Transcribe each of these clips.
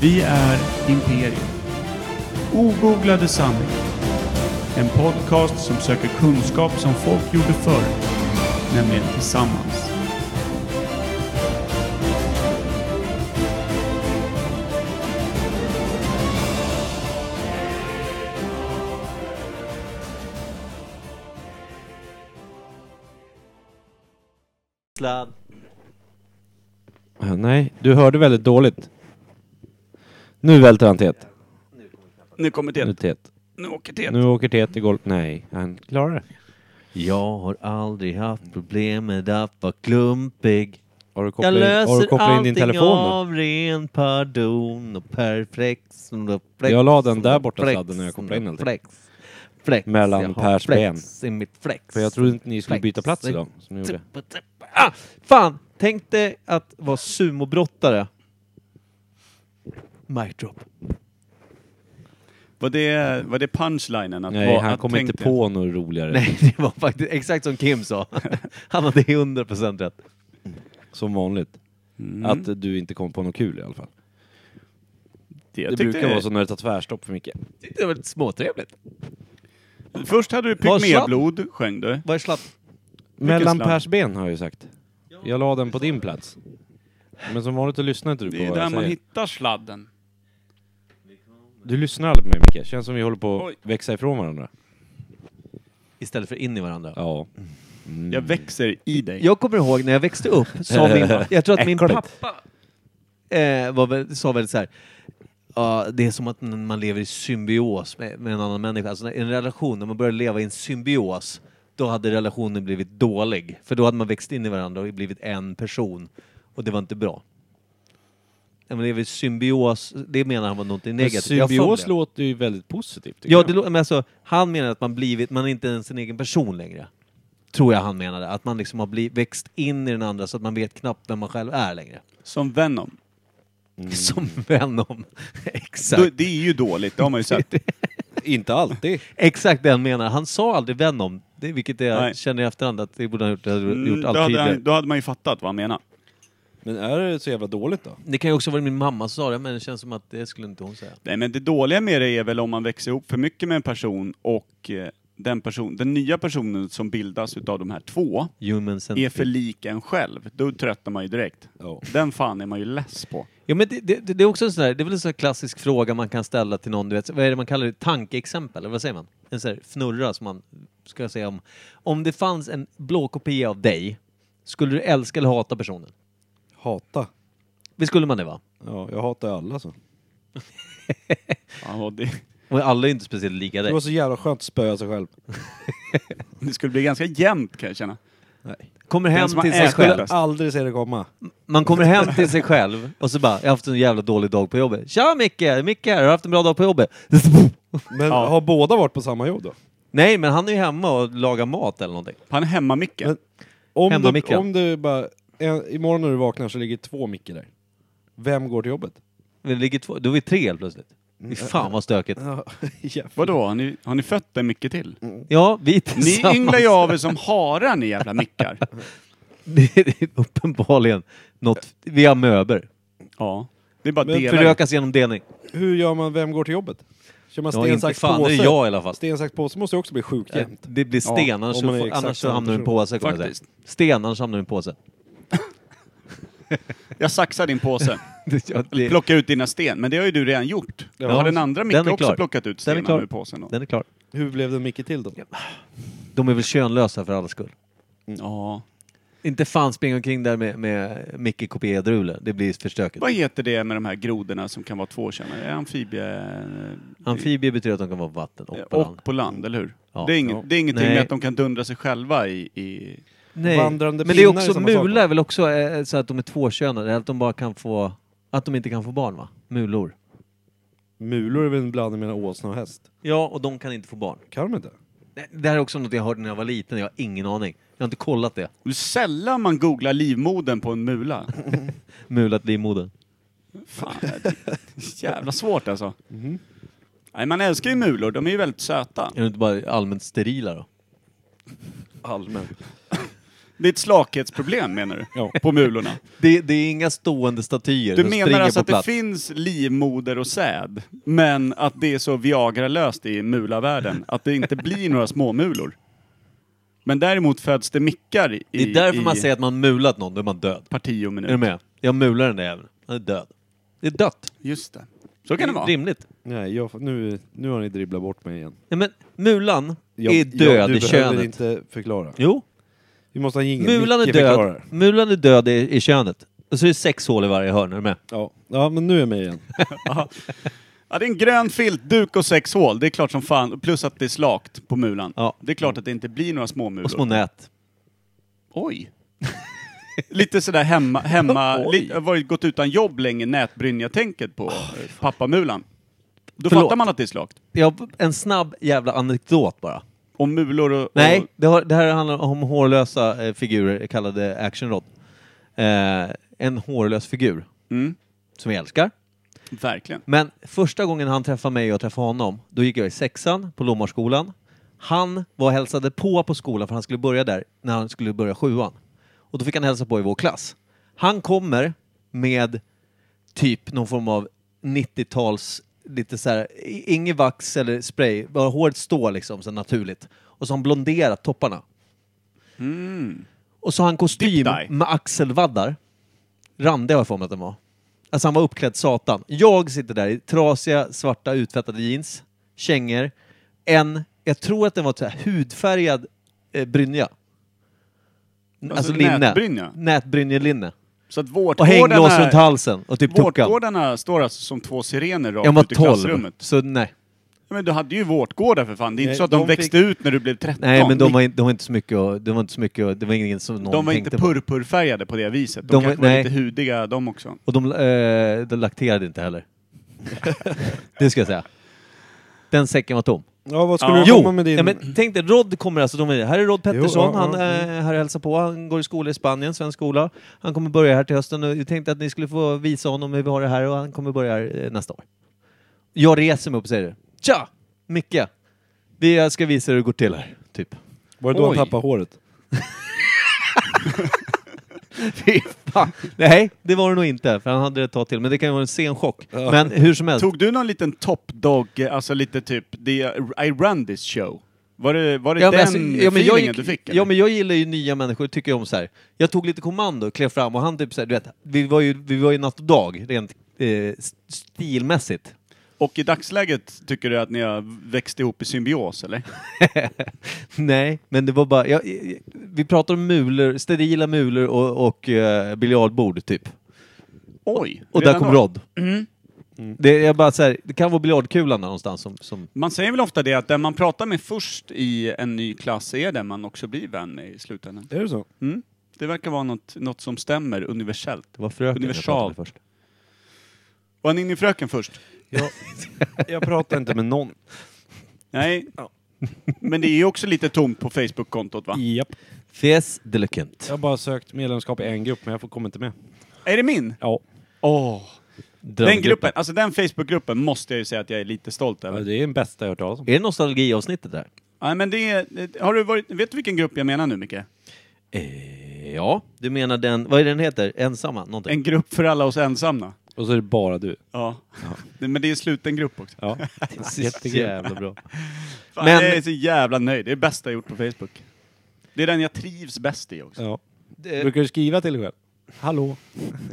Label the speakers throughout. Speaker 1: Vi är Imperium. Ogooglade sanningar. En podcast som söker kunskap som folk gjorde förr, nämligen tillsammans.
Speaker 2: Sladd.
Speaker 3: Eh, Nej, du hörde väldigt dåligt. Nu välter han tet.
Speaker 1: Nu kommer
Speaker 3: Nu,
Speaker 1: det.
Speaker 3: tet.
Speaker 1: Nu åker det.
Speaker 3: nu åker tet i golvet. Nej, han klarar det.
Speaker 2: Jag har aldrig haft problem med att vara klumpig.
Speaker 3: Har du
Speaker 2: Jag
Speaker 3: kopplat, in, har du
Speaker 2: löser
Speaker 3: kopplat in din
Speaker 2: allting
Speaker 3: telefon då?
Speaker 2: av ren pardon och perflex. och flex
Speaker 3: Jag la den där borta,
Speaker 2: och
Speaker 3: sladden, när jag kopplade
Speaker 2: flex
Speaker 3: in
Speaker 2: och
Speaker 3: allting.
Speaker 2: Flex. Flex.
Speaker 3: Mellan
Speaker 2: jag har
Speaker 3: Pers
Speaker 2: flex i mitt flex.
Speaker 3: För jag trodde inte ni skulle
Speaker 2: Flex.
Speaker 3: byta plats idag. Som ni gjorde.
Speaker 2: Tup, tup. Ah, fan! Tänk dig att vara sumobrottare. Mic drop.
Speaker 4: Var det, var det punchlinen? Att
Speaker 3: Nej,
Speaker 4: vara-
Speaker 3: han
Speaker 4: att
Speaker 3: kom inte
Speaker 4: tänk
Speaker 3: på något roligare.
Speaker 2: Nej, det var faktiskt exakt som Kim sa. Han hade 100% rätt.
Speaker 3: Som vanligt.
Speaker 4: Mm.
Speaker 3: Att du inte kom på något kul i alla fall.
Speaker 4: Det, Jag
Speaker 3: det
Speaker 4: tyckte-
Speaker 3: brukar vara så när det tar tvärstopp för mycket.
Speaker 2: Tyckte det var lite småtrevligt.
Speaker 4: Först hade du
Speaker 2: Var slapp.
Speaker 4: pygméblod, sjöng du.
Speaker 2: Vad är slapp?
Speaker 3: Mellan
Speaker 4: slang?
Speaker 3: Pers ben har jag ju sagt. Jag la den på din plats. Men som vanligt så lyssnar inte du på
Speaker 4: Det är
Speaker 3: vad
Speaker 4: där
Speaker 3: jag
Speaker 4: man
Speaker 3: säger.
Speaker 4: hittar sladden.
Speaker 3: Du lyssnar aldrig på mig Micke. Känns som vi håller på
Speaker 4: Oj.
Speaker 3: att växa ifrån varandra.
Speaker 2: Istället för in i varandra.
Speaker 3: Ja.
Speaker 4: Jag växer i dig.
Speaker 2: Jag kommer ihåg när jag växte upp, sa min, jag tror att min pappa eh, var, väl- sa väldigt så här. Ja, det är som att n- man lever i symbios med, med en annan människa. Alltså, när- en relation, när man börjar leva i en symbios, då hade relationen blivit dålig. För då hade man växt in i varandra och blivit en person. Och det var inte bra. När man lever i symbios, det menar han var något
Speaker 3: Men
Speaker 2: negativt. Jag har för
Speaker 3: symbios
Speaker 2: mig det.
Speaker 3: låter ju väldigt positivt. tycker
Speaker 2: Ja,
Speaker 3: jag.
Speaker 2: det, lå- men alltså, han menar att man blivit, man är inte ens sin egen person längre. Tror jag han menade. Att man liksom har bliv, växt in i den andra så att man vet knappt vem man själv är längre.
Speaker 4: Som Venom.
Speaker 2: Som Venom. Exakt.
Speaker 4: Mm. Då, det är ju dåligt, det har man ju sett.
Speaker 3: Inte alltid.
Speaker 2: Exakt det han menar. Han sa aldrig Venom. Det, vilket jag
Speaker 4: Nej.
Speaker 2: känner i efterhand att det borde han ha gjort, det hade
Speaker 4: Mm,
Speaker 2: gjort
Speaker 4: då,
Speaker 2: allt
Speaker 4: hade
Speaker 2: tidigare.
Speaker 4: han, då hade man ju fattat vad han menade.
Speaker 3: Men är det så jävla dåligt då?
Speaker 2: Det kan ju också vara min mamma som sa det, men det känns som att det skulle inte hon säga.
Speaker 4: Nej, men det dåliga med det är väl om man växer ihop för mycket med en person och eh, den, person, den nya personen som bildas utav de här två
Speaker 2: Human
Speaker 4: är för
Speaker 2: centipede.
Speaker 4: lik en själv. Då tröttnar man ju direkt.
Speaker 3: Ja.
Speaker 4: Den fan är man ju less på.
Speaker 2: Ja, men det, det, det är också en sån där, det är väl en sån här klassisk fråga man kan ställa till någon, du vet, vad är det man kallar det? Tankeexempel, eller vad säger man? En sån här fnurra som man ska säga om. Om det fanns en blå kopia av dig, skulle du älska eller hata personen?
Speaker 3: Hata.
Speaker 2: Visst skulle man det va?
Speaker 3: Ja, jag hatar alla så.
Speaker 4: Ja, och det,
Speaker 2: Och alla är ju inte speciellt lika
Speaker 3: Det
Speaker 2: dig.
Speaker 3: var så jävla skönt att spöa sig själv.
Speaker 4: det skulle bli ganska jämnt kan jag känna.
Speaker 3: Nej.
Speaker 2: Kommer hem
Speaker 4: som har
Speaker 2: till sig
Speaker 3: Jag
Speaker 4: ätit
Speaker 2: själv.
Speaker 3: skulle
Speaker 4: Skämtlöst.
Speaker 3: aldrig se det komma.
Speaker 2: Man kommer hem till sig själv och så bara, jag har haft en jävla dålig dag på jobbet. Tja Micke! Micke här, har du haft en bra dag på jobbet?
Speaker 3: Men har båda varit på samma jobb då?
Speaker 2: Nej, men han är ju hemma och lagar mat eller någonting.
Speaker 4: Han är hemma mycket.
Speaker 3: Men- Om
Speaker 2: Hemma
Speaker 3: du,
Speaker 2: micken.
Speaker 3: om du bara... En, imorgon när du vaknar så ligger två mickar där. Vem går till jobbet?
Speaker 2: Men det ligger två, då är vi tre helt plötsligt. Fy fan vad stökigt.
Speaker 3: Ja, jävlar.
Speaker 4: Vadå, har ni, har ni fött en Micke till?
Speaker 2: Ja, vi
Speaker 4: Ni
Speaker 2: tillsammans.
Speaker 4: ynglar ju av er som harar ni jävla mickar.
Speaker 2: Det är uppenbarligen något... Vi har möber.
Speaker 4: Ja. Det är bara
Speaker 3: Men
Speaker 4: delar.
Speaker 2: Förökas genom delning.
Speaker 3: Hur gör man Vem går till jobbet? Kör man
Speaker 2: Ja,
Speaker 3: sten,
Speaker 2: inte
Speaker 3: sax,
Speaker 2: fan. Det
Speaker 3: påse?
Speaker 2: är jag i alla fall.
Speaker 3: Sten, sax, påse måste ju också bli sjukt jämnt.
Speaker 2: Det blir sten,
Speaker 3: Ja,
Speaker 2: annars,
Speaker 3: om
Speaker 2: så,
Speaker 3: man är
Speaker 2: får-
Speaker 3: exakt
Speaker 2: annars så
Speaker 3: samma
Speaker 2: hamnar du i en
Speaker 3: person.
Speaker 2: påse. kan jag säga.
Speaker 4: Faktiskt.
Speaker 2: Sten, annars hamnar du i en påse.
Speaker 4: Jag saxar din påse.
Speaker 2: Det- ja, det-
Speaker 4: Plocka ut dina sten. Men det har ju du redan gjort.
Speaker 3: Ja.
Speaker 4: har den andra Micke
Speaker 2: Den är
Speaker 4: också
Speaker 2: klar.
Speaker 4: plockat ut
Speaker 2: Den är klar.
Speaker 4: stenarna ur påsen? Då?
Speaker 2: Den är klar.
Speaker 3: Hur blev det Micke till då?
Speaker 2: De är väl könlösa för alla skull.
Speaker 4: Ja.
Speaker 2: Inte fan springa omkring där med, med Micke kopieadruler. Det blir för stökigt.
Speaker 4: Vad heter det med de här grodorna som kan vara tvåkännare? Amfibie...
Speaker 2: Amfibier betyder att de kan vara på vatten och på land.
Speaker 4: Och på land, eller hur?
Speaker 2: Ja.
Speaker 4: Det, är inget,
Speaker 3: Ja.
Speaker 4: det är ingenting
Speaker 2: Nej.
Speaker 4: med att de kan dundra sig själva i... i...
Speaker 2: Nej.
Speaker 3: Vandrande
Speaker 2: Men det är
Speaker 3: pinnar är
Speaker 2: också,
Speaker 3: samma sak,
Speaker 2: mula
Speaker 3: va?
Speaker 2: är väl också eh, så att de är tvåkönade, eller att de bara kan få... Att de inte kan få barn va? Mulor.
Speaker 3: Mulor är väl en blandning mellan åsna och häst?
Speaker 2: Ja, och de kan inte få barn.
Speaker 3: Kan de inte?
Speaker 2: Nej, Det här är också något jag hörde när jag var liten, jag har ingen aning. Jag har inte kollat det.
Speaker 4: Det är Sällan man googlar livmodern på en mula.
Speaker 2: Mulat livmodern.
Speaker 4: Fan, det är jävla svårt alltså. Nej, man älskar ju mulor, de är ju väldigt söta.
Speaker 2: Är de inte bara allmänt sterila då?
Speaker 3: Allmänt.
Speaker 4: Det är ett slakhetsproblem menar du?
Speaker 3: Ja.
Speaker 4: På mulorna?
Speaker 2: Det, det är inga stående statyer
Speaker 4: Du
Speaker 2: som
Speaker 4: menar
Speaker 2: springer
Speaker 4: alltså
Speaker 2: på
Speaker 4: att det
Speaker 2: plats.
Speaker 4: finns livmoder och säd, men att det är så Viagra-löst i mulavärlden, att det inte blir några småmulor? Men däremot föds det mickar i,
Speaker 2: det är därför
Speaker 4: i
Speaker 2: man säger att man mulat någon, då är man död.
Speaker 4: parti och
Speaker 2: Är du
Speaker 4: minut.
Speaker 2: med? Jag mular den där jäveln. Han är död. Det är dött.
Speaker 4: Just det. Så kan det vara.
Speaker 2: Rimligt.
Speaker 3: Nej, jag, nu, nu har ni dribblat bort mig igen.
Speaker 2: Nej, men mulan
Speaker 3: Jag,
Speaker 2: är död
Speaker 3: jag,
Speaker 2: i
Speaker 3: Du behöver
Speaker 2: könet.
Speaker 3: inte förklara.
Speaker 2: Jo,
Speaker 3: Vi måste ha en jingel.
Speaker 2: mulan är
Speaker 3: Micke
Speaker 2: död.
Speaker 3: förklarar.
Speaker 2: Mulan är död i, i könet. Och så är det sex hål i varje hörn, är du med?
Speaker 3: Ja. ja, men nu är jag med igen.
Speaker 4: Ja, det är en grön filtduk och sex hål, det är klart som fan. Plus att det är slakt på mulan.
Speaker 2: Ja.
Speaker 4: Det är klart att det inte blir några småmulor.
Speaker 2: Och små nät.
Speaker 4: Oj! Lite sådär hemma, hemma
Speaker 2: Oj. Oh,
Speaker 4: li, har varit gått utan jobb länge, nätbrynja-tänket på eh, pappamulan. Då
Speaker 2: Förlåt.
Speaker 4: fattar man att det är slakt.
Speaker 2: Ja, en snabb jävla anekdot bara.
Speaker 4: Om mulor och...
Speaker 2: Nej,
Speaker 4: och,
Speaker 2: det, har, det här handlar om hårlösa eh, figurer kallade actionrod. Eh, en hårlös figur
Speaker 4: Mm,
Speaker 2: som jag älskar.
Speaker 4: verkligen.
Speaker 2: Men första gången han träffade mig och jag träffade honom, då gick jag i sexan på Lomarskolan. Han var och hälsade på på skolan för han skulle börja där när han skulle börja sjuan. Och då fick han hälsa på i vår klass. Han kommer med typ någon form av 90-tals, lite så här, i- inget vax eller spray, bara håret står liksom så naturligt. Och så har han blonderat topparna. Och så har han kostym
Speaker 4: Dip Mm. dye.
Speaker 2: med axelvaddar. Randig har jag för mig att den var. Alltså han var uppklädd satan. Jag sitter där i trasiga, svarta, uttvättade jeans, kängor, en, jag tror att den var så här, hudfärgad eh, brynja. Alltså, linne.
Speaker 4: nätbrynja.
Speaker 2: Nätbrynjelinne.
Speaker 4: Så att
Speaker 2: Och hänglås runt
Speaker 4: vårtgårdarna,
Speaker 2: halsen och typ tuckan.
Speaker 4: vårtgårdarna står alltså som två sirener
Speaker 2: Jag var
Speaker 4: rakt ut i
Speaker 2: 12,
Speaker 4: klassrummet.
Speaker 2: så nej.
Speaker 4: Ja, Men du hade ju vårtgårdar för fan. Det är inte
Speaker 3: Nej,
Speaker 4: så att de,
Speaker 3: de fick-
Speaker 4: växte ut när du blev 13.
Speaker 2: Nej, men de var, in, de var inte så mycket och, de var inte så mycket och, det var ingen som någon
Speaker 4: De var
Speaker 2: tänkte
Speaker 4: inte
Speaker 2: på.
Speaker 4: purpurfärgade på det viset. De,
Speaker 2: De var-
Speaker 4: kanske var
Speaker 2: nej.
Speaker 4: lite hudiga de också.
Speaker 2: Och de, eh, de lakterade inte heller. det ska jag säga. Den säcken var tom.
Speaker 3: Ja, vad skulle
Speaker 4: Ja.
Speaker 3: du
Speaker 2: Jo!
Speaker 3: komma med din...
Speaker 2: ja, men tänk dig, Rod kommer alltså, de är, här är Rod Pettersson,
Speaker 3: ja, Mm.
Speaker 2: han
Speaker 3: ja,
Speaker 2: är här och hälsar på, han går i skola i Spanien, svensk skola. Han kommer börja här till hösten och jag tänkte att ni skulle få visa honom hur vi har det här och han kommer börja här eh, nästa år. Jag reser mig upp och säger Tja! Micke! Vi jag ska visa er hur det går till här, typ.
Speaker 3: Var det då han
Speaker 4: Oj.
Speaker 3: tappade håret?
Speaker 2: Fy fan. Nej, det var det nog inte, för han hade det ett tag till, men det kan ju vara en sen chock. Men hur som helst.
Speaker 4: Tog du någon liten top dog, alltså lite typ, the, I run this show? Var det, var det
Speaker 2: Ja,
Speaker 4: den
Speaker 2: men alltså, ja, men jag
Speaker 4: feelingen
Speaker 2: gick-
Speaker 4: du fick? eller?
Speaker 2: Ja, men jag gillar ju nya människor, tycker jag om så här. Jag tog lite kommando, klev fram och han typ så här, du vet, vi var ju, vi var ju natt och dag rent eh, s- stilmässigt.
Speaker 4: Och i dagsläget tycker du att ni har växt ihop i symbios, eller?
Speaker 2: Nej, men det var bara, jag, jag- vi pratar om mulor, sterila mulor och, och eh, biljardbord typ.
Speaker 4: Oj!
Speaker 2: Och där
Speaker 4: redan
Speaker 2: kom
Speaker 4: då?
Speaker 2: Rod.
Speaker 4: Mm.
Speaker 2: Det, jag bara så här, det kan vara biljardkulan där någonstans som, som
Speaker 4: Man säger väl ofta det att den man pratar med först i en ny klass är den man också blir vän med i slutändan.
Speaker 3: Är det så?
Speaker 4: Mm. Det verkar vara något, något som stämmer universellt.
Speaker 2: det var fröken jag
Speaker 4: Universal.
Speaker 2: pratade med först.
Speaker 4: Var ni inne i fröken först?
Speaker 3: Jag, jag pratar inte med någon.
Speaker 4: Nej. Men det är ju också lite tomt på Facebook-kontot va?
Speaker 3: Japp.
Speaker 2: Fes delicant.
Speaker 3: Jag har bara sökt medlemskap i en grupp, men jag får kommer inte med.
Speaker 4: Är det min?
Speaker 3: Ja.
Speaker 4: Åh! Den gruppen, alltså den Facebook-gruppen måste jag ju säga att jag är lite stolt över.
Speaker 3: Det är den bästa jag har hört talas om.
Speaker 2: Är det nostalgiavsnittet där?
Speaker 4: Nej men det är, har du varit, vet du vilken grupp jag menar nu Micke?
Speaker 2: Eh, ja, du menar den, vad är den heter? Ensamma? Någonting.
Speaker 4: En grupp för alla oss ensamma.
Speaker 3: Och så är det bara du.
Speaker 4: Ja. Det- Men det är en sluten grupp också.
Speaker 3: Ja.
Speaker 2: Så jävla bra.
Speaker 4: Fan,
Speaker 2: Men-
Speaker 4: Jag är så jävla nöjd, det är det bästa jag gjort på Facebook. Det är den jag trivs bäst i också.
Speaker 3: ja.
Speaker 2: Det-
Speaker 3: Brukar du skriva till dig själv? Hallå?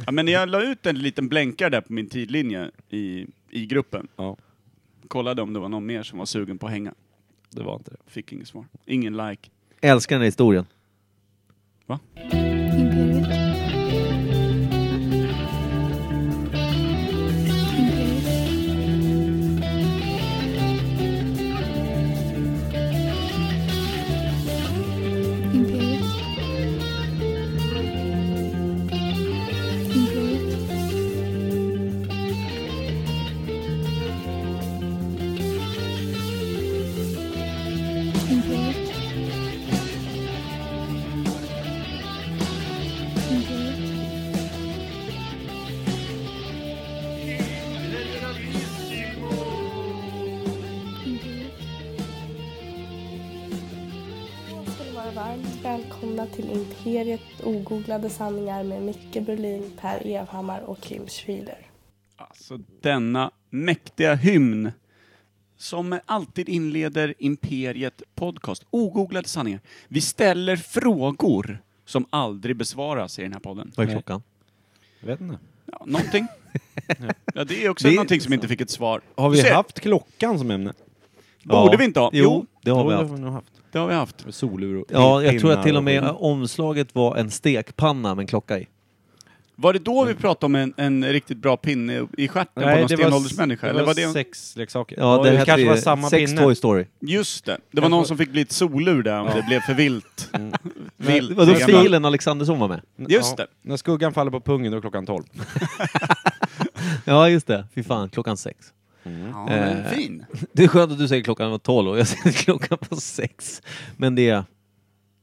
Speaker 4: Ja, men jag la ut en liten blänkare där på min tidlinje i, i gruppen.
Speaker 3: Ja,
Speaker 4: Kollade om det var någon mer som var sugen på att hänga.
Speaker 3: det var inte det.
Speaker 4: Fick inget svar. Ingen like.
Speaker 2: Älskar den här historien.
Speaker 5: Imperial. Imperial. Imperial. Imperial. Imperial.
Speaker 6: välkomna till Imperiet ogooglade sanningar med Micke Berlin, Per Evhammar och Kim Schwiler.
Speaker 4: Alltså denna mäktiga hymn som alltid inleder Imperiet Podcast. Ogooglade sanningar. Vi ställer frågor som aldrig besvaras i den här podden.
Speaker 2: Vad är klockan?
Speaker 3: Jag vet inte.
Speaker 4: Ja, någonting. ja, det är också
Speaker 2: Det är-
Speaker 4: någonting som inte fick ett svar.
Speaker 3: Har vi
Speaker 4: Du ser,
Speaker 3: haft klockan som ämne?
Speaker 4: Borde vi inte ha?
Speaker 2: Jo, det har vi
Speaker 3: Jo,
Speaker 2: haft.
Speaker 3: nog haft.
Speaker 4: det har vi haft.
Speaker 3: Solur och
Speaker 2: Ja, jag tror att till och med
Speaker 3: pinnar
Speaker 2: omslaget var en stekpanna med en klocka i.
Speaker 4: Var det då vi pratade om en, en riktigt bra pinne i stjärten på
Speaker 3: Nej,
Speaker 4: någon
Speaker 3: det var,
Speaker 4: stenåldersmänniska?
Speaker 3: det
Speaker 4: eller var det
Speaker 3: sexleksaker.
Speaker 2: Ja, det,
Speaker 3: det
Speaker 2: hette
Speaker 3: kanske
Speaker 2: ju
Speaker 3: var samma
Speaker 2: Sex
Speaker 3: pinne.
Speaker 2: Toy Story.
Speaker 4: Just det. Det var någon som fick bli ett solur där om det blev för vilt. vilt.
Speaker 2: Mm. Vadå,
Speaker 4: tema.
Speaker 2: filen Alexandersson var med?
Speaker 4: Just det.
Speaker 3: När skuggan faller på pungen, då är klockan 12.
Speaker 2: Ja, just det. Fy fan, klockan sex.
Speaker 4: Ja, men
Speaker 2: Eh.
Speaker 4: fin.
Speaker 2: Det är skönt att du säger klockan var tolv och jag säger klockan var sex. Men det är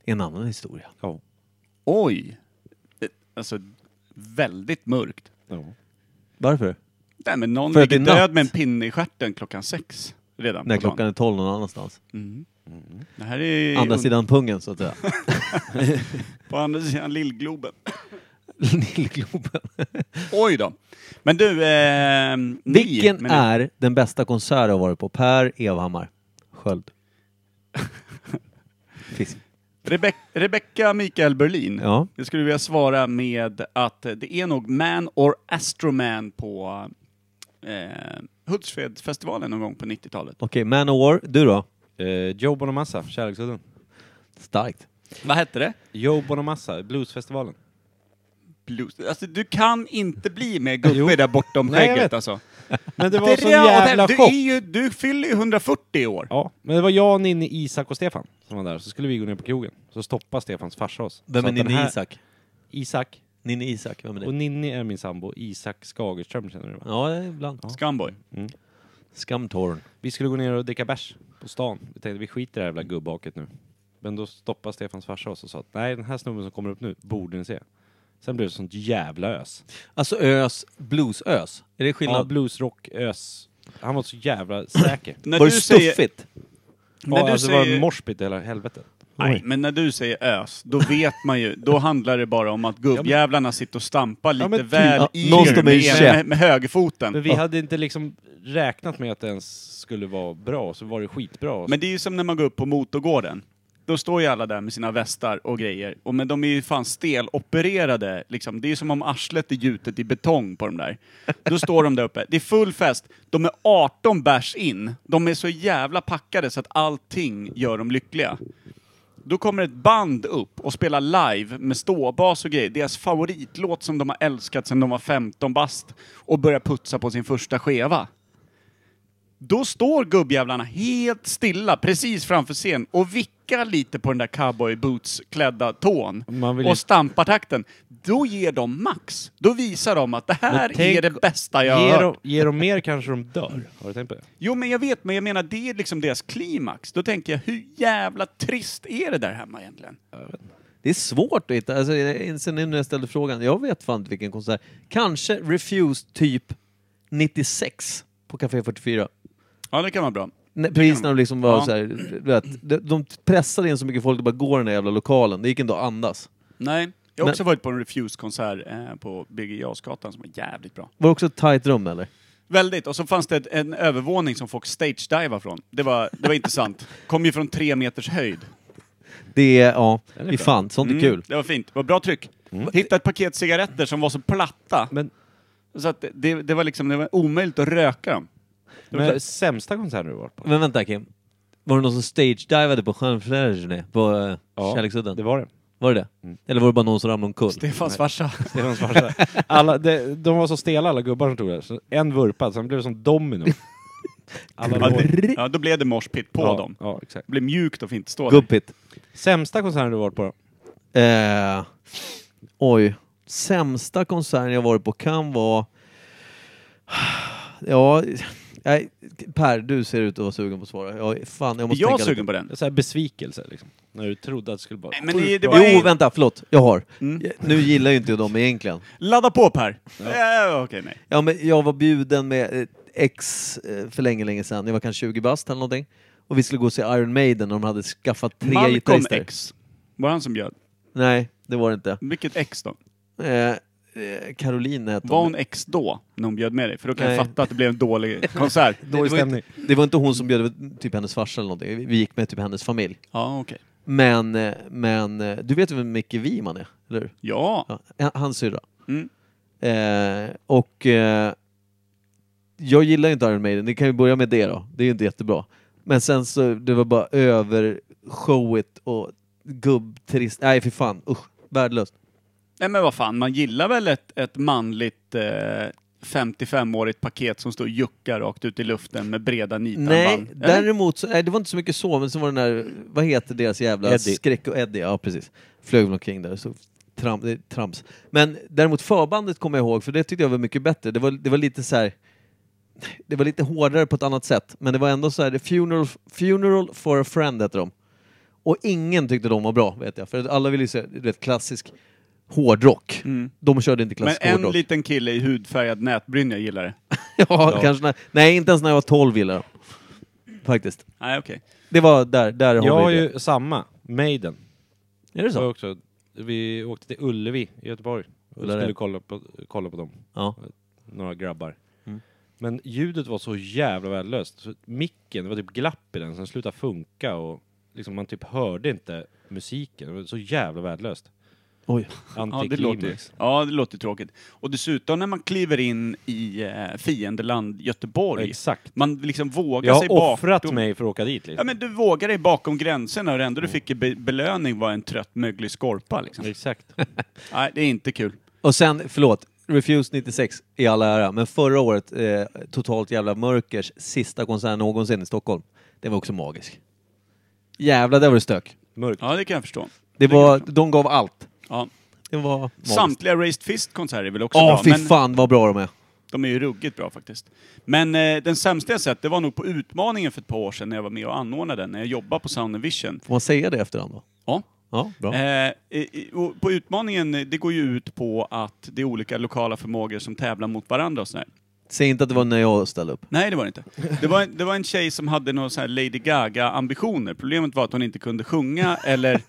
Speaker 2: en annan historia.
Speaker 3: Ja.
Speaker 4: Oj. Eh, Alltså, väldigt mörkt.
Speaker 3: Ja.
Speaker 2: Varför?
Speaker 4: Nej, men någon
Speaker 2: För att
Speaker 4: ligger
Speaker 2: det är natt.
Speaker 4: död med en pinne i stjärten klockan sex. Redan
Speaker 2: När
Speaker 4: på dagen.
Speaker 2: klockan är tolv någon annanstans.
Speaker 4: Mm. Det här är
Speaker 2: Andra sidan pungen, så att säga.
Speaker 4: på andra sidan lillgloben.
Speaker 2: Lillgloben.
Speaker 4: Oj då. Men du, eh, ni,
Speaker 2: Vilken
Speaker 4: men-
Speaker 2: är den bästa konsert du har varit på? Per Evhammar Sköld. Fisk.
Speaker 4: Rebe- Rebecca Mikael Berlin.
Speaker 2: Ja.
Speaker 4: Jag skulle vilja svara med att det är nog Man or Astroman på eh, Hultsfredsfestivalen någon gång på 90-talet.
Speaker 2: Okej, Manowar. Du då?
Speaker 3: Eh, Joe Bonamassa, Kärleksudden.
Speaker 2: Starkt.
Speaker 4: Vad hette det?
Speaker 3: Joe Bonamassa, Bluesfestivalen.
Speaker 4: Blues. Alltså, du kan inte bli mer gubbe där bortom
Speaker 3: Nej, jag vet.
Speaker 4: skägget alltså.
Speaker 3: Men det var
Speaker 4: Det
Speaker 3: sån
Speaker 4: där-
Speaker 3: jävla
Speaker 4: du,
Speaker 3: chock!
Speaker 4: är ju, du fyller ju 140 i år.
Speaker 3: Ja, men det var jag, Ninni, Isak och Stefan som var där. Så skulle vi gå ner på krogen. Så stoppade Stefans farsa oss.
Speaker 2: Vem
Speaker 3: så
Speaker 2: är
Speaker 3: att den
Speaker 2: Ninni
Speaker 3: här-
Speaker 2: Isak?
Speaker 3: Isak.
Speaker 2: Ninni Isak, vem är
Speaker 3: Och
Speaker 2: det?
Speaker 3: Ninni är min sambo. Isak Skagerström känner du va?
Speaker 2: Ja, det är ibland.
Speaker 4: Scumboy.
Speaker 2: Skamtorn.
Speaker 3: Vi skulle gå ner och dricka bärs på stan. Vi tänkte vi skiter i det här jävla gubbaket nu. Men då stoppade Stefans farsa oss och sa att nej, den här snubben som kommer upp nu borde ni se. Sen blev det sånt jävla ös.
Speaker 2: Alltså ös, bluesös. Är det
Speaker 3: Ja,
Speaker 2: skillnad?
Speaker 3: bluesrock, ös. Han var så jävla säker.
Speaker 4: När
Speaker 2: var det
Speaker 4: du säger-
Speaker 2: stuffigt?
Speaker 4: när
Speaker 3: ja,
Speaker 4: du
Speaker 3: alltså det var
Speaker 4: säger-
Speaker 3: en morspit i hela helvetet.
Speaker 4: Nej, men när du säger ös, då vet man ju, då handlar det bara om att gubbjävlarna sitter och stampar lite
Speaker 3: Ja, men typ.
Speaker 4: väl
Speaker 2: Ja,
Speaker 4: i
Speaker 2: någon står med
Speaker 4: med,
Speaker 2: i
Speaker 4: ena-
Speaker 2: käpp.
Speaker 4: med
Speaker 3: Men
Speaker 4: högerfoten. Men,
Speaker 3: vi hade inte liksom räknat med att det ens skulle vara bra, så var det skitbra.
Speaker 4: det är ju som när man går upp på motorgården. Då står ju alla där med sina västar och grejer. Och men de är ju fan stelopererade. Liksom. Det är ju som om arslet är gjutet i betong på de där. Då står de där uppe. Det är full fest. De är 18 bärs in. De är så jävla packade så att allting gör dem lyckliga. Då kommer ett band upp och spelar live med ståbas och grejer. Deras favoritlåt som de har älskat sedan de var 15 bast och börjar putsa på sin första skeva. Då står gubbjävlarna helt stilla precis framför scen och vickar lite på den där cowboy boots-klädda tån
Speaker 3: Man vill ju-
Speaker 4: och stampar takten. Då ger de max. Då visar de att det här
Speaker 3: tänk-
Speaker 4: är det bästa jag har
Speaker 3: Ger
Speaker 4: hört.
Speaker 3: de, ger de mer kanske de dör. Har du tänkt på det?
Speaker 4: Jo, men jag vet, men jag menar det är liksom deras klimax. Då tänker jag, hur jävla trist är det där hemma egentligen?
Speaker 2: Det är svårt att hitta. Alltså, jag inser nu när jag ställde frågan. Jag vet fan inte vilken konsert. Kanske Refused typ 96 på Café 44.
Speaker 4: Ja, det kan vara bra.
Speaker 2: Nej, Precis när de liksom var
Speaker 4: Ja.
Speaker 2: så här, du vet, de- de pressade in så mycket folk det bara går i den där jävla lokalen. Det gick inte att andas.
Speaker 4: Nej. Jag har också varit på en Refuse-konsert eh, på Birger Jarlsgatan som var jävligt bra.
Speaker 2: Var det också ett tajt rum eller?
Speaker 4: Väldigt. Och så fanns det ett, en övervåning som folk stage-diva från. Det var, det var intressant. Kom ju från tre meters höjd. Mm.
Speaker 2: Det är, Mm. ja, fy fan, sånt är kul.
Speaker 4: Det var fint. Det var bra tryck. Hittade ett paket cigaretter som var så platta.
Speaker 3: Men-
Speaker 4: Så att det, det var liksom, det var omöjligt att röka dem. Det var
Speaker 3: Men sämsta konserten du varit på?
Speaker 2: Men vänta Kim. Var det någon som stage-divade på Stjärnflärgen på eh, Kärleksudden?
Speaker 3: det var det.
Speaker 2: Var det Mm. det? Eller var det bara någon som ramlade omkull?
Speaker 4: Stefans farsa.
Speaker 3: Stefans farsa. Alla, de, de var så stela alla gubbar som tog det. Så en vurpade, sen blev det som domino. Alla
Speaker 4: Ja,
Speaker 3: låg-
Speaker 4: det- ja, då blev det moshpit på
Speaker 3: ja,
Speaker 4: dem.
Speaker 3: Ja, exakt.
Speaker 4: Det blev mjukt och fint att stå där.
Speaker 2: Gubbigt.
Speaker 3: Sämsta konserten du varit på då?
Speaker 2: Eh, oj. Sämsta konserten jag varit på kan vara... Ja... Nej, per, du ser ut att vara sugen på att svara. Jag, fan, jag måste
Speaker 4: Jag är
Speaker 2: tänka
Speaker 4: sugen på den.
Speaker 3: Så här besvikelse liksom. När du trodde att det skulle vara
Speaker 4: Nej, men det-
Speaker 3: sjukt
Speaker 4: det
Speaker 3: bra.
Speaker 4: var- Mm.
Speaker 2: Jo, vänta, förlåt. Jag har. Nu gillar ju inte jag dem egentligen.
Speaker 4: Ladda på Per! Ja. Okej, nej.
Speaker 2: Ja, men jag var bjuden med eh, ex eh, för länge, länge sedan. Jag var kanske 20 bast eller någonting. Och vi skulle gå och se Iron Maiden och de hade skaffat tre
Speaker 4: Malcolm
Speaker 2: gitarrister.
Speaker 4: X. Var han som bjöd?
Speaker 2: Nej, det var det inte.
Speaker 4: Vilket ex då?
Speaker 2: Eh, eh, Caroline hette
Speaker 4: Var hon ex då, när hon bjöd med dig? För då kan
Speaker 2: Nej.
Speaker 4: jag fatta att det blev en dålig konsert.
Speaker 2: Det, det, var inte, det var inte hon som bjöd typ hennes farsa eller någonting. Vi- Vi gick med typ hennes familj.
Speaker 4: Ja, okej.
Speaker 2: Men, eh, men eh, du vet ju vem Micke Wiman är, eller hur?
Speaker 4: Ja,
Speaker 2: Ja, han- hans syrra.
Speaker 4: Mm.
Speaker 2: Eh, och eh, jag gillar ju inte Iron Maiden, det kan ju börja med det då. Det är ju inte jättebra. Men sen så, det var bara över showet och gubbtrist. Nej fy fan, usch. Värdelöst.
Speaker 4: Nej men vad fan, man gillar väl ett, ett manligt eh, 55-årigt paket som står och juckar rakt ut i luften med breda nitarmband?
Speaker 2: Nej,
Speaker 4: Eller?
Speaker 2: däremot så, nej, det var inte så mycket så, men så var den där, vad heter deras jävla
Speaker 3: Eddie.
Speaker 2: skräck och Eddie, ja precis. Flög väl omkring där, så tram, det är trams. Men däremot förbandet kommer jag ihåg, för det tyckte jag var mycket bättre. Det var, det var lite så här. det var lite hårdare på ett annat sätt, men det var ändå så här, funeral, funeral for a friend hette de. Och ingen tyckte de var bra, vet jag, för att alla ville ju se, du vet, klassisk hårdrock. De körde inte
Speaker 4: Mm. Men
Speaker 2: klassisk
Speaker 4: en
Speaker 2: hårdrock.
Speaker 4: liten kille i hudfärgad nätbrynja gillar det.
Speaker 2: ja, Kanske när, nej, inte ens när jag var 12 gillade de. Faktiskt.
Speaker 4: Nej okej.
Speaker 2: Det var där, där
Speaker 3: Jag
Speaker 2: har
Speaker 3: har
Speaker 2: vi det.
Speaker 3: ju samma, Maiden.
Speaker 2: Är det
Speaker 3: Det var
Speaker 2: så?
Speaker 3: också, vi åkte till Ullevi i Göteborg och
Speaker 2: Ullared.
Speaker 3: skulle kolla på, kolla på dem,
Speaker 2: Ja.
Speaker 3: några grabbar.
Speaker 2: Mm.
Speaker 3: Men ljudet var så jävla värdelöst. Så Micken, det var typ glapp i den, sen slutade funka och liksom man typ hörde inte musiken. Det var så jävla värdelöst.
Speaker 2: Oj.
Speaker 4: Ja, det
Speaker 3: Antiklimax.
Speaker 4: låter, ja, det låter tråkigt. Och dessutom när man kliver in i eh, fiendeland Göteborg.
Speaker 3: Exakt.
Speaker 4: Man liksom vågar
Speaker 3: Jag
Speaker 4: sig
Speaker 3: har
Speaker 4: bakom...
Speaker 3: offrat mig för att åka dit.
Speaker 4: Ja
Speaker 3: Liksom.
Speaker 4: men du vågar dig bakom gränserna och det enda du fick i be- belöning var en trött möglig skorpa liksom.
Speaker 3: Exakt.
Speaker 4: Nej, det är inte kul.
Speaker 2: Och sen, förlåt, Refused 96 i all ära, men förra året, eh, totalt jävla mörkers sista konsert någonsin i Stockholm. Det var också magisk. Jävlar, där var det stök.
Speaker 3: Mörkt.
Speaker 4: Ja, det kan jag förstå.
Speaker 2: Det var, de gav allt.
Speaker 4: Ja.
Speaker 2: Det var magiskt.
Speaker 4: Samtliga Raised Fist-konserter är väl också
Speaker 2: Ja,
Speaker 4: bra?
Speaker 2: fy
Speaker 4: men-
Speaker 2: fan vad bra de är.
Speaker 4: De är ju ruggigt bra faktiskt. Men eh, den sämsta jag sett, det var nog på utmaningen för ett par år sedan när jag var med och anordnade den, när jag jobbade på Sound and Vision.
Speaker 2: Får man säga det efterhand då?
Speaker 4: Ja.
Speaker 2: Ja, bra.
Speaker 4: Eh, i- och på utmaningen, eh, det går ju ut på att det är olika lokala förmågor som tävlar mot varandra och sådär.
Speaker 2: Säg inte att det var när jag ställde upp.
Speaker 4: Nej, det var det inte. Det var, det var en tjej som hade några så här Lady Gaga-ambitioner. Problemet var att hon inte kunde sjunga eller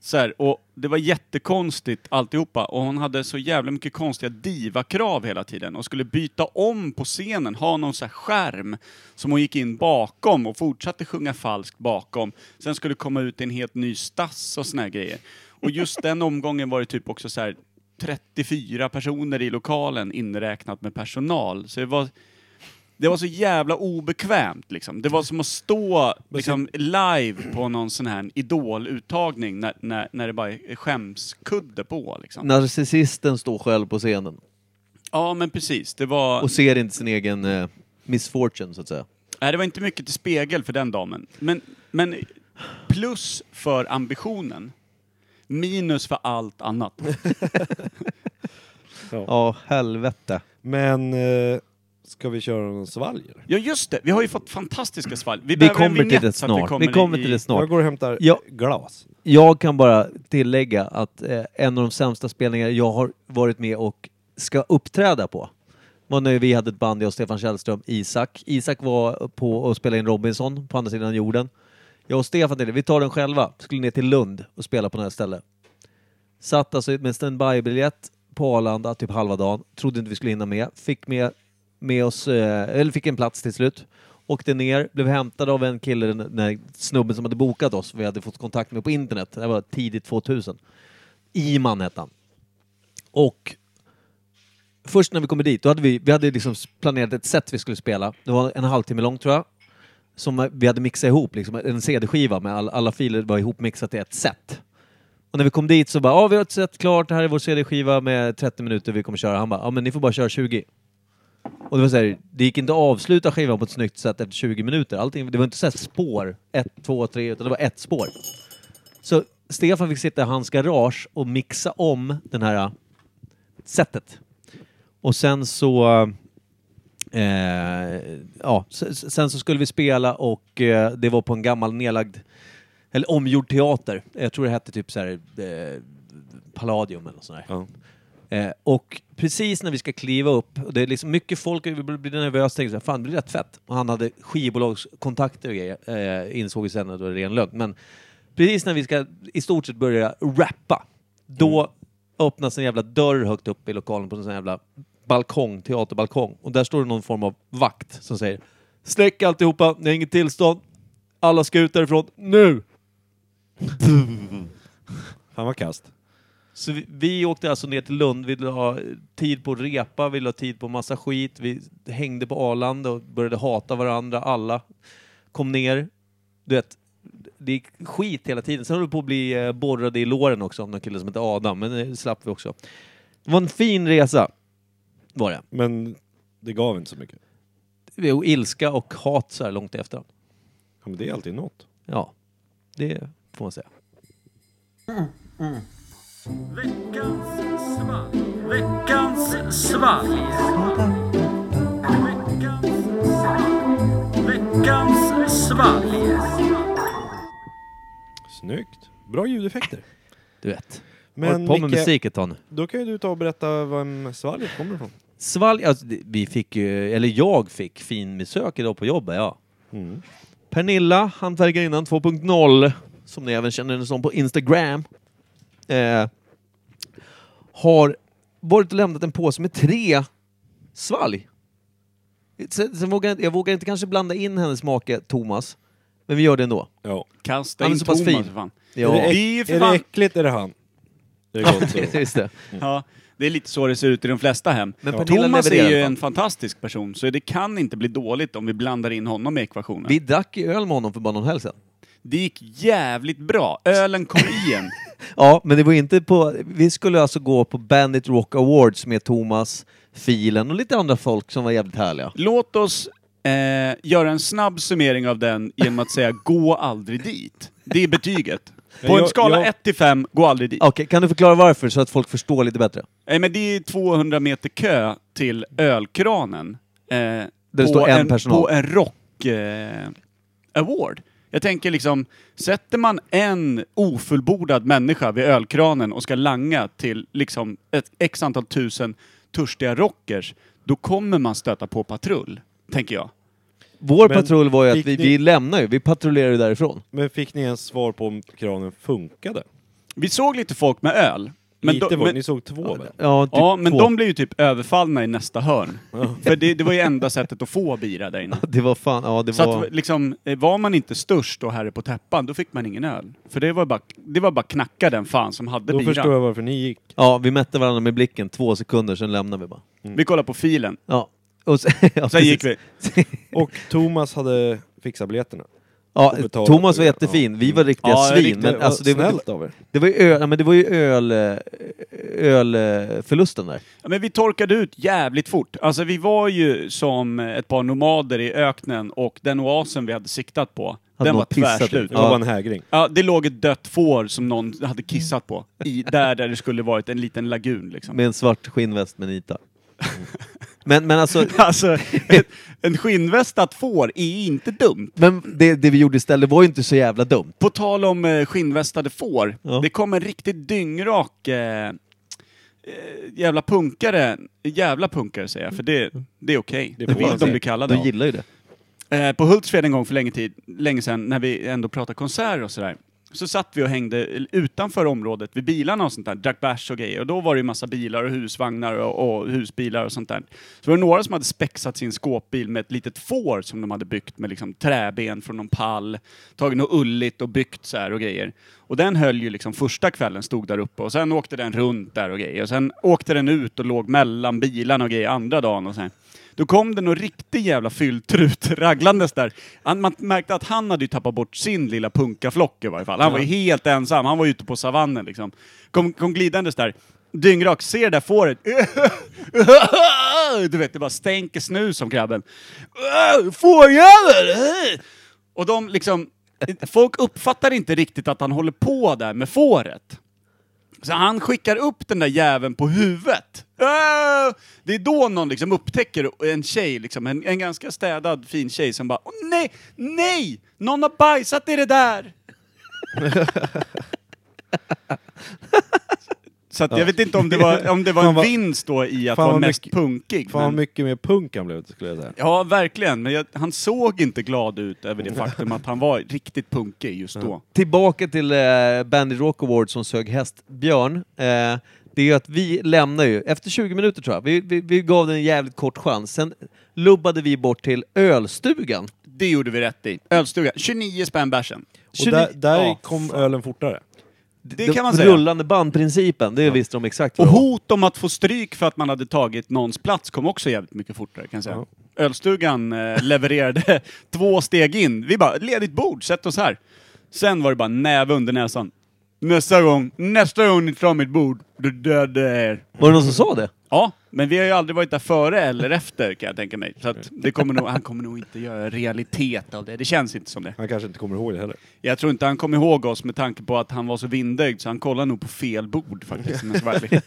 Speaker 4: så här, och det var jättekonstigt alltihopa. Och hon hade så jävla mycket konstiga divakrav hela tiden och skulle byta om på scenen, ha någon så här skärm som hon gick in bakom och fortsatte sjunga falskt bakom. Sen skulle komma ut i en helt ny stass och såna här grejer. Och just den omgången var det typ också så här 34 personer i lokalen inräknat med personal. Så det var det var så jävla obekvämt liksom. Det var som att stå liksom, live på någon sån här idoluttagning när, när, när det bara är skämskudde på liksom.
Speaker 2: Narcissisten står själv på scenen
Speaker 4: Ja men precis, det var...
Speaker 2: och ser inte sin egen eh, misfortune, så att säga.
Speaker 4: Nej, det var inte mycket till spegel för den damen. Men, men plus för ambitionen. Minus för allt annat.
Speaker 2: Ja, helvete.
Speaker 3: Men eh, ska vi köra någon svalg eller?
Speaker 4: Ja just det, vi har ju fått fantastiska svalg. Vi,
Speaker 2: Vi
Speaker 4: behöver en
Speaker 2: kommer till
Speaker 4: vignett
Speaker 2: det
Speaker 4: så att
Speaker 2: snart. Vi kommer
Speaker 4: i-
Speaker 2: till det snart.
Speaker 3: Jag går och hämtar
Speaker 2: Ja.
Speaker 3: glas.
Speaker 2: Jag kan bara tillägga att eh, en av de sämsta spelningar jag har varit med och ska uppträda på var när vi hade ett band, jag och Stefan Källström, Isak. Isak var på och spelade in Robinson på andra sidan jorden. Jag och Stefan tänkte, vi tar den själva. Skulle ner till Lund och spela på några ställe. Satt alltså med standby-biljett på Arlanda typ halva dagen. Trodde inte vi skulle hinna med. Fick med, med oss, eh, eller fick en plats till slut. Åkte ner, blev hämtad av en kille, den, den här snubben som hade bokat oss. Vi hade fått kontakt med på internet. Det här var tidigt 2000. Iman hette han. Och först när vi kommer dit, då hade vi, vi hade liksom planerat ett set vi skulle spela. Det var en halvtimme lång tror jag. Som vi hade mixat ihop, liksom, en CD-skiva med all, alla filer var ihopmixat till ett set. Och när vi kom dit så bara, ja vi har ett set klart, det här är vår CD-skiva med 30 minuter vi kommer köra. Han bara, ja men ni får bara köra 20. Och det var så här, det gick inte att avsluta skivan på ett snyggt sätt efter 20 minuter. Allting, det var inte så här spår, ett, två, tre, utan det var ett spår. Så Stefan fick sitta i hans garage och mixa om den här äh, setet. Och sen så... Eh, ja, s- s- sen så skulle vi spela och eh, det var på en gammal nedlagd, eller omgjord teater. Jag tror det hette typ så här, eh, Palladium eller något sånt där.
Speaker 3: Ja.
Speaker 2: Eh, och precis när vi ska kliva upp, och det är liksom mycket folk, vi blir nervösa, tänker så här, fan det blir rätt fett. Och han hade skivbolagskontakter och grejer, eh, insåg ju sen att det var ren lögn. Men precis när vi ska i stort sett börja rappa, Då öppnas en jävla dörr högt upp i lokalen på en sån jävla balkong, teaterbalkong. Och där står det någon form av vakt som säger Släck alltihopa, ni har inget tillstånd. Alla ska ut därifrån nu!
Speaker 3: Fan vad kast.
Speaker 2: Så vi, vi åkte alltså ner till Lund, ville ha tid på att repa, ville ha tid på massa skit. Vi hängde på Arlanda och började hata varandra, alla. Kom ner. Du vet, det gick skit hela tiden. Sen höll vi på att bli eh, borrade i låren också av någon kille som hette Adam, men det slapp vi också. Det var en fin resa, var det.
Speaker 3: Men det gav inte så mycket.
Speaker 2: Vi- Och ilska och hat så här långt efter.
Speaker 3: Ja, men det är alltid något.
Speaker 2: Ja, det får man säga.
Speaker 3: Snyggt. Bra ljudeffekter.
Speaker 2: Du vet.
Speaker 3: Men
Speaker 2: Håll på med
Speaker 3: Micke,
Speaker 2: musik ett tag nu.
Speaker 3: då kan ju du ta och berätta var svalget kommer ifrån.
Speaker 2: Svalg, alltså, det- vi fick ju, eller jag fick fin besök idag på jobbet, ja.
Speaker 3: Mm.
Speaker 2: Pernilla, hantverkarinnan 2.0, som ni även känner henne som på Instagram, eh, har varit och lämnat en påse med tre svalg. Sen, sen vågar jag, jag vågar inte kanske blanda in hennes make Thomas, men vi gör det ändå.
Speaker 3: Ja.
Speaker 4: Kasta
Speaker 2: Han är
Speaker 4: in
Speaker 2: så pass
Speaker 4: Thomas
Speaker 2: fin.
Speaker 4: för fan.
Speaker 2: Ja,
Speaker 4: Det
Speaker 2: det
Speaker 4: är ju för
Speaker 3: Är det
Speaker 4: fan...
Speaker 3: äckligt är det han. Det är gott. så.
Speaker 2: är, just det.
Speaker 4: Ja, det är lite så det ser ut i de flesta hem.
Speaker 2: Mm. Men
Speaker 4: Ja.
Speaker 2: Pernilla
Speaker 4: Thomas
Speaker 2: levererar
Speaker 4: är ju
Speaker 2: i alla fall.
Speaker 4: en fantastisk person, så det kan inte bli dåligt om vi blandar in honom i ekvationen.
Speaker 2: Vi drack ju öl med honom för bara någon helg sedan.
Speaker 4: Det gick jävligt bra. Ölen kom i en.
Speaker 2: Ja, men det var inte på... Vi skulle alltså gå på Bandit Rock Awards med Thomas, Filen och lite andra folk som var jävligt härliga.
Speaker 4: Låt oss eh, göra en snabb summering av den genom att säga gå aldrig dit. Det är betyget. På en
Speaker 3: Jag-
Speaker 4: skala
Speaker 3: jag-
Speaker 4: 1 till 5, gå aldrig dit.
Speaker 2: Okej, kan du förklara varför så att folk förstår lite bättre?
Speaker 4: Nej, men det är 200 meter kö till ölkranen. Eh, Där
Speaker 2: det står en personal.
Speaker 4: På en rock eh, award. Jag tänker liksom, sätter man en ofullbordad människa vid ölkranen och ska langa till liksom ett x antal tusen törstiga rockers, då kommer man stöta på patrull, tänker jag.
Speaker 2: Vår
Speaker 3: Men
Speaker 2: patrull var ju att
Speaker 3: fick
Speaker 2: vi,
Speaker 3: ni-
Speaker 2: vi lämnar ju, vi patrullerar ju därifrån.
Speaker 3: Men fick ni ens svar på om kranen funkade?
Speaker 4: Vi såg lite folk med öl. Men
Speaker 3: Lite
Speaker 4: de,
Speaker 3: var
Speaker 4: men,
Speaker 3: Ni såg två väl?
Speaker 2: Ja, typ
Speaker 4: ja, men
Speaker 2: två.
Speaker 4: de blev ju typ överfallna i nästa hörn. För det, det var ju enda sättet att få bira där inne.
Speaker 2: Det var fan, ja det
Speaker 4: Så
Speaker 2: var...
Speaker 4: att, liksom, eh, var man inte störst och herre på täppan, då fick man ingen öl. För det var bara, det var bara knacka den fan som hade
Speaker 3: Då förstår
Speaker 4: biran.
Speaker 3: jag varför ni gick.
Speaker 2: Ja, vi mätte varandra med blicken två sekunder, sen lämnade vi bara.
Speaker 4: Vi kollade på filen.
Speaker 2: Ja. Och sen, ja,
Speaker 4: Sen
Speaker 2: precis.
Speaker 4: gick vi.
Speaker 3: Och Thomas hade fixat biljetterna.
Speaker 2: Ja,
Speaker 3: och betalade
Speaker 2: Thomas
Speaker 3: för
Speaker 2: var
Speaker 3: det.
Speaker 2: jättefin, vi var riktiga
Speaker 4: Ja,
Speaker 2: svin.
Speaker 4: riktigt.
Speaker 2: Men alltså, det, var,
Speaker 3: Snällt av er.
Speaker 2: det var ju öl, ja, men det var ju öl, eh, ölförlusten där.
Speaker 4: Ja, men vi torkade ut jävligt fort. Alltså vi var ju som ett par nomader i öknen och den oasen vi hade siktat på,
Speaker 2: Hade
Speaker 4: den
Speaker 2: någon
Speaker 4: var
Speaker 2: pissat i?
Speaker 4: tvärslut.
Speaker 3: Det
Speaker 2: Ja.
Speaker 3: var bara en hägring.
Speaker 4: Ja, det låg ett dött får som någon hade kissat på. I, där, där det skulle varit en liten lagun liksom.
Speaker 2: Med en svart skinnväst med nitar. Men, men alltså,
Speaker 4: Alltså, ett, en skinnvästat får är inte dumt.
Speaker 2: men det, det vi gjorde istället var ju inte så jävla dumt.
Speaker 4: På tal om eh, skinnvästade får.
Speaker 2: Ja.
Speaker 4: Det kom en riktigt dyngrak eh, eh, jävla punkare. Jävla punkare säger jag, för det, det är okej.
Speaker 3: Det
Speaker 4: Det
Speaker 3: får man
Speaker 4: vill de
Speaker 3: säga.
Speaker 4: bli kallade.
Speaker 2: De Alltså, gillar ju det.
Speaker 4: Eh, på Hultsfred en gång för länge, tid, länge sedan, när vi ändå pratade konserter och sådär, så satt vi och hängde utanför området vid bilarna och sånt där, drack bärs och grejer. Och då var det ju massa bilar och husvagnar och, och husbilar och sånt där. Så var det några som hade spexat sin skåpbil med ett litet får som de hade byggt med liksom träben från någon pall, tagit något ulligt och byggt så här och grejer. Och den höll ju liksom första kvällen, stod där uppe och sen åkte den runt där och grejer. Och sen åkte den ut och låg mellan bilarna och grejer andra dagen och så här. Då kom det någon riktig jävla fylltrut raglandes där. Han, man märkte att han hade ju tappat bort sin lilla punkaflock i varje fall. Han var ju helt ensam, han var ute på savannen liksom. Kom, kom glidandes där, dyngrak, ser det där fåret. Du vet, det bara stänker snus om krabben. Fårjävel! Och de liksom, folk uppfattar inte riktigt att han håller på där med fåret. Så han skickar upp den där jäveln på huvudet. Äh! Det är då någon liksom upptäcker en tjej, liksom, en, en ganska städad fin tjej som bara Åh, nej, nej! Någon har bajsat i det där! Så att jag vet inte om det var, om det var
Speaker 3: Fan
Speaker 4: en
Speaker 3: vad-
Speaker 4: vinst då i att
Speaker 3: fan
Speaker 4: vara
Speaker 3: vad
Speaker 4: mest
Speaker 3: mycket-
Speaker 4: punkig.
Speaker 3: Fan vad
Speaker 4: men,
Speaker 3: mycket mer punk han blev skulle jag säga.
Speaker 4: ja, verkligen. Men jag, han såg inte glad ut över det faktum att han var riktigt punkig just då.
Speaker 2: Tillbaka till eh, Bandit Rock Award som sög häst. Björn, eh, det är ju att vi lämnar ju, efter 20 minuter tror jag, vi, vi, vi gav den en jävligt kort chans. Sen lubbade vi bort till ölstugan.
Speaker 4: Det gjorde vi rätt i. Ölstuga, 29 spänn bärsen.
Speaker 3: Och där, där
Speaker 2: Ja,
Speaker 3: kom ölen fortare.
Speaker 4: Det kan man
Speaker 2: Den
Speaker 4: säga.
Speaker 2: Rullande bandprincipen, det visste de exakt
Speaker 4: Och
Speaker 2: vad det var.
Speaker 4: hot om att få stryk för att man hade tagit någons plats kom också jävligt mycket fortare kan jag säga. Ölstugan eh, levererade två steg in. Vi bara, ledigt bord, sätt oss här. Sen var det bara näve under näsan. Nästa gång, nästa gång ni tar mitt bord, då dödar jag er.
Speaker 2: Var det någon som sa det?
Speaker 4: Ja, men vi har ju aldrig varit där före eller efter kan jag tänka mig. Så att det kommer nog, han kommer nog inte göra realitet av det. Det känns inte som det.
Speaker 3: Han kanske inte kommer ihåg det heller.
Speaker 4: Jag tror inte han kom ihåg oss med tanke på att han var så vindögd så han kollade nog på fel bord faktiskt. om jag ska vara ärlig.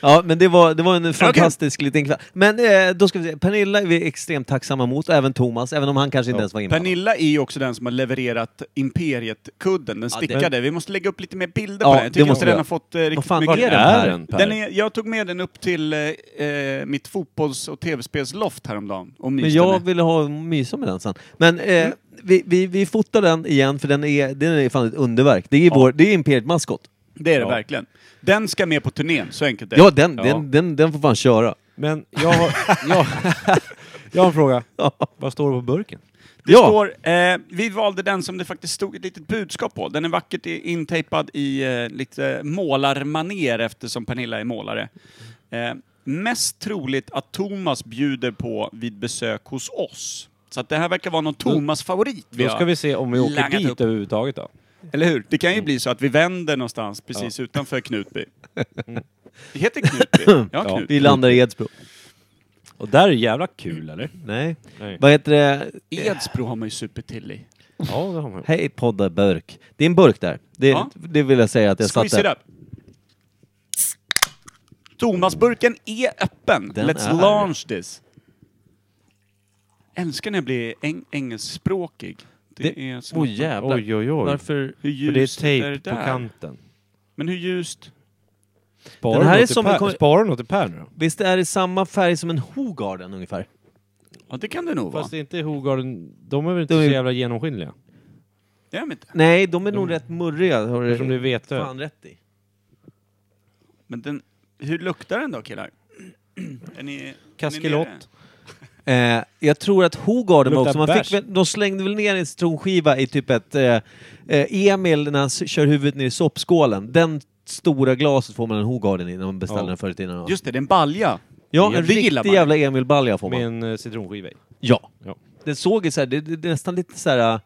Speaker 2: Ja, men det var, det var en fantastisk liten kväll. Men eh, då ska vi se, Pernilla är vi extremt tacksamma mot, och även Thomas, även om han kanske inte ens var inblandad.
Speaker 4: Pernilla är ju också den som har levererat Imperiet-kudden, den
Speaker 2: det-
Speaker 4: stickade. Vi måste lägga upp lite mer bilder
Speaker 2: Ja,
Speaker 4: på den. Jag
Speaker 2: det
Speaker 4: tycker
Speaker 2: måste
Speaker 4: inte den
Speaker 2: vi
Speaker 4: har fått eh, riktigt
Speaker 2: fan
Speaker 4: mycket...
Speaker 2: är den här?
Speaker 3: Per?
Speaker 4: Den är, jag tog med den upp till eh, eh, mitt fotbolls och tv-spelsloft häromdagen och
Speaker 2: Men
Speaker 4: myste
Speaker 2: jag
Speaker 4: med.
Speaker 2: ville ha mysa med den sen. Men eh,
Speaker 3: Mm.
Speaker 2: vi, vi, vi fotar den igen för den är, den är fan ett underverk. Det är, vår, det är Imperiet Maskot.
Speaker 4: Det är det
Speaker 3: Ja.
Speaker 4: verkligen. Den ska med på turnén, så enkelt är det.
Speaker 2: Ja, den,
Speaker 3: Ja.
Speaker 2: Den, den, den får fan köra.
Speaker 3: Men jag har, jag, jag har en fråga. Vad står det på burken?
Speaker 4: Det
Speaker 2: Ja.
Speaker 4: står, eh, vi valde den som det faktiskt stod ett litet budskap på. Den är vackert i- intejpad i eh, lite målarmaner eftersom Pernilla är målare. Eh, mest troligt att Thomas bjuder på vid besök hos oss. Så att det här verkar vara någon Thomas-favorit
Speaker 3: Då ska
Speaker 4: har.
Speaker 3: vi Mm. se om vi åker
Speaker 4: langat
Speaker 3: dit
Speaker 4: upp.
Speaker 3: överhuvudtaget då.
Speaker 4: Eller hur? Det kan ju bli så att vi vänder någonstans precis utanför Knutby. Det heter Knutby. Ja,
Speaker 3: Mm. Ja.
Speaker 4: Knutby.
Speaker 2: Vi landar i Edsbro.
Speaker 3: Och där är jävla kul eller?
Speaker 2: Mm. Nej.
Speaker 3: Nej.
Speaker 2: Vad heter det?
Speaker 4: Edsbro har man ju supit till i.
Speaker 3: Ja, det har man.
Speaker 2: Hej podda burk. Det är en burk där. Det,
Speaker 4: Ja.
Speaker 2: det vill jag säga att jag satt
Speaker 4: Squeeze it
Speaker 2: där.
Speaker 4: up. Thomasburken är öppen.
Speaker 2: Den
Speaker 4: Let's
Speaker 2: är.
Speaker 4: launch this. Älskar när jag blir eng engelskspråkig. Det,
Speaker 2: Det-
Speaker 4: är som...
Speaker 2: Åh jävlar.
Speaker 3: Oj, oj, oj.
Speaker 2: Varför?
Speaker 4: Hur
Speaker 3: För det
Speaker 4: ljust
Speaker 3: är
Speaker 4: är,
Speaker 3: tejp
Speaker 4: det
Speaker 3: på
Speaker 4: där?
Speaker 3: kanten.
Speaker 4: Men hur ljust?
Speaker 3: Sparar
Speaker 2: Den här
Speaker 3: du
Speaker 2: är
Speaker 3: något till
Speaker 2: som en
Speaker 3: Per-
Speaker 2: kom-
Speaker 3: Sparar du något till Per nu då?
Speaker 2: Visst är det samma färg som en Hogarden ungefär?
Speaker 4: Ja, det kan det nog vara.
Speaker 3: Fast det är inte Hogarden, de är väl inte
Speaker 2: De är-
Speaker 3: så jävla genomskinliga?
Speaker 4: Det är de inte.
Speaker 2: Nej, de är nog rätt murriga. Har
Speaker 3: Eftersom det
Speaker 2: du
Speaker 3: är veteöl.
Speaker 2: fan rätt i.
Speaker 4: Men den... Hur luktar den då killar? Är ni- är ni...
Speaker 3: Kaskelot.
Speaker 4: nere?
Speaker 2: Eh, jag tror att Hogarden var
Speaker 3: Luktar
Speaker 2: också, man fick
Speaker 3: bärs.
Speaker 2: väl, de slängde väl ner en citronskiva i typ ett eh, eh, Emil när han s- kör huvudet ner i soppskålen. Den stora glaset får man en Hogarden i när man beställer
Speaker 3: Ja.
Speaker 2: den förr i tiden. va?
Speaker 4: Just det, det är en balja.
Speaker 2: ja,
Speaker 4: det
Speaker 2: en
Speaker 4: gillar
Speaker 2: riktig
Speaker 4: man.
Speaker 2: jävla Emil Balja får man.
Speaker 3: Med en eh, citronskiva i.
Speaker 2: Ja.
Speaker 3: Ja.
Speaker 2: Den såg ju så här, det, det, det är nästan lite så här eh,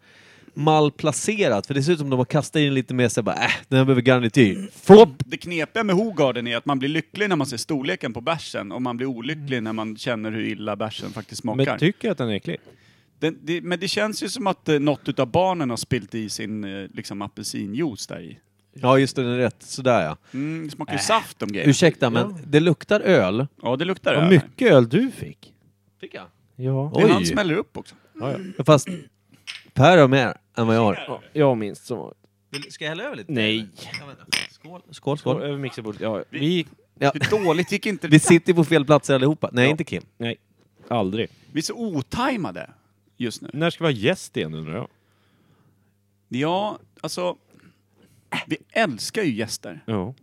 Speaker 2: malplacerat, för det ser ut som de har kastat in lite mer så här, bara, äh, den här behöver garnityr. Flopp!
Speaker 4: Det knepiga med Hogarden är att man blir lycklig när man ser storleken på bärsen och man blir olycklig när man känner hur illa bärsen faktiskt smakar.
Speaker 3: Men tycker jag att den är äcklig?
Speaker 4: Det, det, men det känns ju som att eh, något utav barnen har spilt i sin eh, liksom, apelsinjuice där i.
Speaker 2: Ja, just det, den är rätt. Sådär ja.
Speaker 4: Mm, det smakar ju saft om grejerna.
Speaker 2: Ursäkta, men det luktar öl.
Speaker 4: Ja, det luktar det.
Speaker 3: Vad
Speaker 4: här.
Speaker 3: mycket öl du fick.
Speaker 2: Fick jag?
Speaker 3: Ja.
Speaker 4: Det är han
Speaker 2: Oj.
Speaker 4: smäller upp också.
Speaker 2: Fast Per har mer än vad jag har.
Speaker 3: Jag minns som vanligt.
Speaker 2: Vill- Ska jag hälla över lite?
Speaker 3: Nej.
Speaker 2: Ja, vänta. Skål, skål.
Speaker 3: Skål.
Speaker 2: skål.
Speaker 3: Över mixerbordet. Ja, vi...
Speaker 2: Ja.
Speaker 4: Hur dåligt gick inte
Speaker 2: Vi
Speaker 4: det?
Speaker 2: sitter på fel platser allihopa. Nej, inte Kim.
Speaker 3: Nej. Aldrig.
Speaker 4: Vi är så otajmade just nu.
Speaker 3: När ska vi ha gäst igen undrar jag?
Speaker 4: Ja, alltså... Vi älskar ju gäster,
Speaker 3: Ja.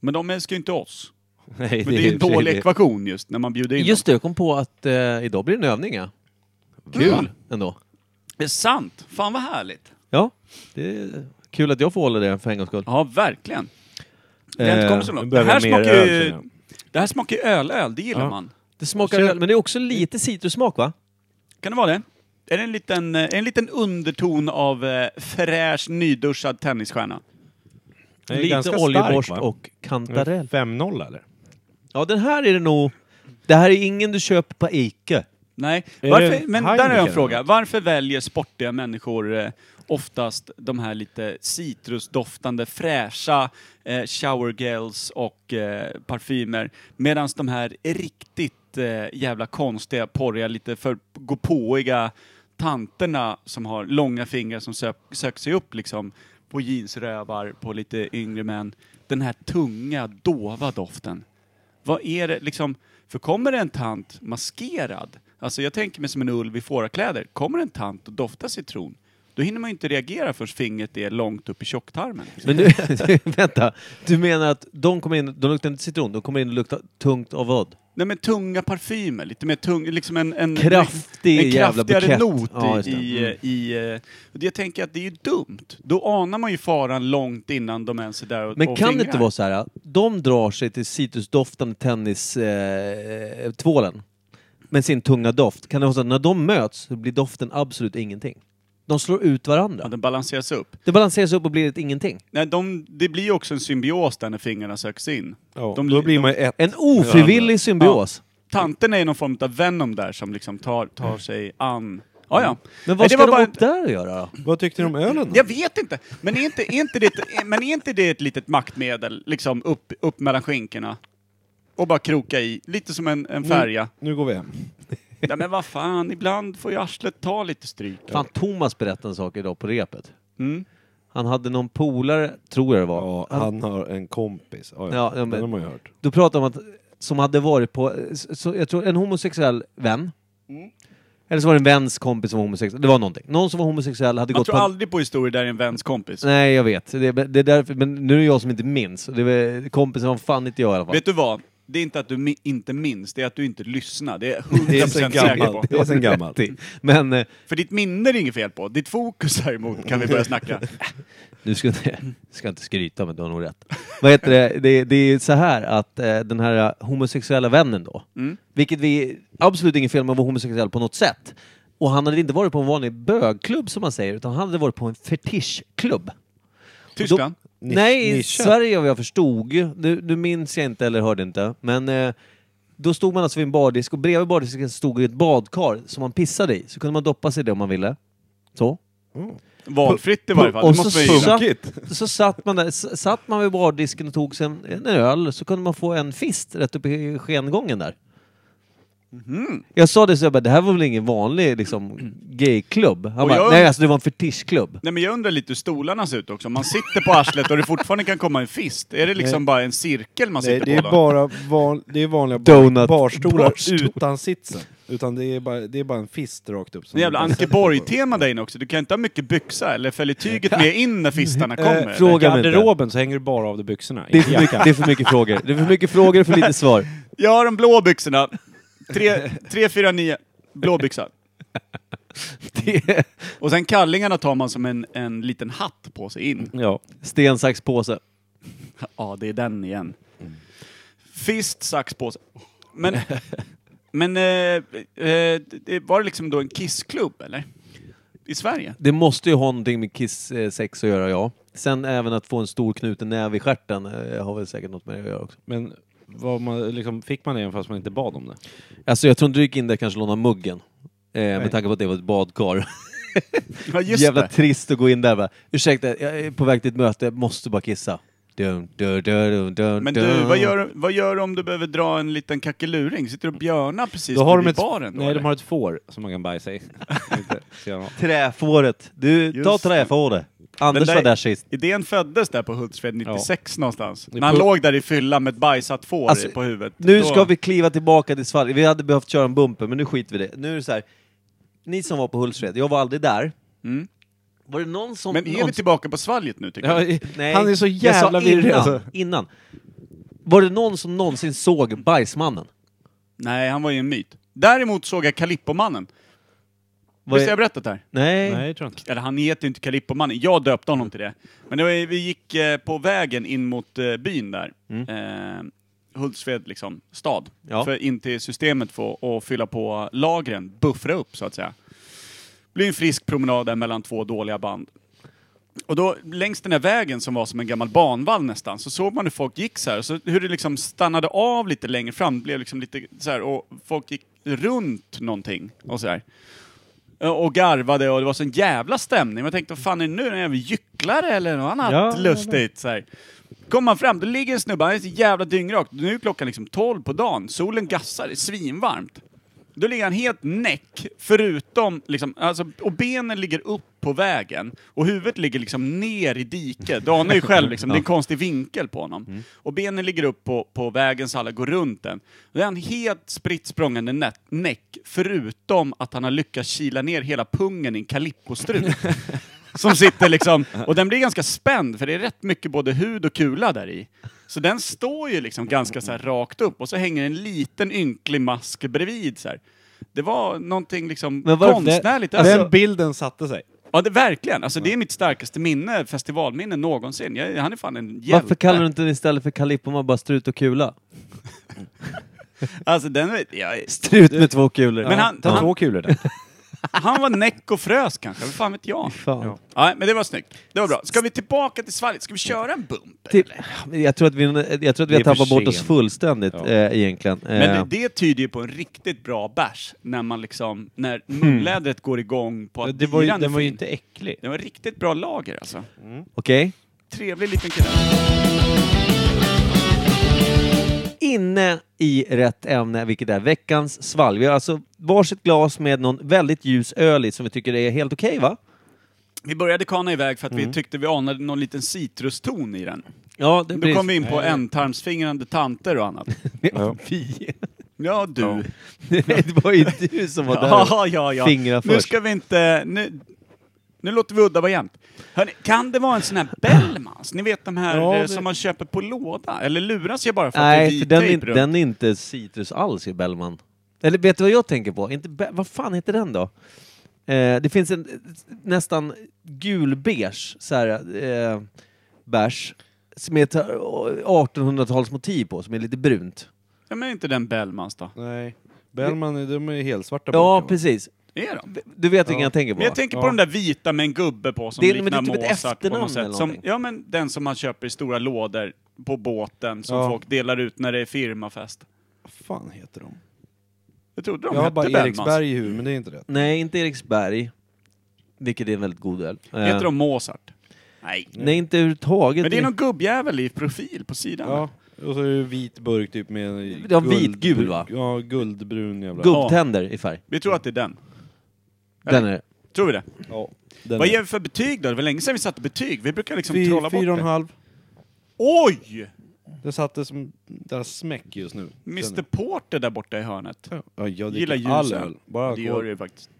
Speaker 4: men de älskar ju inte oss.
Speaker 3: Nej,
Speaker 4: Men det är ju en dålig ekvation just när man bjuder in
Speaker 2: Just
Speaker 4: dem.
Speaker 2: det, jag kom på att eh, idag blir det en övning ja. Kul
Speaker 4: Mm.
Speaker 2: ändå.
Speaker 4: Det är sant! Fan vad härligt!
Speaker 2: Ja, det är kul att jag får hålla det för en gångs skull.
Speaker 4: Ja, verkligen. Det har inte
Speaker 2: Eh,
Speaker 4: kommit så
Speaker 3: nu
Speaker 4: långt. Det
Speaker 3: behöver
Speaker 4: här
Speaker 3: jag mer
Speaker 4: smakar
Speaker 3: öl,
Speaker 4: ju-
Speaker 3: känner jag.
Speaker 4: det här smakar ju ölöl, det gillar
Speaker 3: Ja.
Speaker 4: man.
Speaker 2: Det smakar öl, men det är också lite citrussmak va?
Speaker 4: Kan det vara det? Är det en liten, eh, en liten underton av eh, fräsch, nyduschad tennisstjärna?
Speaker 3: Den är ganska
Speaker 2: lite
Speaker 3: stark,
Speaker 2: oljeborst
Speaker 3: va?
Speaker 2: och kantarell.
Speaker 3: 5-0 eller?
Speaker 2: Ja, den här är det nog... Det här är ingen du köper på Ica.
Speaker 4: Nej.
Speaker 3: Är
Speaker 4: Varför,
Speaker 3: det
Speaker 4: men där har jag en
Speaker 3: Heineken,
Speaker 4: fråga.
Speaker 3: eller?
Speaker 4: Varför väljer sportiga människor eh, oftast de här lite citrusdoftande, fräscha eh, shower gels och eh, parfymer, medan de här riktigt eh, jävla konstiga, porriga, lite för gåpåiga tanterna som har långa fingrar som sök, söker sig upp liksom på jeansrövar på lite yngre män. den här tunga, dova doften. Vad är det liksom? För kommer det en tant maskerad, alltså jag tänker mig som en ulv i fårakläder, kommer en tant och doftar citron, då hinner man ju inte reagera förrän fingret är långt upp i tjocktarmen.
Speaker 2: Men du, vänta. Du menar att de kommer in, de luktar inte citron, de kommer in och luktar tungt av vad?
Speaker 4: Nej men tunga parfymer, lite mer tung, liksom en, en,
Speaker 2: Kraftig
Speaker 4: en
Speaker 2: jävla
Speaker 4: kraftigare
Speaker 2: bukett.
Speaker 4: not
Speaker 2: Ja, just
Speaker 4: i,
Speaker 2: det.
Speaker 4: i,
Speaker 2: Mm.
Speaker 4: i... eh, och Jag tänker att det är ju dumt. Då anar man ju faran långt innan de ens är där och
Speaker 2: Men
Speaker 4: och
Speaker 2: kan det
Speaker 4: fingrar.
Speaker 2: inte vara så här, de drar sig till citrusdoftande tennistvålen eh, tvålen med sin tunga doft. Kan det vara så att när de möts så blir doften absolut ingenting? De slår ut
Speaker 4: Ja,
Speaker 2: varandra.
Speaker 4: den balanseras upp.
Speaker 2: Det balanseras upp och blir ett ingenting.
Speaker 4: Nej, de, det blir ju också en symbios där när fingrarna söks in.
Speaker 3: Ja,
Speaker 4: De-
Speaker 3: då blir man ju ett.
Speaker 2: En ofrivillig symbios.
Speaker 4: Tanten är någon form av Venom där som liksom tar, tar sig an. Ah, Ja, ja.
Speaker 2: Mm. Men
Speaker 4: Nej,
Speaker 2: vad
Speaker 4: det
Speaker 2: ska
Speaker 4: var
Speaker 2: de
Speaker 4: bara-
Speaker 2: upp där och göra då?
Speaker 3: Vad tyckte ni om ölen då?
Speaker 4: Jag vet inte! Men är inte, är inte, det, ett, men är inte det ett litet maktmedel? Liksom upp, upp mellan skinkorna. Och bara kroka i, lite som en,
Speaker 2: Mm.
Speaker 4: en färja.
Speaker 3: Nu går vi hem.
Speaker 4: Nej men vad fan, ibland får ju arslet ta lite stryk.
Speaker 2: Fan, Thomas berättade en sak idag på repet.
Speaker 4: Mm.
Speaker 2: Han hade någon polare, tror jag det var.
Speaker 3: Ja,
Speaker 2: han,
Speaker 3: han har en kompis. Ja,
Speaker 2: Ja,
Speaker 3: ja.
Speaker 2: ja, men-
Speaker 3: Den har man ju hört.
Speaker 2: Då pratade de om att, som hade varit på, så, jag tror en homosexuell vän.
Speaker 4: Mm.
Speaker 2: Eller så var det en väns kompis som var homosexuell. Det var någonting. Någon som var homosexuell hade
Speaker 4: Man
Speaker 2: gått
Speaker 4: tror
Speaker 2: på en-
Speaker 4: aldrig på historier där en väns kompis.
Speaker 2: Nej, jag vet. Det, det är därför, men nu är det jag som inte minns. Det var, kompisen var fan inte jag i alla fall.
Speaker 4: Vet du vad? Det är inte att du mi- inte minns, det är att du inte lyssnar. Det är jag 100%
Speaker 3: Det är sen
Speaker 4: säker på.
Speaker 3: gammalt. Det är sen gammalt.
Speaker 2: Vet men eh,
Speaker 4: För ditt minne är det inget fel på. Ditt fokus däremot kan vi börja snacka.
Speaker 2: nu ska inte, ska inte skryta, men du har nog rätt. Vad heter det? Det, det är så här att eh, den här homosexuella vännen då, vilket vi absolut inget fel med att vara homosexuell på något sätt. Och han hade inte varit på en vanlig bögklubb som man säger, utan han hade varit på en fetischklubb.
Speaker 4: Tyskland?
Speaker 3: Nisch-
Speaker 2: Nej, i
Speaker 3: nischat.
Speaker 2: Sverige vad jag förstod. Nu, nu minns jag inte eller hörde inte. Men eh, då stod man alltså vid en bardisk och bredvid bardisken stod ett badkar som man pissade i. Så kunde man doppa sig i det om man ville. Så.
Speaker 4: Valfritt i varje fall.
Speaker 2: Och
Speaker 4: Det
Speaker 2: så,
Speaker 4: måste vi gilla.
Speaker 2: satt,
Speaker 3: Punkigt.
Speaker 2: så satt man där, S- satt man vid bardisken och tog sig en, en öl så kunde man få en fist rätt upp i skengången där. Jag sa det så jag bara, det här var väl ingen vanlig liksom, gayklubb? Han
Speaker 4: Och
Speaker 2: bara,
Speaker 4: jag-
Speaker 2: nej alltså det var en fetischklubb.
Speaker 4: Nej men jag undrar lite hur stolarna ser ut också. Om Man sitter på arslet och det fortfarande kan komma en fist. Är det liksom bara en cirkel man
Speaker 3: Nej,
Speaker 4: sitter
Speaker 3: det är
Speaker 4: på då?
Speaker 3: bara van, det är vanliga bar,
Speaker 2: Donut-
Speaker 3: barstolar
Speaker 2: barstol.
Speaker 3: utan sitsen. Utan det är, bara, det är bara en fist rakt upp. som
Speaker 4: Det är jävla
Speaker 3: man
Speaker 4: Anke
Speaker 3: sätter på.
Speaker 4: Borg-tema där inne också. Du kan inte ha mycket byxa eller följer tyget med in när fistarna
Speaker 3: Eh,
Speaker 4: kommer.
Speaker 2: Eh, fråga-
Speaker 3: I
Speaker 2: Fråga mig inte.
Speaker 3: garderoben så hänger du bara av dig byxorna.
Speaker 2: Det är, för mycket, det är för mycket frågor. Det är för mycket frågor och för lite svar.
Speaker 4: Jag har de blå byxorna. 349. Blå byxa.
Speaker 2: Det...
Speaker 4: Och sen kallingarna tar man som en, en liten hatt på sig in.
Speaker 3: Ja.
Speaker 2: Sten, sax, påse.
Speaker 4: Ja, det är den igen.
Speaker 2: Mm.
Speaker 4: Fist, sax, påse. Men, men eh, eh, det- var det liksom då en kissklubb, eller? I Sverige?
Speaker 2: Det måste ju ha någonting med Kiss-sex att göra, ja. Sen även att få en stor knuten näve i stjärten eh, har väl säkert något med det att göra också.
Speaker 3: Men var man, liksom, fick man det även fast man inte bad om det?
Speaker 2: Alltså jag tror inte du gick in där och kanske lånade muggen. Eh, med tanke på att det var ett badkar.
Speaker 4: Ja, just
Speaker 2: Jävla
Speaker 4: det.
Speaker 2: trist att gå in där bara, ursäkta, jag är på väg till ett möte, jag måste bara kissa. Dun, dun, dun, dun, dun,
Speaker 4: Men du, vad gör, vad gör du om du behöver dra en liten kackeluring? Sitter du och björnar precis
Speaker 3: Då har de
Speaker 4: bredvid
Speaker 3: ett,
Speaker 4: baren? Då,
Speaker 3: nej,
Speaker 4: eller?
Speaker 3: de har ett får som man kan bajsa i. Inte ser jag något.
Speaker 2: Träfåret. Du,
Speaker 4: Just
Speaker 2: ta träfåret. Anders
Speaker 4: där-
Speaker 2: var där sist.
Speaker 4: Idén föddes där på Hultsfred 96 någonstans. När
Speaker 3: är
Speaker 4: han
Speaker 3: på-
Speaker 4: låg där i fylla med ett bajsat får
Speaker 2: Alltså,
Speaker 4: på huvudet.
Speaker 2: Nu
Speaker 4: Då-
Speaker 2: ska vi kliva tillbaka till Svalg. Vi hade behövt köra en bumper, men nu skiter vi i det. Nu är det så här. Ni som var på Hultsfred, jag var aldrig där. Var det någon som...
Speaker 4: Mm. Men är
Speaker 2: någon-
Speaker 4: vi typ- tillbaka på svalget nu tycker
Speaker 3: Ja,
Speaker 4: jag?
Speaker 3: i-
Speaker 2: Nej,
Speaker 3: Han är så
Speaker 2: jag sa
Speaker 3: jävla virrig
Speaker 2: innan,
Speaker 3: alltså.
Speaker 2: innan. Var det någon som någonsin såg Bajsmannen?
Speaker 4: Nej, han var ju en myt. Däremot såg jag Kalippomannen.
Speaker 2: Var
Speaker 4: Visst har
Speaker 2: det-
Speaker 4: jag berättat det här?
Speaker 2: Nej.
Speaker 3: Nej, tror jag inte.
Speaker 4: Eller han heter ju inte Kalippomannen, jag döpte honom till det. Men det var, ju- vi gick eh, på vägen in mot eh, byn där. Eh, Hultsfred liksom, stad.
Speaker 2: Ja.
Speaker 4: För in till systemet för att fylla på lagren, buffra upp så att säga. Det blir en frisk promenad där mellan två dåliga band. Och då längs den här vägen som var som en gammal banvall nästan, så såg man hur folk gick så här. Så hur det liksom stannade av lite längre fram, blev liksom lite så här, och folk gick runt någonting och så här. Och garvade och det var sån jävla stämning. Men jag tänkte, vad fan är det nu? Är det En jävla gycklare eller något annat
Speaker 2: Ja,
Speaker 4: lustigt? Så här. Kommer man fram, då ligger en snubbe, han är så jävla dyngrak. Nu är klockan liksom 12 på dagen, solen gassar, det är svinvarmt. Då ligger han helt näck, förutom liksom, alltså, och benen ligger upp på vägen och huvudet ligger liksom ner i diket. Dan är ju själv liksom, det är en konstig vinkel på honom. Och benen ligger upp på, på vägen så alla går runt den. Då är han helt spritt språngande nä- näck, förutom att han har lyckats kila ner hela pungen i en kalippostrut. Som sitter liksom, och den blir ganska spänd för det är rätt mycket både hud och kula där i. Så den står ju liksom ganska så här rakt upp och så hänger en liten ynklig mask bredvid så här. Det var någonting liksom
Speaker 2: Men varför-
Speaker 4: konstnärligt.
Speaker 3: Den
Speaker 4: Alltså,
Speaker 3: bilden satte sig.
Speaker 4: ja, det, verkligen. Alltså, det är mitt starkaste minne, festivalminne någonsin. Jag, han är fan en hjälte.
Speaker 2: Varför kallar du inte den istället för Kalippoma bara strut och kula?
Speaker 4: Alltså, den, ja,
Speaker 2: Strut med två kulor.
Speaker 4: Men han-
Speaker 3: Ta
Speaker 4: han-
Speaker 3: två kulor där.
Speaker 4: han var näck och frös kanske, vad fan vet jag?
Speaker 2: Fan.
Speaker 4: Nej, men det var snyggt. Det var bra. Ska vi tillbaka till svalget? Ska vi köra en bumper?
Speaker 2: Till, jag tror att vi, jag tror att vi
Speaker 3: Det
Speaker 2: har
Speaker 3: är för
Speaker 2: tappat bort oss
Speaker 3: sent.
Speaker 2: fullständigt
Speaker 3: Ja.
Speaker 2: eh, egentligen. Eh,
Speaker 4: Men det, det tyder ju på en riktigt bra bärs, när man liksom, när
Speaker 2: Hmm.
Speaker 4: munlädret går igång på att
Speaker 3: Det var ju,
Speaker 4: biran är
Speaker 3: den var ju
Speaker 4: fin.
Speaker 3: inte äcklig.
Speaker 4: Det var riktigt bra lager alltså.
Speaker 2: Okej?
Speaker 4: Trevlig liten kille.
Speaker 2: Inne i rätt ämne, vilket är veckans svalg. Vi har alltså varsitt glas med någon väldigt ljus öl i som vi tycker är helt okej va?
Speaker 4: Vi började kana iväg för att vi tyckte vi anade någon liten citruston i den.
Speaker 2: Ja, Mm. det
Speaker 4: Då kom vi in på ändtarmsfingrande tanter och annat.
Speaker 2: vi.
Speaker 4: Ja, du. Ja,
Speaker 2: det var ju du som var där.
Speaker 4: ja, ja.
Speaker 2: Fingra
Speaker 4: Nu
Speaker 2: först.
Speaker 4: ska vi inte... Nu, nu låter vi udda vara jämt. Hörrni, kan det vara en sån här Bellmans? Ni vet de här
Speaker 2: Ja,
Speaker 4: eh,
Speaker 2: det-
Speaker 4: som man köper på låda? Eller luras jag bara för att det är
Speaker 2: Nej, för
Speaker 4: vit
Speaker 2: den, är,
Speaker 4: tejp
Speaker 2: inte-
Speaker 4: runt?
Speaker 2: den är inte citrus alls i Bellman. Eller vet du vad jag tänker på? Inte Be- vad fan heter den då? Eh, det finns en eh, nästan gulbeige så här, eh, bärs som är ett eh, 1800-talsmotiv på, som är lite brunt.
Speaker 4: Ja, men är inte den Bellmans då?
Speaker 3: Nej. Bellman, är- de är ju
Speaker 2: Ja,
Speaker 3: helsvarta. burkarna.
Speaker 2: precis.
Speaker 4: Är de?
Speaker 2: Du vet vilken jag tänker på?
Speaker 4: Men jag tänker på
Speaker 3: Ja.
Speaker 4: de där vita med en gubbe på som
Speaker 2: Det är- men det
Speaker 4: liknar
Speaker 2: är typ ett
Speaker 4: Mozart på
Speaker 2: efternamn
Speaker 4: något
Speaker 2: eller
Speaker 4: sätt. Som,
Speaker 2: någonting.
Speaker 4: ja, men den som man köper i stora lådor på båten som
Speaker 3: Ja.
Speaker 4: folk delar ut när det är firmafest.
Speaker 3: Vad fan heter de?
Speaker 4: Jag trodde de
Speaker 3: Jag har
Speaker 4: hette
Speaker 3: bara
Speaker 4: Bellmans.
Speaker 3: Eriksberg i huvudet, men det är inte rätt.
Speaker 2: Nej, inte Eriksberg. Vilket är en väldigt god öl. Eh,
Speaker 4: Heter de Mozart? Nej.
Speaker 2: Nej, inte överhuvudtaget.
Speaker 4: Men det är någon gubbjävel i profil på sidan.
Speaker 3: Ja. Och så är det vit burk typ med...
Speaker 2: Ja,
Speaker 3: guld-
Speaker 2: vitgul, va?
Speaker 3: Ja, guldbrun jävla...
Speaker 2: Gubbtänder i färg.
Speaker 4: Vi tror att det är den.
Speaker 2: Den är det.
Speaker 4: Tror vi det?
Speaker 3: Ja. Den
Speaker 4: Vad
Speaker 3: är-
Speaker 4: ger vi för betyg då? Det var länge sedan vi satte betyg. Vi brukar liksom
Speaker 3: Fy-
Speaker 4: trolla bort
Speaker 3: Fyra och en
Speaker 4: det.
Speaker 3: halv.
Speaker 4: Oj!
Speaker 3: Det satte som... Där smäck just nu.
Speaker 4: Mr Porter där borta i hörnet.
Speaker 3: Den- Ja, jag
Speaker 4: Gillar
Speaker 3: dricker
Speaker 4: ljus
Speaker 3: all
Speaker 4: öl.
Speaker 3: öl. Bara
Speaker 4: Det gör
Speaker 3: alkohol.
Speaker 4: du faktiskt.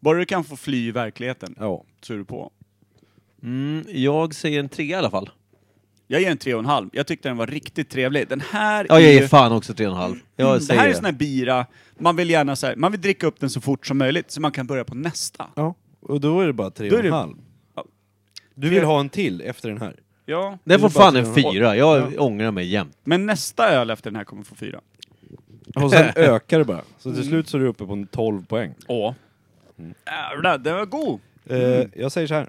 Speaker 4: Bara du kan få fly i verkligheten
Speaker 3: Ja.
Speaker 4: så är du på.
Speaker 2: Mm, jag säger en trea i alla fall.
Speaker 4: Jag ger en tre och en halv. Jag tyckte den var riktigt trevlig. Den här
Speaker 2: Ja,
Speaker 4: är
Speaker 2: jag
Speaker 4: ju...
Speaker 2: ger fan också 3,5. Jag
Speaker 4: Mm. det här
Speaker 2: säger
Speaker 4: är en
Speaker 2: det.
Speaker 4: sån här bira, man vill gärna så här, man vill dricka upp den så fort som möjligt så man kan börja på nästa.
Speaker 3: Ja. Och då är det bara tre
Speaker 4: Då är
Speaker 3: och en
Speaker 4: det-
Speaker 3: halv.
Speaker 4: Ja.
Speaker 3: Du vill ha en till efter den här?
Speaker 4: Ja.
Speaker 2: Den får
Speaker 3: Det är bara
Speaker 2: fan en
Speaker 3: 3,5.
Speaker 2: fyra. Jag ångrar mig jämt.
Speaker 4: Men nästa öl efter den här kommer få fyra.
Speaker 3: Och sen ökar det bara. Så
Speaker 4: Mm.
Speaker 3: till slut så är du uppe på en 12 poäng.
Speaker 4: Åh. Mm. Jävlar, den var god!
Speaker 3: Eh, jag säger så här.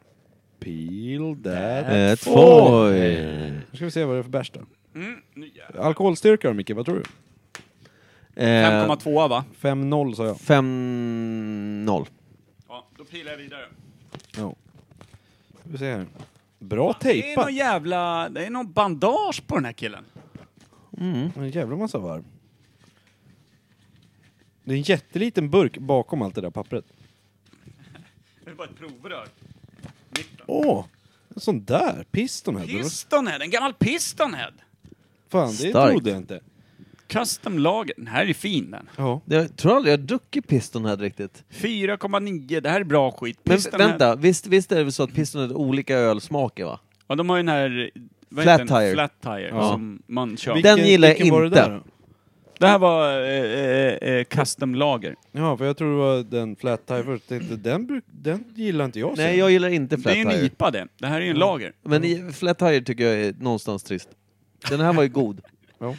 Speaker 3: Peel that.
Speaker 2: Eh, Två.
Speaker 3: Nu ska vi se vad det är för bärs då.
Speaker 4: Mm.
Speaker 3: Alkoholstyrka då Micke, vad tror du?
Speaker 2: Eh,
Speaker 4: 5,2 va?
Speaker 3: 5-0 sa jag.
Speaker 2: 5-0.
Speaker 4: Ja, då pilar jag vidare.
Speaker 3: Ja. Ska vi se här. Bra
Speaker 4: Ah, Det är
Speaker 3: tejpat.
Speaker 4: någon jävla, det är någon bandage på den här killen.
Speaker 3: En Mm, jävla massa varv. Det är en jätteliten burk bakom allt det där pappret.
Speaker 4: Det är bara ett provrör.
Speaker 3: Åh! En sån där! Pistonhead.
Speaker 4: Pistonhead, en gammal Pistonhead!
Speaker 3: Fan, det
Speaker 2: Starkt.
Speaker 3: trodde jag inte.
Speaker 4: Custom lager, den här är fin den.
Speaker 3: Ja.
Speaker 2: Jag tror aldrig jag har druckit Piston här riktigt.
Speaker 4: 4,9, det här är bra skit.
Speaker 2: Men
Speaker 4: Pistonhead.
Speaker 2: vänta, visst, visst är det väl så att Piston har olika ölsmaker va?
Speaker 4: Ja, de har ju den här... vad
Speaker 2: Flat
Speaker 4: heter den?
Speaker 2: tire.
Speaker 4: Flat tire
Speaker 2: Ja.
Speaker 4: som man kör.
Speaker 2: Den gillar jag
Speaker 3: var det
Speaker 2: inte.
Speaker 3: där då?
Speaker 4: Det här var eh, eh, eh, custom lager.
Speaker 3: Ja, för jag tror det var den flat tire först. Tänkte, den, bruk, den gillar inte jag. så.
Speaker 2: Nej, jag gillar inte
Speaker 4: Det
Speaker 2: Flat
Speaker 4: är ju en
Speaker 2: Tire.
Speaker 4: IPA det. Det här är ju en lager.
Speaker 2: Men i- Flat Tire tycker jag är någonstans trist. Den här var ju god.
Speaker 3: Ja,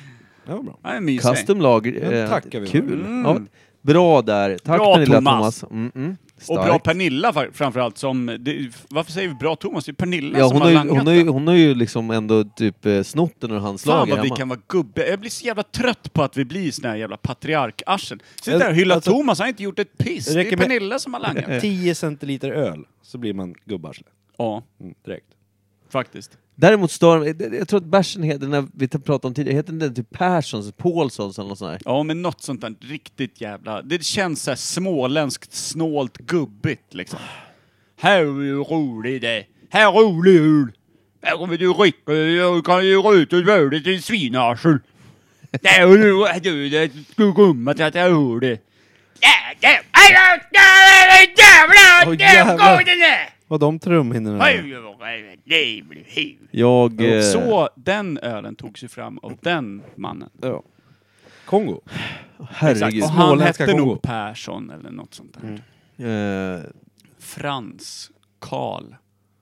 Speaker 3: det var bra.
Speaker 4: Det här är en mysig.
Speaker 2: Custom lager.
Speaker 3: Den
Speaker 2: Eh,
Speaker 3: tackar vi för.
Speaker 2: kul. Ja, bra där. Tack
Speaker 4: Mm. Bra,
Speaker 2: Pernilla
Speaker 4: Thomas.
Speaker 2: Thomas. Mm -mm.
Speaker 4: Och bra
Speaker 2: Starkt.
Speaker 4: Pernilla fa- framförallt som... Det, varför säger vi bra Thomas? Det är Pernilla
Speaker 2: Ja,
Speaker 4: som
Speaker 2: hon,
Speaker 4: har
Speaker 2: har ju,
Speaker 4: langat
Speaker 2: hon, har ju,
Speaker 4: den.
Speaker 2: hon har ju liksom ändå typ eh, snott den ur hans
Speaker 4: Fan
Speaker 2: lager
Speaker 4: vad vi
Speaker 2: hemma.
Speaker 4: kan vara gubbiga. Jag blir så jävla trött på att vi blir såna här jävla patriarkarsen. Sitter
Speaker 3: Alltså-
Speaker 4: där och hyllar
Speaker 3: alltså-
Speaker 4: Thomas, han har inte gjort ett piss. Det,
Speaker 3: räcker
Speaker 4: är
Speaker 3: med-
Speaker 4: Pernilla som har
Speaker 2: Eh,
Speaker 4: langat.
Speaker 3: 10 centiliter öl så blir man gubbarsle.
Speaker 4: ja,
Speaker 3: Mm, direkt.
Speaker 4: faktiskt.
Speaker 2: Däremot stör jag tror att bärsen heter, den här vi pratade om tidigare, heter den typ Perssons, Paulssons eller något sånt där?
Speaker 4: Ja, men något sånt där riktigt jävla... Det känns så här småländskt, snålt, gubbigt liksom. Här är ju rolig det. Här är rolig jul. Här kommer du rycka, jag kan ju ruta och göra till svinarsel. Där har du rätt ut, det skulle komma till att jag hör det.
Speaker 3: Åh,
Speaker 4: Jävlar!
Speaker 3: jävlar.
Speaker 4: Goden är!
Speaker 3: Vad de trumhinnorna är.
Speaker 2: Jag... eh,
Speaker 4: Så den ölen togs ju fram av den mannen.
Speaker 3: Ja. Kongo.
Speaker 2: herregud.
Speaker 4: Och han
Speaker 3: Småländska
Speaker 4: hette
Speaker 3: Kongo.
Speaker 4: nog Persson eller något sånt
Speaker 3: Mm.
Speaker 4: där.
Speaker 2: Eh,
Speaker 4: Frans Karl.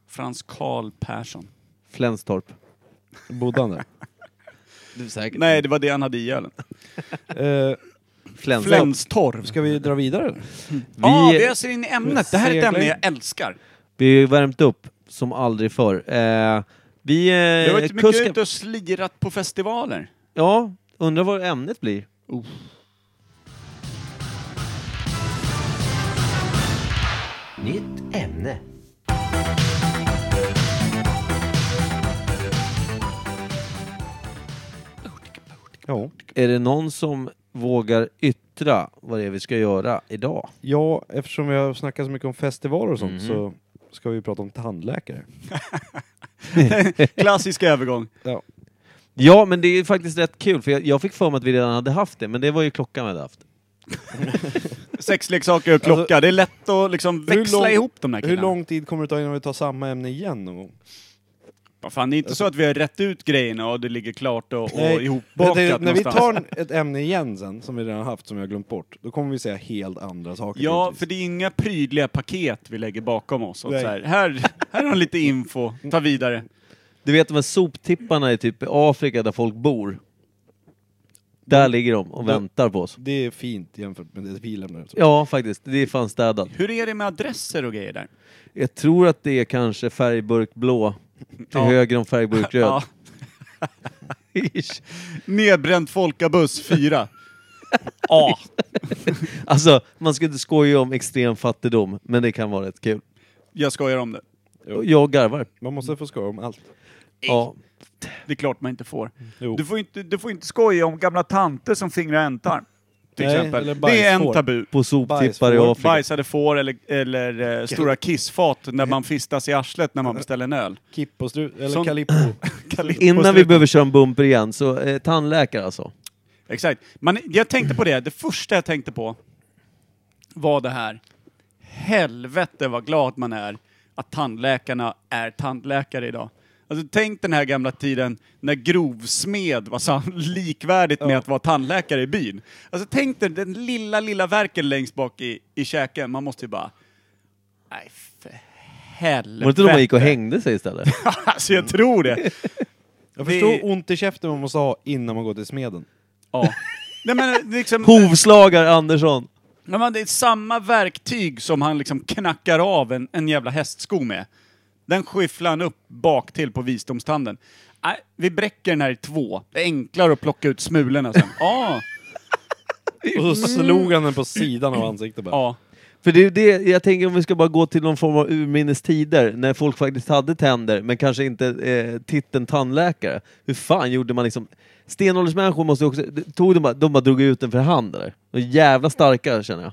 Speaker 4: Frans Karl Persson.
Speaker 2: Flenstorp.
Speaker 3: Bodde han där?
Speaker 2: Du är säker?
Speaker 4: Nej, det var det han hade i ölen.
Speaker 3: Eh,
Speaker 2: Flenstorp.
Speaker 4: Flenstorv.
Speaker 3: ska vi dra vidare? eller?
Speaker 2: Vi,
Speaker 4: Ja, vi öser in i ämnet. Det här är ett
Speaker 3: Seglar
Speaker 4: ämne
Speaker 3: in.
Speaker 4: jag älskar.
Speaker 2: vi har ju värmt upp som aldrig förr. Eh, vi...
Speaker 4: Du
Speaker 2: Eh,
Speaker 4: har varit mycket
Speaker 2: kuskar-
Speaker 4: ute och slirat på festivaler.
Speaker 2: Ja, undrar vad ämnet blir.
Speaker 7: Nytt ämne.
Speaker 3: Ja.
Speaker 2: Är det någon som vågar yttra vad det är vi ska göra idag?
Speaker 3: ja, eftersom vi har snackat så mycket om festivaler och sånt
Speaker 4: Mhm.
Speaker 3: så ska vi prata om tandläkare.
Speaker 4: Klassisk övergång.
Speaker 3: Ja.
Speaker 2: Ja, men det är faktiskt rätt kul, för jag, jag fick för mig att vi redan hade haft det, men det var ju klockan vi hade haft.
Speaker 4: Sexleksaker och klocka. det är lätt att liksom
Speaker 3: Alltså- Hur
Speaker 4: växla
Speaker 3: lång-
Speaker 4: ihop de där
Speaker 3: Hur
Speaker 4: killarna.
Speaker 3: lång tid kommer det ta innan vi tar samma ämne igen? någon gång?
Speaker 4: Vad Fan, det är inte så att vi har rätt ut grejerna och det ligger klart och, och
Speaker 3: Men
Speaker 4: ihopbakat
Speaker 3: det, när vi
Speaker 4: någonstans.
Speaker 3: tar ett ämne igen sen, som vi redan haft, som jag har glömt bort, då kommer vi säga helt andra saker.
Speaker 4: Ja,
Speaker 3: givetvis.
Speaker 4: för det är inga prydliga paket vi lägger bakom oss. Och så
Speaker 3: Nej.
Speaker 4: här, här, här har de lite info, ta vidare.
Speaker 2: Du vet de här soptipparna i typ Afrika där folk bor? Där ligger de och väntar på oss.
Speaker 3: det är fint jämfört med det vi lämnar. Ja.
Speaker 2: Ja, faktiskt. Det är fan städat.
Speaker 4: Hur är det med adresser och grejer där?
Speaker 2: Jag tror att det är kanske färgburk blå till höger om färgburk röd.
Speaker 4: Ja.
Speaker 2: Ish.
Speaker 4: Nedbränd folkabuss 4. A.
Speaker 2: Alltså, man ska inte skoja om extrem fattigdom, men det kan vara rätt kul.
Speaker 4: Jag skojar om det.
Speaker 2: Och Jag garvar.
Speaker 3: Man måste få skoja om allt.
Speaker 2: Ja.
Speaker 4: Det är klart man inte får.
Speaker 3: Jo.
Speaker 4: Du får inte, du får inte skoja om gamla tanter som fingrar ändtarm. Till
Speaker 3: Nej,
Speaker 4: exempel.
Speaker 3: eller
Speaker 4: Det är en
Speaker 3: bajsfår.
Speaker 4: tabu.
Speaker 2: På soptippar i
Speaker 3: Bajsvård,
Speaker 2: Afrika.
Speaker 4: Bajsade får eller, eller eh, stora kissfat när man fistas i arslet när man beställer en öl.
Speaker 3: Kippostru... Eller
Speaker 4: Sån-
Speaker 3: kalippo.
Speaker 4: Kalippo
Speaker 2: Innan vi
Speaker 4: slut.
Speaker 2: behöver köra en bumper igen, så eh, tandläkare alltså.
Speaker 4: Exakt. Man, jag tänkte på det, det första jag tänkte på var det här. Helvete vad glad man är att tandläkarna är tandläkare idag. Alltså tänk den här gamla tiden när grovsmed var så likvärdigt med att vara tandläkare i byn. Alltså tänk dig den lilla, lilla verken längst bak i, i käken. Man måste ju bara... Nej, för helvete.
Speaker 2: Var det inte då man gick och hängde sig istället?
Speaker 4: alltså jag tror det.
Speaker 3: Jag
Speaker 4: Det-
Speaker 3: förstår ont i käften man måste ha innan man går till smeden.
Speaker 4: Ja. Nej, men liksom,
Speaker 2: Hovslagar Andersson!
Speaker 4: Ja, men det är samma verktyg som han liksom knackar av en, en jävla hästsko med. Den skyfflar han upp bak till på visdomstanden. Nej, vi bräcker den här i två. Det är enklare att plocka ut smulorna sen. Ja,
Speaker 3: Och så slog han den på sidan av ansiktet bara.
Speaker 4: Mm. ja.
Speaker 2: För det är ju det, jag tänker om vi ska bara gå till någon form av urminnes tider, när folk faktiskt hade tänder, men kanske inte eh, titeln tandläkare. Hur fan gjorde man liksom? Stenåldersmänniskor måste ju också, tog de bara, de bara drog ut den för hand eller? De är jävla starka känner jag.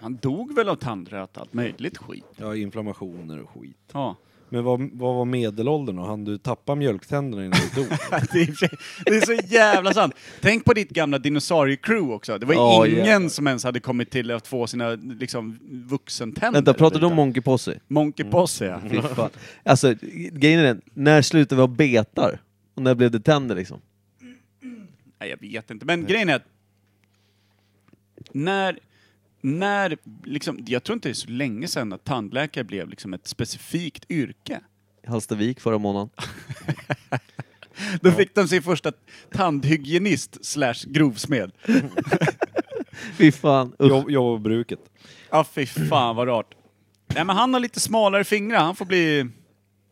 Speaker 4: Han dog väl av tandröta, allt möjligt skit.
Speaker 3: Ja, inflammationer och skit.
Speaker 4: Ja.
Speaker 3: Men vad, vad var medelåldern då? Han du tappa mjölktänderna innan du dog?
Speaker 4: Det är, i och för sig- det är så jävla sant. Tänk på ditt gamla dinosauriecrew också. Det var
Speaker 2: Ja,
Speaker 4: ingen
Speaker 2: jävlar.
Speaker 4: som ens hade kommit till att få sina liksom, vuxentänder.
Speaker 2: Vänta, pratar du om Monkey Posse?
Speaker 4: Monkey Posse, ja.
Speaker 2: Fy fan. Alltså, grejen är den, när slutade vi ha betar? Och när blev det tänder liksom?
Speaker 4: Nej, jag vet inte. Men grejen är att när, när liksom, jag tror inte det är så länge sedan att tandläkare blev liksom ett specifikt yrke.
Speaker 2: Hallstavik förra månaden.
Speaker 4: Då fick de sin första tandhygienist slash grovsmed.
Speaker 2: Fy fan, usch.
Speaker 3: Jobb, jobb och bruket.
Speaker 4: Ja, fy fan vad rart. Nej, men han har lite smalare fingrar. Han får bli...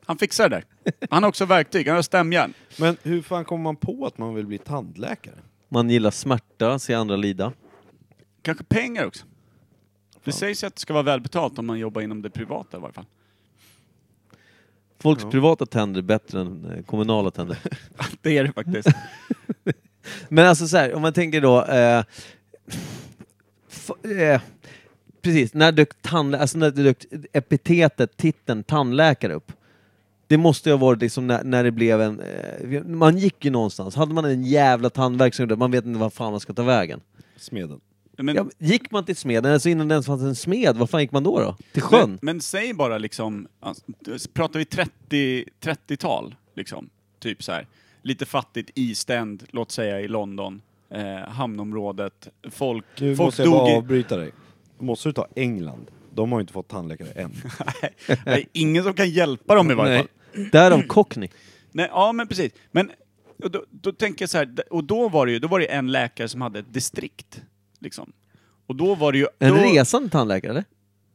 Speaker 4: Han fixar det där. Han har också verktyg. Han har stämjärn.
Speaker 3: Men hur fan kommer man på att man vill bli tandläkare?
Speaker 2: Man gillar smärta, se andra lida.
Speaker 4: Kanske pengar också. Det sägs ju att det ska vara välbetalt om man jobbar inom det privata i varje fall.
Speaker 2: Folks privata tänder är bättre än eh, kommunala tänder.
Speaker 4: Det är det faktiskt.
Speaker 2: Men alltså så här, om man tänker då... Eh, f- eh, precis, när dök, tandlä- alltså när dök epitetet, titeln tandläkare upp? Det måste ju ha varit liksom när, när det blev en... Eh, man gick ju någonstans. Hade man en jävla tandvärk som gjorde att man vet inte vad fan man ska ta vägen.
Speaker 3: Smeden.
Speaker 4: Men,
Speaker 2: Ja, gick man till smeden, alltså innan det ens fanns en smed, vad fan gick man då? då? Till
Speaker 4: men,
Speaker 2: sjön?
Speaker 4: men säg bara liksom, alltså, pratar vi 30, 30-tal liksom? Typ så här. Lite fattigt East End, låt säga i London, eh, hamnområdet, folk,
Speaker 3: Du
Speaker 4: folk
Speaker 3: måste jag bara
Speaker 4: dog i...
Speaker 3: avbryta dig. Måste du ta England? De har ju inte fått tandläkare än.
Speaker 4: Nej, ingen som kan hjälpa dem i varje fall.
Speaker 2: Nej. Därav cockney.
Speaker 4: Nej, ja men precis. Men och då, då tänker jag så här, d- och då var det ju då var det en läkare som hade ett distrikt. Liksom. Och då var det ju...
Speaker 2: En
Speaker 4: då,
Speaker 2: resande tandläkare eller?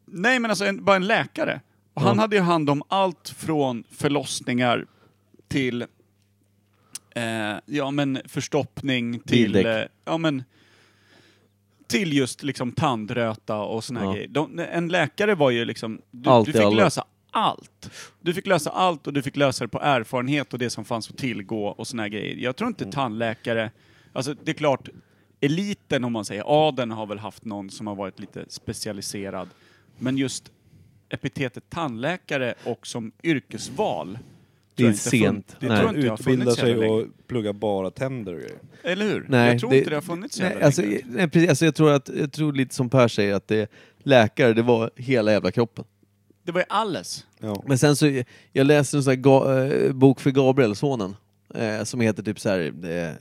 Speaker 4: Nej men alltså en, bara en läkare. Och han hade ju hand om allt från förlossningar till eh, ja men förstoppning till...
Speaker 2: Bildäck.
Speaker 4: Eh, ja men till just liksom tandröta och såna här
Speaker 2: Ja.
Speaker 4: grejer. De, en läkare var ju liksom... Du,
Speaker 2: Allt
Speaker 4: du
Speaker 2: i
Speaker 4: fick
Speaker 2: allo.
Speaker 4: lösa allt. Du fick lösa allt och du fick lösa det på erfarenhet och det som fanns att tillgå och såna här grejer. Jag tror inte
Speaker 2: Mm.
Speaker 4: tandläkare... Alltså det är klart, eliten om man säger, adeln har väl haft någon som har varit lite specialiserad. Men just epitetet tandläkare och som yrkesval.
Speaker 2: Det är
Speaker 4: tror jag inte fun-
Speaker 2: sent.
Speaker 4: Det
Speaker 2: Nej.
Speaker 4: tror
Speaker 3: De
Speaker 4: inte jag har
Speaker 3: utbildar
Speaker 4: funnits
Speaker 3: sig
Speaker 4: sig
Speaker 3: och pluggar bara tänder och grejer.
Speaker 4: Eller hur?
Speaker 2: Nej,
Speaker 4: jag tror
Speaker 2: det-
Speaker 4: inte det har funnits så
Speaker 2: Nej,
Speaker 4: jävla
Speaker 2: alltså,
Speaker 4: länge.
Speaker 2: nej, precis, alltså jag, tror att, jag tror lite som Per säger att det, läkare, det var hela jävla kroppen.
Speaker 4: Det var ju alles.
Speaker 3: Ja.
Speaker 2: Men typ sen så, jag läste en sån här ga, eh, bok för Gabriel, sonen, eh, som heter typ så här, eh,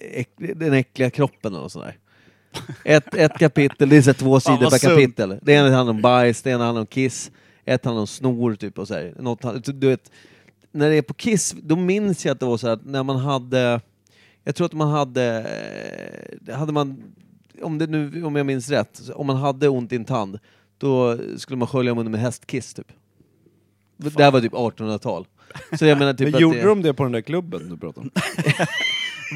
Speaker 2: äck, Den äckliga kroppen eller något sånt där. Ett, ett kapitel, det är så här två
Speaker 4: Fan,
Speaker 2: sidor
Speaker 4: vad
Speaker 2: per
Speaker 4: sunt.
Speaker 2: kapitel. Det ena handlar om bajs, det ena handlar om kiss, ett handlar om snor typ och så här. Något, han- du vet, när det är på kiss, då minns jag att det var så här att när man hade, jag tror att man hade, eh, hade man, om, det nu, om jag minns rätt, så om man hade ont i en tand, då skulle man skölja munnen med hästkiss typ. Det här var typ 1800-tal. Så jag menar typ
Speaker 3: Men
Speaker 2: att
Speaker 3: gjorde
Speaker 2: det,
Speaker 3: de det på den där klubben du pratade om?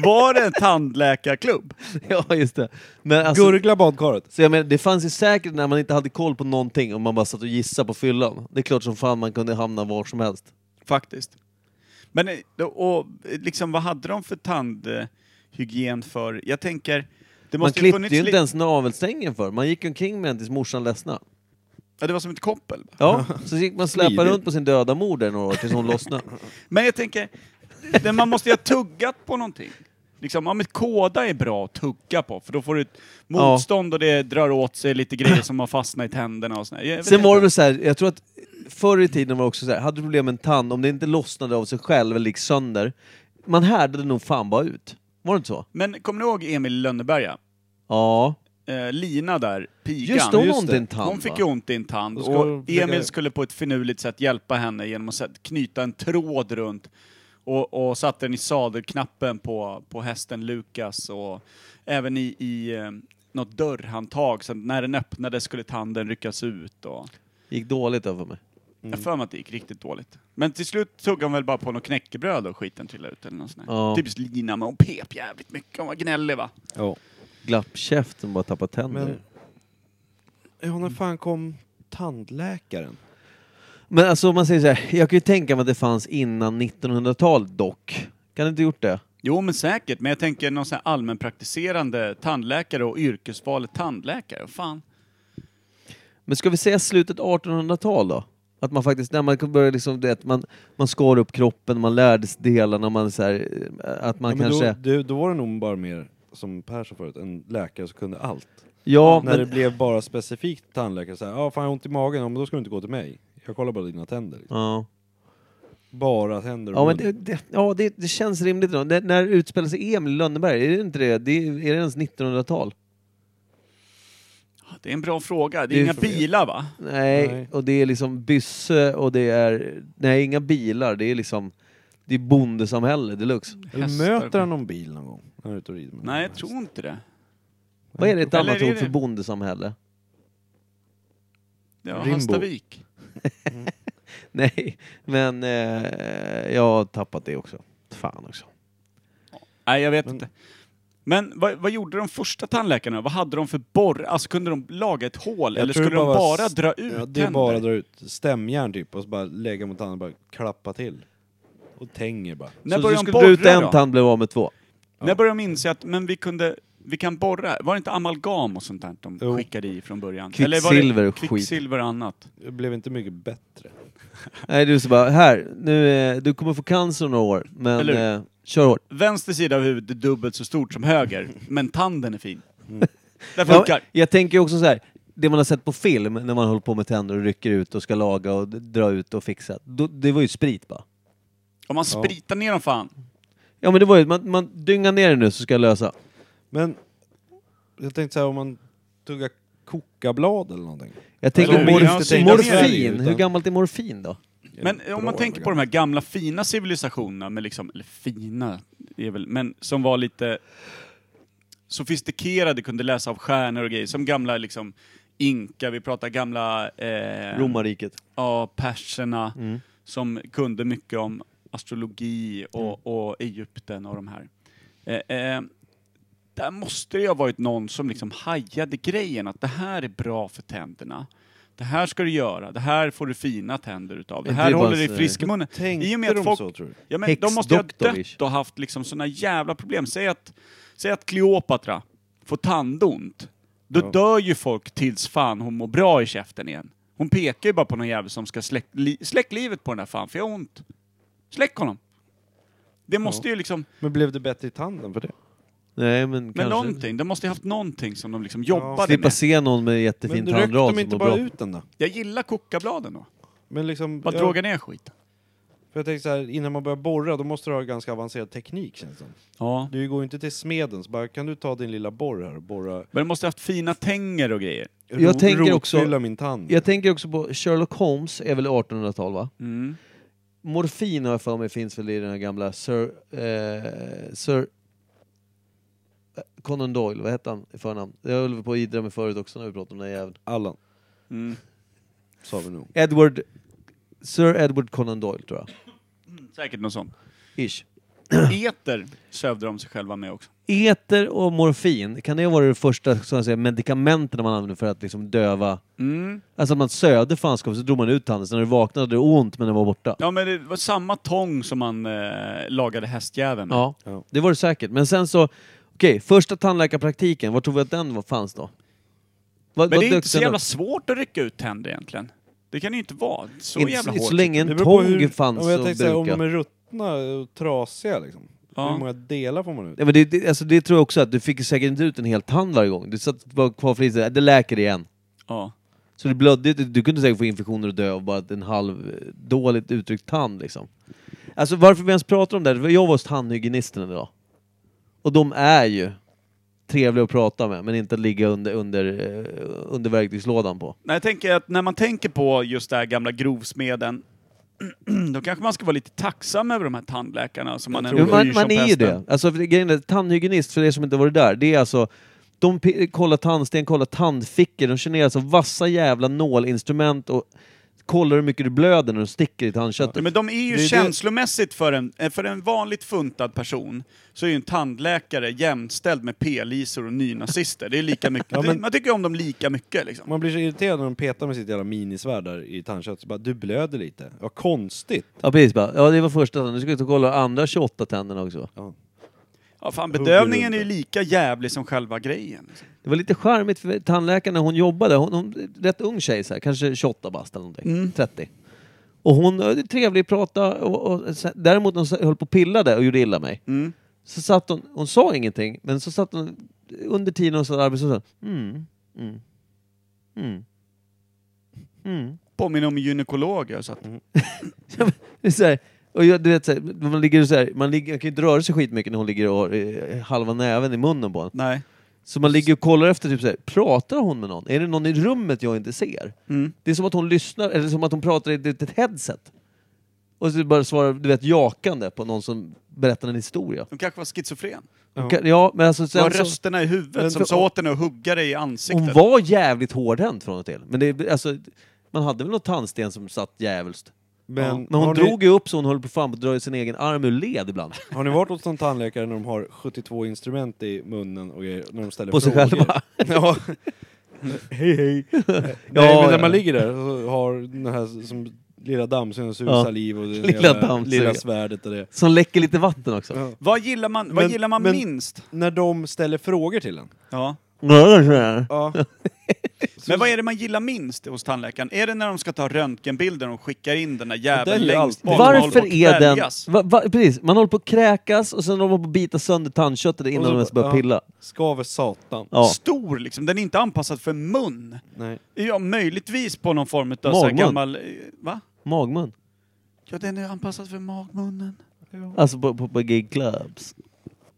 Speaker 4: Var det en tandläkarklubb?
Speaker 2: Ja, just det. Men alltså,
Speaker 3: Gurgla badkaret!
Speaker 2: Så jag menar, det fanns ju säkert när man inte hade koll på någonting och man bara satt och gissade på fyllan. Det är klart som fan man kunde hamna var som helst.
Speaker 4: Faktiskt. Men eh, då- och, eh, liksom, vad hade de för tandhygien för? Jag tänker... Det
Speaker 2: Man
Speaker 4: måste ju
Speaker 2: klippte
Speaker 4: funnits
Speaker 2: ju inte
Speaker 4: li-
Speaker 2: ens navelsträngen för. Man gick omkring med den tills morsan ledsnade.
Speaker 4: Ja, det var som ett koppel.
Speaker 2: Ja, så gick man släpa
Speaker 3: Smidigt.
Speaker 2: runt på sin döda mor där några år tills hon lossnade.
Speaker 4: Men jag tänker, det- man måste ju ha tuggat på någonting. Liksom, ja men kåda är bra att tugga på, för då får du ett
Speaker 2: Ja.
Speaker 4: motstånd och det drar åt sig lite grejer som har fastnat i tänderna och sådär. Jag vet
Speaker 2: Sen var det
Speaker 4: inte.
Speaker 2: väl så här, jag tror att förr i tiden var det också så här, hade du problem med en tand, om det inte lossnade av sig själv eller gick sönder, man härdade nog fan bara ut. Var det inte så?
Speaker 4: Men kommer ni ihåg Emil i Lönneberga?
Speaker 2: Ja.
Speaker 4: Eh, Lina där, pigan.
Speaker 2: Just det, hon
Speaker 3: just
Speaker 2: har ont i
Speaker 3: det.
Speaker 2: en tand
Speaker 4: Hon fick
Speaker 2: va?
Speaker 4: ju ont i en tand
Speaker 3: Då
Speaker 4: och
Speaker 3: ska hon försöka-
Speaker 4: Emil skulle på ett finurligt sätt hjälpa henne genom att sätt- knyta en tråd runt och, och satte den i sadelknappen på, på hästen Lukas och även i, i eh, något dörrhandtag så att när den öppnades skulle tanden ryckas ut och...
Speaker 2: Gick dåligt då för mig.
Speaker 4: Jag har för mig att det gick riktigt dåligt. Men till slut tuggade hon väl bara på något knäckebröd och skiten trillade ut eller något sånt där.
Speaker 2: Ja.
Speaker 4: Typiskt Lina, men hon pep jävligt mycket. Hon var gnällig va?
Speaker 3: Ja.
Speaker 2: Glappkäften bara tappade tänder.
Speaker 3: Men... Ja, när fan kom tandläkaren?
Speaker 2: Men alltså om man säger så här, jag kan ju tänka mig att det fanns innan 1900-talet dock. Kan det inte gjort det?
Speaker 4: Jo men säkert, men jag tänker någon sån här allmänpraktiserande tandläkare och yrkesvalet tandläkare. Fan.
Speaker 2: Men ska vi säga slutet 1800-tal då? Att man faktiskt, när man började liksom, det, man, man skar upp kroppen, man lärde sig delarna, man så här, eh, att man
Speaker 3: ja, men
Speaker 2: kanske...
Speaker 3: då, det, då var det nog bara mer, som Per sa förut, en läkare som kunde allt.
Speaker 2: ja,
Speaker 3: när
Speaker 2: men,
Speaker 3: det blev bara specifikt tandläkare, såhär, ja fan jag har ont i magen, ja men då ska du inte gå till mig. Jag kollar bara dina tänder.
Speaker 2: ja.
Speaker 3: Bara tänder och
Speaker 2: ja, men
Speaker 3: mun.
Speaker 2: det, det, ja, det, det känns rimligt. Då. Det, när utspelar sig Emil i Lönneberg? Är det inte det? det är är det ens 1900-tal?
Speaker 4: Det är en bra fråga. Det är,
Speaker 2: Det är
Speaker 4: inga
Speaker 2: för-
Speaker 4: bilar va?
Speaker 2: Nej.
Speaker 3: Nej.
Speaker 2: och det är liksom bysse och det är... Nej, inga bilar. Det är liksom... Det är bondesamhälle deluxe.
Speaker 4: Hästar.
Speaker 3: Möter han någon bil någon gång? När du är ute och rider med
Speaker 4: Nej,
Speaker 3: någon?
Speaker 4: jag tror inte det.
Speaker 2: Vad är det ett
Speaker 4: Eller
Speaker 2: annat
Speaker 4: är
Speaker 2: ord för
Speaker 4: det-
Speaker 2: bondesamhälle?
Speaker 4: Det var
Speaker 3: Rimbo.
Speaker 4: Hallstavik.
Speaker 2: Nej, men eh, jag har tappat det också. Fan också.
Speaker 4: Nej, jag vet
Speaker 3: Men-
Speaker 4: inte. Men vad, vad gjorde de första tandläkarna? Vad hade de för borr? Alltså kunde de laga ett hål
Speaker 3: Jag
Speaker 4: eller
Speaker 3: tror
Speaker 4: skulle
Speaker 3: det
Speaker 4: de
Speaker 3: var-
Speaker 4: bara dra ut
Speaker 3: Ja, det är
Speaker 4: tänder?
Speaker 3: bara att dra ut stämjärn typ och så bara lägga mot tanden och bara klappa till. Och tänger bara.
Speaker 4: När
Speaker 2: så du
Speaker 4: började de
Speaker 2: skulle dra ut
Speaker 4: borra
Speaker 2: en
Speaker 4: då?
Speaker 2: tand blev av med två.
Speaker 4: När började de inse att men vi, kunde, vi kan borra? Var det inte amalgam och sånt där de
Speaker 3: Jo.
Speaker 4: skickade i från början?
Speaker 2: Kvicksilver
Speaker 4: Eller var
Speaker 2: och
Speaker 4: det
Speaker 2: skit.
Speaker 4: kvicksilver och annat?
Speaker 3: Det blev inte mycket bättre.
Speaker 2: Nej, du så bara, här, nu, eh, du kommer få cancer om några år, men
Speaker 4: Eller
Speaker 2: eh, kör hårt.
Speaker 4: Vänster sida av huvudet är dubbelt så stort som höger, men tanden är fin. Det
Speaker 2: Ja,
Speaker 4: funkar.
Speaker 2: jag tänker också så här, det man har sett på film när man håller på med tänder och rycker ut och ska laga och d- dra ut och fixa, då, det var ju sprit bara.
Speaker 4: Om man spritar ner dem fan.
Speaker 2: Ja men det var ju, man, man dyngar ner det nu så ska jag lösa.
Speaker 3: Men jag tänkte så här om man tuggar kokablad eller någonting.
Speaker 2: Jag tänker
Speaker 3: Alltså,
Speaker 2: morf-
Speaker 4: Som vi har sett i
Speaker 2: morfin,
Speaker 3: Sverige, utan-
Speaker 2: hur gammalt är morfin då?
Speaker 4: Men
Speaker 3: Bra
Speaker 4: om man tänker på de
Speaker 3: program.
Speaker 4: här gamla fina civilisationerna, med liksom, eller fina, är väl, men som var lite sofistikerade, kunde läsa av stjärnor och grejer. Som gamla liksom inka, vi pratar gamla eh,
Speaker 2: Romarriket.
Speaker 4: ja, perserna som kunde mycket om astrologi och, och Egypten och de här. Eh, eh, där måste det ju ha varit någon som liksom hajade grejen att det här är bra för tänderna. Det här ska du göra, det här får du fina tänder utav. Det
Speaker 2: Det
Speaker 4: här
Speaker 2: är bara
Speaker 4: håller dig
Speaker 2: så-
Speaker 4: frisk i munnen.
Speaker 3: Tänkte
Speaker 4: I och med att
Speaker 3: de
Speaker 4: folk
Speaker 3: så tror du?
Speaker 4: Ja, men de måste ju ha
Speaker 2: Häxdoktorish.
Speaker 4: dött och haft liksom såna jävla problem. Säg att, säg att Kleopatra får tandont. Då
Speaker 3: Ja.
Speaker 4: dör ju folk tills fan hon mår bra i käften igen. Hon pekar ju bara på någon jävel som ska släck, li, släck livet på den där fan, för jag har ont. Släck honom! Det måste ju liksom,
Speaker 3: Men blev det bättre i tanden för det?
Speaker 2: Nej men,
Speaker 4: men
Speaker 2: kanske.
Speaker 4: någonting. De måste ju haft någonting som de liksom jobbade
Speaker 2: Slippa
Speaker 4: med.
Speaker 2: se någon med jättefin
Speaker 3: Men rökte
Speaker 2: tandrad
Speaker 3: de
Speaker 2: som
Speaker 3: inte
Speaker 2: mår
Speaker 3: bara
Speaker 2: bra.
Speaker 3: ut den då?
Speaker 4: Jag gillar kokabladen då.
Speaker 3: Men liksom,
Speaker 4: Bara
Speaker 3: ja,
Speaker 4: droga ner skiten.
Speaker 3: för jag tänkte så här, innan man börjar borra då måste du ha ganska avancerad teknik känns det som.
Speaker 4: Ja.
Speaker 3: Du går ju inte till smeden så bara, kan du ta din lilla borr här och borra,
Speaker 4: Men de måste ha haft fina tänger och grejer.
Speaker 2: Jag tänker också-
Speaker 3: rotfylla min tand?
Speaker 2: Jag tänker också på Sherlock Holmes, är väl 1800-tal va?
Speaker 4: Mm.
Speaker 2: Morfin har jag för mig finns väl i den här gamla Sir... Eh, Sir eh, Conan Doyle, vad hette han i förnamn? Jag höll på att idra med förut också när vi pratade om den här jäveln.
Speaker 3: Allan,
Speaker 4: Mm.
Speaker 3: sa vi nog.
Speaker 2: Edward... Sir Edward Conan Doyle tror jag.
Speaker 4: Säkert något sånt.
Speaker 2: Ish.
Speaker 4: Eter sövde de sig själva med också.
Speaker 2: Eter och morfin, kan det vara det första så att säga, medikamenten man använde för att liksom döva...
Speaker 4: Mm.
Speaker 2: Alltså att man sövde fanskap så drog man ut tanden, sen när du vaknade hade det ont men den var borta.
Speaker 4: Ja, men det var samma tång som man eh, lagade hästjäveln med.
Speaker 2: Ja,
Speaker 3: Ja.
Speaker 2: det var det säkert. Men sen så, okej, första tandläkarpraktiken, var tror vi att den var, fanns då? Vad-
Speaker 4: Men
Speaker 2: vad
Speaker 4: det är
Speaker 2: dök
Speaker 4: inte så
Speaker 2: den
Speaker 4: jävla
Speaker 2: upp?
Speaker 4: svårt att rycka ut tänder egentligen. Det kan det ju inte vara. Så
Speaker 2: Inte
Speaker 4: jävla
Speaker 2: så-
Speaker 4: hårt.
Speaker 2: Så länge
Speaker 3: Det
Speaker 2: en
Speaker 3: beror på
Speaker 2: tång
Speaker 3: hur-
Speaker 2: fanns
Speaker 3: ja, men jag
Speaker 2: att
Speaker 3: tänkte så här,
Speaker 2: bruka.
Speaker 3: Om de är ruttna och trasiga liksom.
Speaker 4: Ja.
Speaker 3: Hur många delar får man ut?
Speaker 2: Nej, men det, det, alltså, det tror jag också att du fick ju säkert inte ut en hel tand varje gång. Du satt bara kvar för lite, det läker igen.
Speaker 4: Ja.
Speaker 2: Så det blödde, du, du kunde säkert få infektioner och dö av bara en halv eh, dåligt uttryckt tand liksom. Alltså varför vi ens pratar om det här, det var- jag var hos tandhygienisten idag. Och de är ju trevliga att prata med, men inte att ligga under, under, eh, under verktygslådan på.
Speaker 4: Nej, jag tänker att när man tänker på just det här gamla grovsmeden, då kanske man ska vara lite tacksam över de här tandläkarna som man
Speaker 3: Jag
Speaker 4: ändå
Speaker 2: Jo,
Speaker 3: tror
Speaker 2: man,
Speaker 4: hyr som
Speaker 2: man är ju
Speaker 4: pesten.
Speaker 2: det. Alltså, för grejen är, tandhygienist, för er som inte varit där, det är alltså de pe- kollar tandsten, kollar tandfickor, de kör ner alltså vassa jävla nålinstrument och kollar hur mycket du blöder när du sticker i tandköttet.
Speaker 4: Ja, men de är ju
Speaker 3: Det är det-
Speaker 4: känslomässigt för en, eh, för en vanligt funtad person, så är ju en tandläkare jämställd med p-lisor och nynazister. Det är lika mycket.
Speaker 3: Ja, men-
Speaker 4: Man tycker om dem lika mycket liksom.
Speaker 3: Man blir så irriterad när de petar med sitt jävla minisvärd där i tandköttet. Så bara, du blöder lite. Vad konstigt.
Speaker 2: Ja precis, bara. ja det var första tanden, nu ska vi ta och kolla andra 28 tänderna också.
Speaker 4: Ja, fan,
Speaker 3: Hugger
Speaker 4: bedövningen
Speaker 3: runt
Speaker 4: är ju
Speaker 3: det.
Speaker 4: lika jävlig som själva grejen. Liksom.
Speaker 2: Det var lite charmigt för tandläkaren när hon jobbade, hon, hon rätt ung tjej så här, kanske 28 bast eller någonting, 30. Och hon eh, trevlig att prata, och, och, så- däremot när hon sa- höll på och pillade och gjorde illa mig.
Speaker 4: Mm.
Speaker 2: Så satt hon, hon sa ingenting, men så satt hon under tiden hon satt arbetslös och sa, mm, mm, mm. Mm.
Speaker 4: Påminner om gynekologer. Så att,
Speaker 2: Det är så här, och jag, du vet, så här, man ligger och så här, man, ligger, man kan ju inte röra sig skitmycket när hon ligger och har eh, halva näven i munnen på en.
Speaker 4: Nej.
Speaker 2: Så man ligger och kollar efter, typ så här, pratar hon med någon? Är det någon i rummet jag inte ser?
Speaker 4: Mm.
Speaker 2: Det är som att hon lyssnar, eller som att hon pratar i ett litet headset. Och så bara svarar, du vet, jakande på någon som berättar en historia.
Speaker 4: De kanske var schizofren.
Speaker 3: Ja.
Speaker 2: Ka- Ja, men alltså
Speaker 4: Det var
Speaker 2: sen så,
Speaker 4: rösterna i huvudet
Speaker 3: Men
Speaker 4: som
Speaker 3: för-
Speaker 4: sa åt henne att hugga dig i
Speaker 2: Hon
Speaker 4: ansiktet.
Speaker 2: var jävligt hårdhänt från och till. Men det, är- alltså, man hade väl något tandsten som satt jävligt. Men,
Speaker 7: Men,
Speaker 2: Men hon
Speaker 7: har,
Speaker 2: drog ju upp så hon håller på fan på att dra sin egen arm ur led ibland.
Speaker 7: ni, har ni varit hos någon tandläkare när de har 72 instrument i munnen och grejer, när de ställer
Speaker 2: På sig
Speaker 7: frågor?
Speaker 2: själva.
Speaker 7: ja. hej hej. Nej,
Speaker 2: Ja,
Speaker 7: men när
Speaker 2: ja.
Speaker 7: man ligger där och har den här som lilla dammsugaren suger
Speaker 2: Ja.
Speaker 7: saliv och det
Speaker 2: Lilla
Speaker 7: lilla, lilla
Speaker 2: dammsugaren.
Speaker 7: svärdet och det.
Speaker 2: Som läcker lite vatten också.
Speaker 7: Ja.
Speaker 4: Vad gillar man, vad
Speaker 7: Men-
Speaker 4: gillar man
Speaker 7: men-
Speaker 4: minst?
Speaker 7: När de ställer frågor till en.
Speaker 4: Ja.
Speaker 7: Ja.
Speaker 4: Men vad är det man gillar minst hos tandläkaren? Är det när de ska ta röntgenbilden och skickar in den där
Speaker 7: Den är
Speaker 4: jäveln
Speaker 7: ju
Speaker 4: längst
Speaker 7: alltid-
Speaker 4: bak?
Speaker 2: Varför
Speaker 4: och
Speaker 2: är den...
Speaker 4: kväljas?
Speaker 2: Va, va, precis, man håller på att kräkas och sen håller man på att bita sönder tandköttet innan
Speaker 7: Och så-
Speaker 2: de ens börjar
Speaker 7: ja.
Speaker 2: pilla.
Speaker 7: Skaver satan.
Speaker 2: Ja.
Speaker 4: Stor liksom, den är inte anpassad för mun.
Speaker 7: Nej.
Speaker 4: Ja, möjligtvis på någon form av så här
Speaker 2: Magmun.
Speaker 4: gammal... eh, Va?
Speaker 2: Magmun.
Speaker 4: Ja, den är anpassad för magmunnen.
Speaker 2: Alltså på, på, på gay clubs.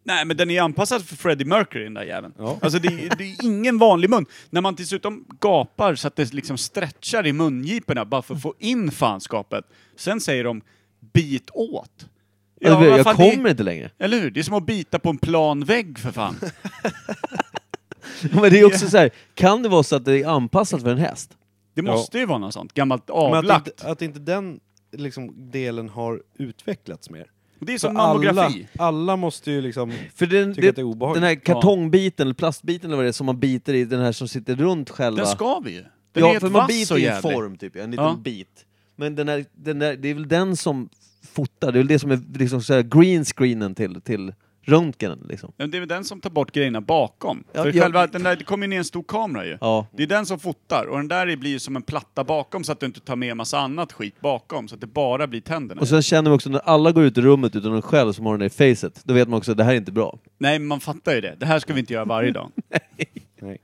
Speaker 4: Nej, men den är anpassad för Freddie Mercury, den där jäveln.
Speaker 7: Ja.
Speaker 4: Alltså, det, är- det är ingen vanlig mun. När man dessutom gapar så att det liksom stretchar i mungiporna bara för att få in fanskapet. Sen säger de bit åt. Ja,
Speaker 2: alltså,
Speaker 4: vad
Speaker 2: jag
Speaker 4: fan, det är-
Speaker 2: kommer inte längre.
Speaker 4: Eller hur? Det är som att bita på en plan vägg för fan.
Speaker 2: Men det är också så här, kan det vara så att det är anpassat för en häst?
Speaker 4: Det måste ju vara något sånt. Gammalt
Speaker 7: Men att
Speaker 4: avlagt.
Speaker 7: inte, att inte den liksom, delen har utvecklats mer.
Speaker 4: Det är som
Speaker 7: För alla,
Speaker 4: mammografi.
Speaker 7: alla måste ju liksom...
Speaker 2: För den,
Speaker 7: Tycker
Speaker 2: det,
Speaker 7: att det är obehagligt.
Speaker 2: den här kartongbiten, eller plastbiten eller vad det är, som man biter i, den här som sitter runt själva.
Speaker 4: Den ska vi ju. Den
Speaker 2: ja,
Speaker 4: är helt
Speaker 2: för man
Speaker 4: vass
Speaker 2: biter
Speaker 4: och
Speaker 2: i en
Speaker 4: jävlig.
Speaker 2: form, typ, en liten
Speaker 4: Ja.
Speaker 2: bit. Men den här, den där, det är väl den som fotar, det är väl det som är liksom så här green screenen till, till röntgenen liksom.
Speaker 4: Men Det är väl den som tar bort grejerna bakom.
Speaker 2: Ja,
Speaker 4: för
Speaker 2: ja.
Speaker 4: själva, den där, det kommer ju ner en stor kamera ju.
Speaker 2: Ja.
Speaker 4: Det är den som fotar och den där blir ju som en platta bakom så att du inte tar med massa annat skit bakom så att det bara blir tänderna.
Speaker 2: Och sen känner man också när alla går ut i rummet utan någon själv som har den där i facet, då vet man också att det här är inte bra.
Speaker 4: Nej, men man fattar ju det. Det här ska vi inte göra varje dag.
Speaker 7: Nej.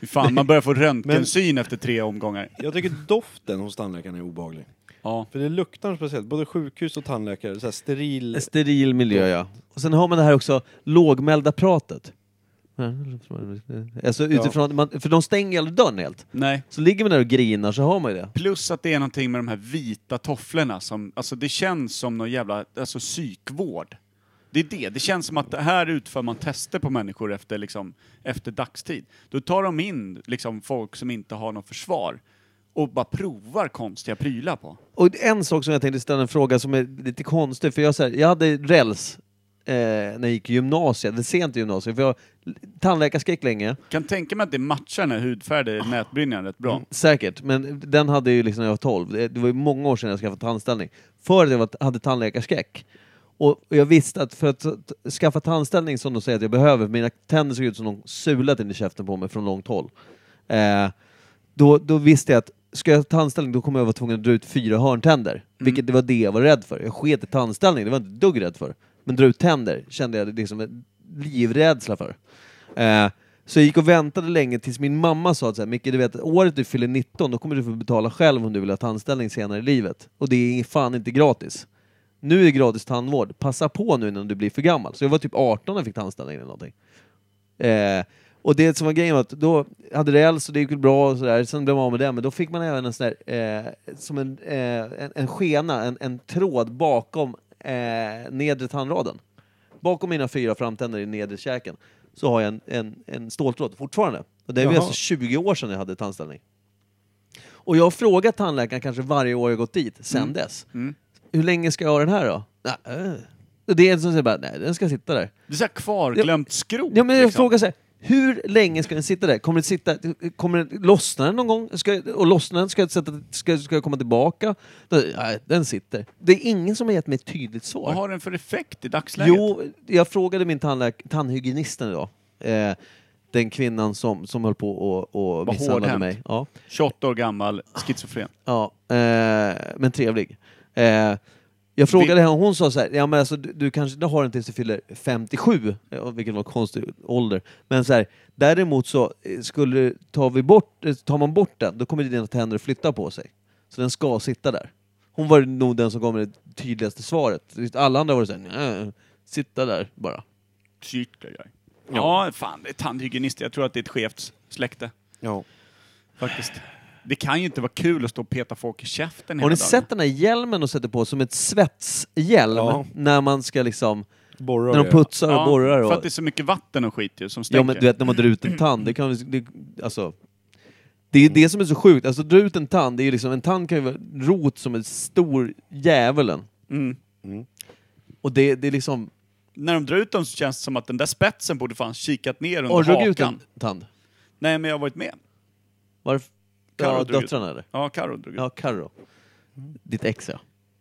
Speaker 4: Fy Fan, man börjar få röntgensyn efter tre omgångar.
Speaker 7: Jag tycker doften hos tandläkaren är obehaglig.
Speaker 4: Ja.
Speaker 7: För det luktar speciellt, både sjukhus och tandläkare, så här steril...
Speaker 2: En steril miljö, ja. Och sen har man det här också lågmälda pratet. Alltså utifrån att man, för de stänger ju aldrig dörren helt.
Speaker 4: Nej.
Speaker 2: Så ligger man där och grinar så har man ju det.
Speaker 4: Plus att det är någonting med de här vita tofflorna som, alltså det känns som någon jävla, alltså psykvård. Det är det, det känns som att det här utför man tester på människor efter liksom, efter dagstid. Då tar de in liksom folk som inte har något försvar och bara provar konstiga prylar på.
Speaker 2: Och en sak som jag tänkte ställa en fråga som är lite konstig, för jag, så här, jag hade räls eh, när jag gick i gymnasiet, eller sent i gymnasiet, för jag tandläkarskräck länge,
Speaker 4: Kan tänka mig att det matchar den här hudfärgen,
Speaker 2: Ah.
Speaker 4: oh. nätbrynjan rätt
Speaker 2: Mm.
Speaker 4: bra.
Speaker 2: säkert, men den hade jag ju liksom när jag var 12. Det det var ju många år sedan jag skaffade tandställning. För att jag var, hade tandläkarskräck. Och, och jag visste att för att t- t- skaffa tandställning som de säger att jag behöver, för mina tänder såg ut som de sulat in i käften på mig från långt håll. Eh, då, då visste jag att ska jag ha tandställning då kommer jag vara tvungen att dra ut fyra hörntänder. Vilket det var det jag var rädd för. Jag sket i tandställning, det var jag inte ett dugg rädd för. Men dra ut tänder kände jag liksom en livrädsla för. Eh, så jag gick och väntade länge tills min mamma sa att så här, Micke, du vet, året du fyller 19, då kommer du få betala själv om du vill ha tandställning senare i livet. Och det är fan inte gratis. Nu är det gratis tandvård, passa på nu innan du blir för gammal. Så jag var typ 18 när jag fick tandställning eller någonting. Eh, och det som var grejen var att då hade det räls och det gick väl bra och sådär, sen blev man av med det, men då fick man även en sån där, eh, som en, eh, en, en skena, en, en tråd bakom eh, nedre tandraden. Bakom mina fyra framtänder i nedre käken så har jag en, en, en ståltråd fortfarande. Och det är ju
Speaker 7: Jaha.
Speaker 2: alltså 20 år sedan jag hade tandställning. Och jag har frågat tandläkaren kanske varje år jag gått dit sen dess. Hur länge ska jag ha den här då? Nej, eh. Och Det är en som säger bara, nej den ska sitta där.
Speaker 4: Det är såhär kvarglömt skrot.
Speaker 2: Ja, men jag
Speaker 4: liksom.
Speaker 2: frågar så här, hur länge ska den sitta där? Kommer den sitta, kommer den, lossna den någon gång? Ska, jag- och lossna den, ska jag, sätta, ska, ska jag komma tillbaka? Nej, den sitter. Det är ingen som har gett mig ett tydligt svar.
Speaker 4: Vad har den för effekt i dagsläget?
Speaker 2: Jo, jag frågade min tandläk- tandhygienisten idag. Eh, den kvinnan som, som höll på och, och
Speaker 4: Var
Speaker 2: misshandlade
Speaker 4: hårdhänt.
Speaker 2: mig. Ja,
Speaker 4: 28 år gammal, schizofren.
Speaker 2: ja, eh, men trevlig. Eh, jag frågade henne, hon sa så här, ja men alltså du, du kanske inte har den tills du fyller 57, ja, vilket var konstig ålder. Men så här, däremot så eh, skulle, tar, vi bort, eh, tar man bort den, då kommer dina tänder att flytta på sig. Så den ska sitta där. Hon var nog den som gav mig det tydligaste svaret. Alla andra var så här, "Nej, sitta där bara.
Speaker 4: Psyker jag. Ja, fan, det är tandhygienist. Jag tror att det är ett skevt släkte.
Speaker 7: Ja.
Speaker 4: Faktiskt. Det kan ju inte vara kul att stå och peta folk i käften
Speaker 2: Har
Speaker 4: hela
Speaker 2: ni
Speaker 4: dagen.
Speaker 2: sett den här hjälmen och sätter på som ett svetshjälm
Speaker 7: Ja.
Speaker 2: när man ska liksom,
Speaker 7: Borrar
Speaker 2: när de
Speaker 7: det.
Speaker 2: putsar och borrar
Speaker 4: För att
Speaker 2: och...
Speaker 4: det är så mycket vatten och skit ju som stänker.
Speaker 2: Ja men du vet när man drar ut en tand, det kan det, alltså... Det är ju det som är så sjukt, alltså dra ut en tand, det är ju liksom, en tand kan ju vara rot som en stor djävulen.
Speaker 4: Mm.
Speaker 2: Och det, det är liksom...
Speaker 4: När de drar ut dem så känns det som att den där spetsen borde fan kikat ner under
Speaker 2: Har du dragit ut
Speaker 4: hakan.
Speaker 2: en tand?
Speaker 4: Nej, men jag har varit med.
Speaker 2: Varför?
Speaker 4: Karo
Speaker 2: Ja,
Speaker 4: drog ut.
Speaker 2: döttrarna eller?
Speaker 4: Ja, Karo drog ut.
Speaker 2: Ja, Carro. Ditt ex ja.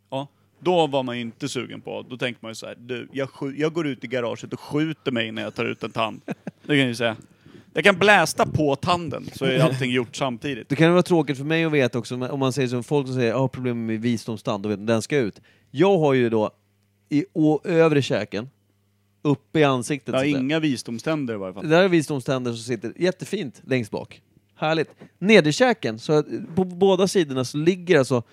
Speaker 4: Ja. Då var man ju inte sugen på. Då tänkte man ju så här, du, jag, skj- jag går ut i garaget och skjuter mig när jag tar ut en tand. Det kan jag ju säga. Jag kan blästa på tanden så är allting gjort samtidigt.
Speaker 2: Det kan vara tråkigt för mig att veta också, men om man säger som folk som säger jag har problem med visdomstand, då vet man, den ska ut. Jag har ju då i å, övre käken, uppe i ansiktet.
Speaker 4: Jag har
Speaker 2: så att säga.
Speaker 4: inga visdomständer i varje fall.
Speaker 2: Det där är visdomständer som sitter jättefint längst bak. Härligt. Nederkäken, så att på båda sidorna så ligger alltså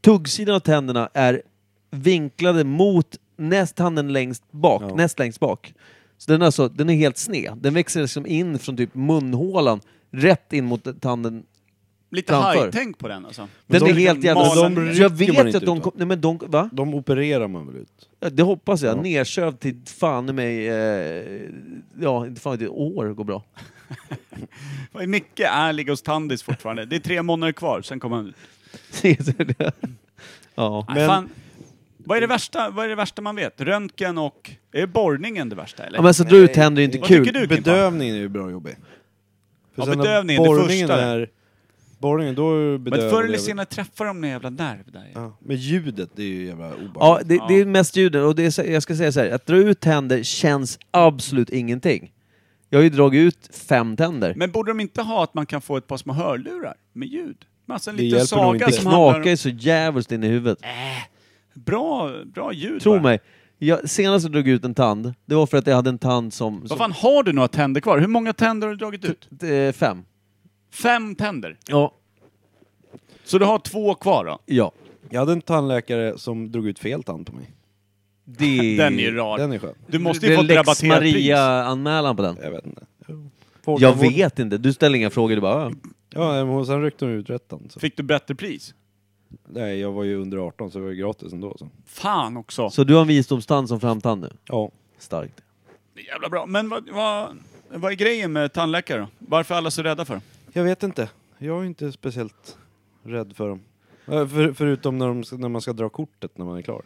Speaker 2: tuggsidan av tänderna är vinklade mot näst tanden längst bak,
Speaker 3: Ja.
Speaker 2: näst längst bak. Så den är, alltså, den är helt sned. Den växer liksom in från typ munhålan rätt in mot tanden
Speaker 4: Lite
Speaker 2: framför.
Speaker 4: haj-tänk på den alltså.
Speaker 2: Den
Speaker 4: De
Speaker 2: är helt
Speaker 4: liksom
Speaker 2: jävla...
Speaker 4: maler
Speaker 3: de
Speaker 4: ner.
Speaker 3: rycker
Speaker 2: jag
Speaker 3: man
Speaker 2: vet
Speaker 3: inte
Speaker 2: att de
Speaker 3: ut
Speaker 2: kom, Nej men de... Va?
Speaker 3: De opererar man väl ut?
Speaker 2: Ja, Det hoppas jag.
Speaker 3: Ja.
Speaker 2: Nersövd till fan i mig... Eh, ja, inte fan ett år går bra.
Speaker 4: Vad är Micke är ligger hos Tandis fortfarande. Det är tre månader kvar, sen kommer han ut.
Speaker 2: ja.
Speaker 4: Nej,
Speaker 3: Men-
Speaker 4: fan. Vad är, det värsta, vad är det värsta man vet? Röntgen och... Är borrningen det värsta eller?
Speaker 2: ja, men så dra ut tänder är inte
Speaker 4: Vad
Speaker 2: kul.
Speaker 4: tycker du Kimpa?
Speaker 3: Bedövningen är ju bra jobbig. För
Speaker 4: Ja,
Speaker 3: sen när
Speaker 4: bedövningen, det
Speaker 3: borrningen
Speaker 4: första.
Speaker 3: Är, borrningen, då är det
Speaker 4: men förr eller
Speaker 3: bedövning.
Speaker 4: senare träffar de någon jävla nerv där.
Speaker 3: Ja, men ljudet, det är ju jävla
Speaker 2: Ja,
Speaker 3: obehagligt.
Speaker 2: det,
Speaker 4: Ja.
Speaker 2: det är mest ljuden. Och det är, så- jag ska säga så här, att dra ut tänder känns absolut ingenting. Jag har ju dragit ut fem tänder.
Speaker 4: Men borde de inte ha att man kan få ett par små hörlurar med ljud? Massa
Speaker 3: Det
Speaker 4: liten
Speaker 3: hjälper nog
Speaker 4: saga
Speaker 3: inte.
Speaker 2: det
Speaker 4: som handlar
Speaker 2: knakar
Speaker 4: om
Speaker 2: ju så djävulskt in i huvudet.
Speaker 4: bra, bra ljud.
Speaker 2: Tro
Speaker 4: Äh, bara.
Speaker 2: mig. Jag, senast jag drog ut en tand, det var för att jag hade en tand som...
Speaker 4: Vad
Speaker 2: som
Speaker 4: fan, har du några tänder kvar? Hur många tänder har du dragit ut?
Speaker 2: eh, fem.
Speaker 4: Fem tänder.
Speaker 2: Ja.
Speaker 4: Så du har två kvar då?
Speaker 2: Ja.
Speaker 3: Jag hade en tandläkare som drog ut fel tand på mig.
Speaker 2: Det...
Speaker 4: Den är ju rar.
Speaker 3: Den är skön.
Speaker 4: Du måste
Speaker 2: Det
Speaker 4: ju
Speaker 2: är
Speaker 4: få ett
Speaker 2: Lex
Speaker 4: rabatterat pris.
Speaker 2: Maria-anmälan på den.
Speaker 3: Jag vet inte.
Speaker 2: Jag vet inte, du ställer inga frågor, du bara "Ah."
Speaker 3: Ja, men hon- sen ryckte hon ut rätt tand. Så.
Speaker 4: Fick du bättre pris?
Speaker 3: Nej, jag var ju under 18 så det var ju gratis ändå. Så.
Speaker 4: Fan också.
Speaker 2: Så du har en visdomstand som framtand nu?
Speaker 3: Ja.
Speaker 2: Starkt.
Speaker 4: Det är jävla bra. Men vad, vad, vad är grejen med tandläkare då? Varför är alla så rädda för dem?
Speaker 3: Jag vet inte. Jag är inte speciellt rädd för dem. Eh, För, förutom när, de, ska- när man ska dra kortet när man är klar.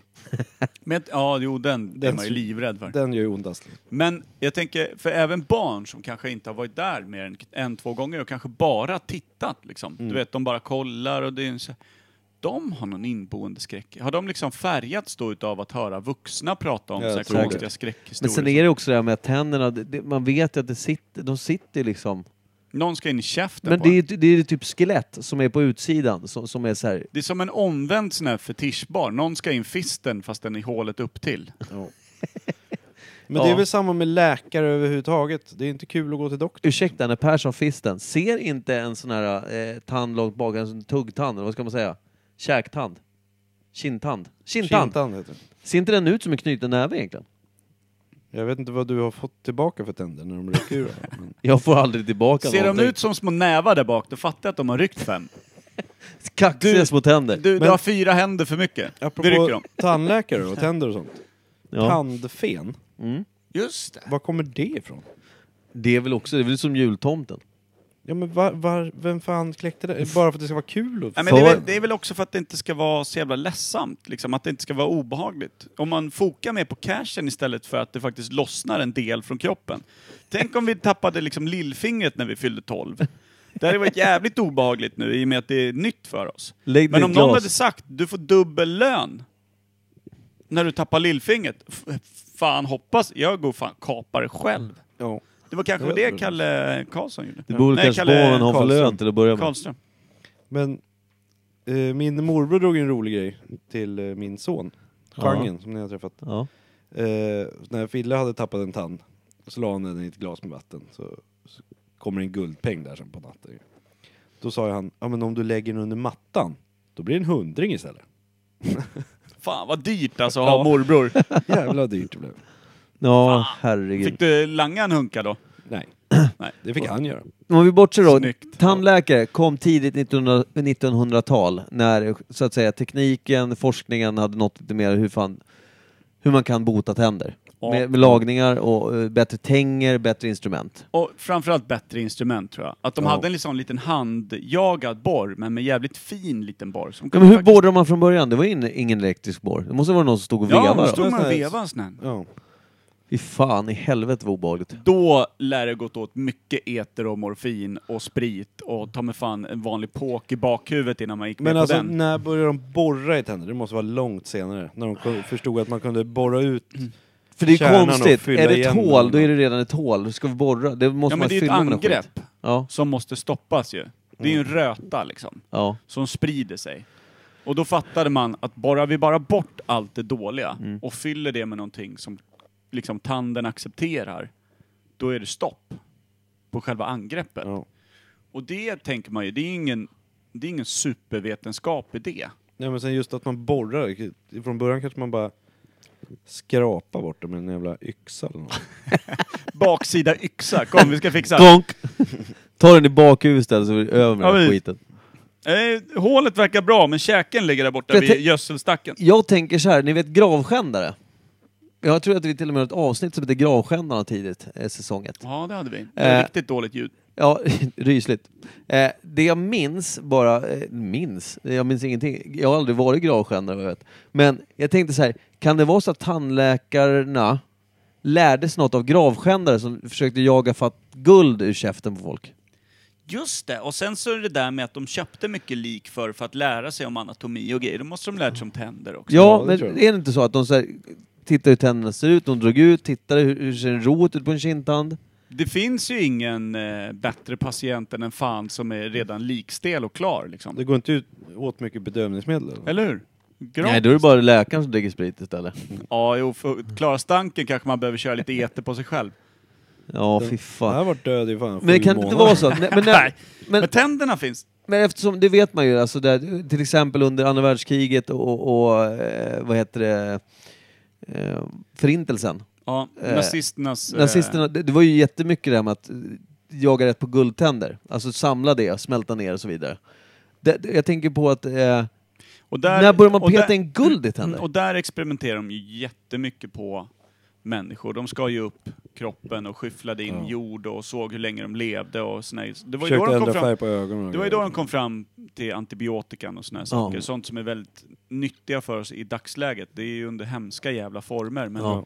Speaker 4: Men, ja, jo, den, den är
Speaker 3: Den
Speaker 4: man ju
Speaker 3: som-
Speaker 4: livrädd för.
Speaker 3: Den gör ju ondast.
Speaker 4: Men jag tänker, för även barn som kanske inte har varit där mer än en, två gånger och kanske bara tittat liksom. Du vet, de bara kollar och det är en så... De har någon inboende skräck. Har de liksom färgats då utav att höra vuxna prata om
Speaker 3: Jag
Speaker 4: så här
Speaker 3: tror det.
Speaker 4: konstiga
Speaker 2: Men
Speaker 4: skräckhistorier?
Speaker 2: sen är det också det här med att tänderna, det, det, man vet ju att det sitter, de sitter ju liksom...
Speaker 4: Någon ska in i käften
Speaker 2: Men
Speaker 4: på
Speaker 2: det är,
Speaker 4: en.
Speaker 2: ju- det är ju typ skelett som är på utsidan, som, som är så här...
Speaker 4: Det är som en omvänd sån här fetischbar. Någon ska in fisten fast den är hålet upp till.
Speaker 3: Men det är väl samma med läkare överhuvudtaget. Det är inte kul att gå till doktorn.
Speaker 2: Ursäkta, när Persson Fisten, ser inte en sån här eh, tand långt bak, en sån tuggtand, eller vad ska man säga? Käktand? Kindtand? Kindtand?
Speaker 3: Kindtand heter det.
Speaker 2: Ser inte den ut som en knuten näve egentligen?
Speaker 3: Jag vet inte vad du har fått tillbaka för tänder när de rycker ur. dem, Men
Speaker 2: Jag får aldrig tillbaka
Speaker 4: Ser de
Speaker 2: någonting.
Speaker 4: ut som små nävar där bak, då fattar jag att de har ryckt fem.
Speaker 2: Kaxiga
Speaker 4: Du-
Speaker 2: små tänder.
Speaker 4: Du, du
Speaker 3: Men-
Speaker 4: har fyra händer för mycket. Det rycker
Speaker 3: apropå
Speaker 4: de.
Speaker 3: tandläkare och tänder och sånt.
Speaker 2: ja.
Speaker 3: Tandfen,
Speaker 4: Just det.
Speaker 3: var kommer det ifrån?
Speaker 2: Det är väl också, det är väl som jultomten?
Speaker 3: Ja men var, var, vem fan kläckte det? Bara för att det ska vara kul? Och...
Speaker 4: Nej, men det, är
Speaker 2: För-
Speaker 4: väl, det är väl också för att det inte ska vara så jävla ledsamt, liksom, att det inte ska vara obehagligt. Om man fokar mer på cashen istället för att det faktiskt lossnar en del från kroppen. Tänk om vi tappade liksom lillfingret när vi fyllde 12. Det hade varit jävligt obehagligt nu i och med att det är nytt för oss.
Speaker 2: Lägg
Speaker 4: Men
Speaker 2: ditt
Speaker 4: om någon
Speaker 2: glas.
Speaker 4: hade sagt du får dubbel lön när du tappar lillfingret. F- Fan hoppas, jag går fan kapar det själv.
Speaker 3: Ja.
Speaker 4: Det var kanske
Speaker 3: Ja,
Speaker 4: det
Speaker 3: det-
Speaker 4: Kalle Karlsson gjorde.
Speaker 2: Det borde
Speaker 4: Nej,
Speaker 2: kanske
Speaker 4: Kalle
Speaker 2: Boven ha för lön
Speaker 3: Karlström.
Speaker 2: till att börja med.
Speaker 4: Karlström.
Speaker 3: Men eh, min morbror drog en rolig grej till eh, min son. Genren som ni har träffat.
Speaker 2: Ja.
Speaker 3: Eh, när Fille hade tappat en tand så la han den i ett glas med vatten. Så, så kommer en guldpeng där sen på natten. Då sa ju han, ja men om du lägger den under mattan, då blir det en hundring istället.
Speaker 4: Fan vad dyrt alltså att ha morbror.
Speaker 3: Jävla dyrt det blev.
Speaker 2: ja, herregud.
Speaker 4: Fick du langa en hunka då?
Speaker 3: Nej,
Speaker 4: Nej.
Speaker 3: det fick han göra.
Speaker 2: Om vi bortser då,
Speaker 4: Snyggt.
Speaker 2: tandläkare kom tidigt 1900 1900-tal när så att säga tekniken, forskningen hade nått lite mer hur fan hur man kan bota tänder. Med, med lagningar och eh, bättre tänger, bättre instrument.
Speaker 4: Och framförallt bättre instrument tror jag. Att de hade en liksom liten handjagad borr, men med jävligt fin liten borr. Som
Speaker 2: Ja,
Speaker 4: kunde
Speaker 2: men hur
Speaker 4: faktiskt-
Speaker 2: borrade man från början? Det var in, ingen elektrisk borr. Det måste vara någon som stod och
Speaker 4: Ja,
Speaker 2: vevade.
Speaker 4: då
Speaker 2: då.
Speaker 4: stod man och
Speaker 7: Sån här-
Speaker 4: vevade en sån här.
Speaker 7: Ja.
Speaker 2: Fy fan i helvete vad obehagligt.
Speaker 4: Då lär det gått åt mycket eter och morfin och sprit och ta mig fan en vanlig påk i bakhuvudet innan man gick med
Speaker 7: Men alltså,
Speaker 4: på den.
Speaker 7: när började de borra i tänder? Det måste vara långt senare. När de kom- förstod att man kunde borra ut...
Speaker 2: För det är
Speaker 7: Kärnan och
Speaker 2: konstigt.
Speaker 7: fylla
Speaker 2: Är det ett
Speaker 7: igen
Speaker 2: hål, då
Speaker 7: den.
Speaker 2: är det redan ett hål. Då ska vi borra. Det måste
Speaker 4: Ja
Speaker 2: man
Speaker 4: men det är ett
Speaker 2: fylla med något skit.
Speaker 4: angrepp
Speaker 2: Ja,
Speaker 4: som måste stoppas ju. Det är ju en
Speaker 7: Mm.
Speaker 4: röta liksom,
Speaker 2: ja.
Speaker 4: som sprider sig. Och då fattade man att bara vi bara bort allt det dåliga
Speaker 7: Mm.
Speaker 4: och fyller det med någonting som liksom tanden accepterar, då är det stopp på själva angreppet.
Speaker 7: Ja.
Speaker 4: Och det tänker man ju, det är ingen, det är ingen supervetenskap i det.
Speaker 7: Nej men sen just att man borrar. Från början kanske man bara skrapar bort det med en jävla yxa eller något.
Speaker 4: Baksida yxa, kom vi ska fixa.
Speaker 2: Donk! Ta den i bakhuvudet istället så är vi över med
Speaker 4: Ja,
Speaker 2: den här
Speaker 4: men-
Speaker 2: skiten.
Speaker 4: Eh, hålet verkar bra, men käken ligger där borta
Speaker 2: Jag
Speaker 4: vid
Speaker 2: tänk-
Speaker 4: gödselstacken.
Speaker 2: Jag tänker så här, ni vet gravskändare? Jag tror att vi till och med har ett avsnitt som heter Gravskändarna tidigt, eh, säsong ett.
Speaker 4: Ja, det hade vi. Det är
Speaker 2: Eh.
Speaker 4: riktigt dåligt ljud.
Speaker 2: Ja, rysligt. Eh, det jag minns bara, eh, minns, jag minns ingenting. Jag har aldrig varit gravskändare vad jag vet. Men jag tänkte så här, kan det vara så att tandläkarna lärdes något av gravskändare som försökte jaga fatt guld ur käften på folk?
Speaker 4: Just det, och sen så är det där med att de köpte mycket lik för, för att lära sig om anatomi och grejer. Då måste de lära sig om tänder också.
Speaker 2: Ja,
Speaker 7: det
Speaker 2: men
Speaker 7: tror jag.
Speaker 2: är det inte så att de så här, tittar hur tänderna ser ut, de drog ut, tittade hur, hur ser en rot ut på en kindtand?
Speaker 4: Det finns ju ingen eh, bättre patient än en fan som är redan likstel och klar liksom.
Speaker 7: Det går inte ut, åt mycket bedövningsmedel. Eller?
Speaker 4: Eller hur? Gratis.
Speaker 2: Nej, då är det bara läkaren som dricker sprit istället.
Speaker 4: Ja, jo, för att klara stanken kanske man behöver köra lite eter på sig själv.
Speaker 2: Ja, fy
Speaker 7: Den här
Speaker 2: fan.
Speaker 7: har varit död i fan
Speaker 2: Men det
Speaker 7: sju
Speaker 2: kan det inte
Speaker 7: månader.
Speaker 2: vara så? att- Nej, men, när,
Speaker 4: Nej.
Speaker 2: men,
Speaker 4: Men tänderna finns.
Speaker 2: men eftersom, det vet man ju, alltså där, till exempel under andra världskriget och, och eh, vad heter det, eh, förintelsen.
Speaker 4: Ja,
Speaker 2: Eh,
Speaker 4: nazisternas... eh,
Speaker 2: Nazisterna, det, det var ju jättemycket det här med att eh, jaga rätt på guldtänder. Alltså samla det, smälta ner och så vidare. Det, det- jag tänker på att, eh,
Speaker 4: och där-
Speaker 2: när börjar man
Speaker 4: och där-
Speaker 2: peta in guld i tänder?
Speaker 4: Mm, Och där experimenterar de ju jättemycket på människor. De skar ju upp kroppen och skyfflade in jord och såg hur länge de levde och såna, här- det, var ju då
Speaker 7: Försökte
Speaker 4: de kom
Speaker 7: ändra
Speaker 4: fram,
Speaker 7: färg på ögonen. och
Speaker 4: det var ju då
Speaker 7: grejer.
Speaker 4: de kom fram till antibiotikan och såna här saker. Sånt som är väldigt nyttiga för oss i dagsläget. Det är ju under hemska jävla former. Men,
Speaker 2: Ja.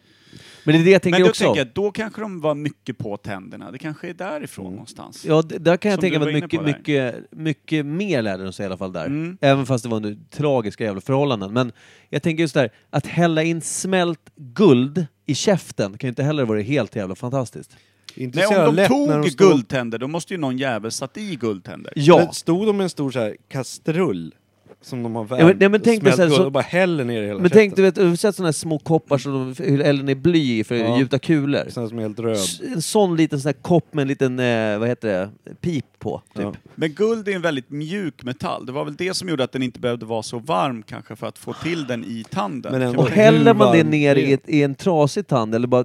Speaker 2: Men det är det jag tänker
Speaker 4: men då
Speaker 2: också.
Speaker 4: tänker jag, då kanske de var mycket på tänderna. Det kanske är därifrån
Speaker 7: Mm.
Speaker 4: någonstans.
Speaker 2: Ja, d- där kan jag
Speaker 4: Som
Speaker 2: tänka
Speaker 4: du
Speaker 2: mig
Speaker 4: var
Speaker 2: att
Speaker 4: inne
Speaker 2: mycket,
Speaker 4: på där.
Speaker 2: mycket, mycket mer lärde de sig i alla fall där.
Speaker 4: Mm.
Speaker 2: Även fast det var under tragiska jävla förhållanden. Men jag tänker just där, att hälla in smält guld i käften kan ju inte heller vara helt jävla fantastiskt.
Speaker 7: Inte så
Speaker 4: Nej,
Speaker 7: jävla
Speaker 4: om de
Speaker 7: lätt
Speaker 4: tog
Speaker 7: när de stod-
Speaker 4: guldtänder, då måste ju någon jävel satt i guldtänder.
Speaker 2: Ja,
Speaker 7: Men stod de med en stor så här kastrull som de har värmt
Speaker 2: Ja, men- nej, men tänk dig
Speaker 7: smält
Speaker 2: så här,
Speaker 7: guld
Speaker 2: så-
Speaker 7: och bara häller ner i hela
Speaker 2: men
Speaker 7: käften.
Speaker 2: tänk du vet, har du sett sådana här små koppar som de eller i bly i för att
Speaker 7: Ja.
Speaker 2: gjuta kulor?
Speaker 7: Sån här som är helt röd.
Speaker 2: S- En sån liten sån här kopp med en liten, eh, vad heter det, pip på. Typ.
Speaker 7: Ja.
Speaker 4: Men guld är en väldigt mjuk metall. Det var väl det som gjorde att den inte behövde vara så varm kanske för att få till den i tanden.
Speaker 7: Men
Speaker 4: Kan
Speaker 7: ändå-
Speaker 2: Och
Speaker 4: man-
Speaker 7: hel-
Speaker 2: häller man det
Speaker 7: varmt
Speaker 2: ner
Speaker 7: det
Speaker 2: i,
Speaker 7: är.
Speaker 2: ett, i en trasig tand, eller bara,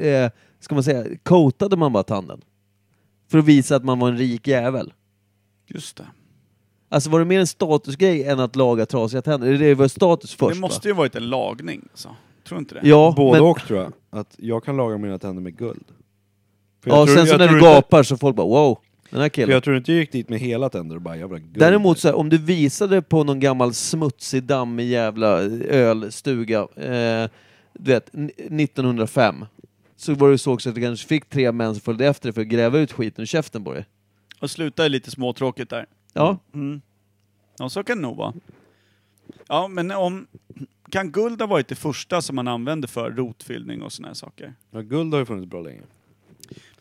Speaker 2: eh, ska man säga, coatade man bara tanden? För att visa att man var en rik jävel.
Speaker 4: Just det.
Speaker 2: Alltså var det mer en statusgrej än att laga trasiga tänder? Det var status först
Speaker 4: det måste
Speaker 2: va?
Speaker 4: ju varit en lagning. Så. Tror inte det?
Speaker 2: Ja,
Speaker 7: Både
Speaker 2: men,
Speaker 7: och tror jag. Att jag kan laga mina tänder med guld. För jag
Speaker 2: ja
Speaker 7: tror-
Speaker 2: sen så
Speaker 7: jag
Speaker 2: när du
Speaker 7: tror inte-
Speaker 2: gapar så folk bara wow, den här
Speaker 7: För
Speaker 2: killen.
Speaker 7: jag tror inte jag gick dit med hela tänder och bara jävla guld.
Speaker 2: Däremot så här, om du visade på någon gammal smutsig dammig jävla eh, ölstuga, eh, du vet, n- 1905. Så var det så också att du kanske fick tre män som följde efter dig för att gräva ut skiten ur käften på dig.
Speaker 4: Och sluta är lite småtråkigt där.
Speaker 2: Ja,
Speaker 4: Ja, så kan det nog vara. Ja, men om... Kan guld ha varit det första som man använde för rotfyllning och såna här saker?
Speaker 7: Ja, guld har ju funnits bra länge.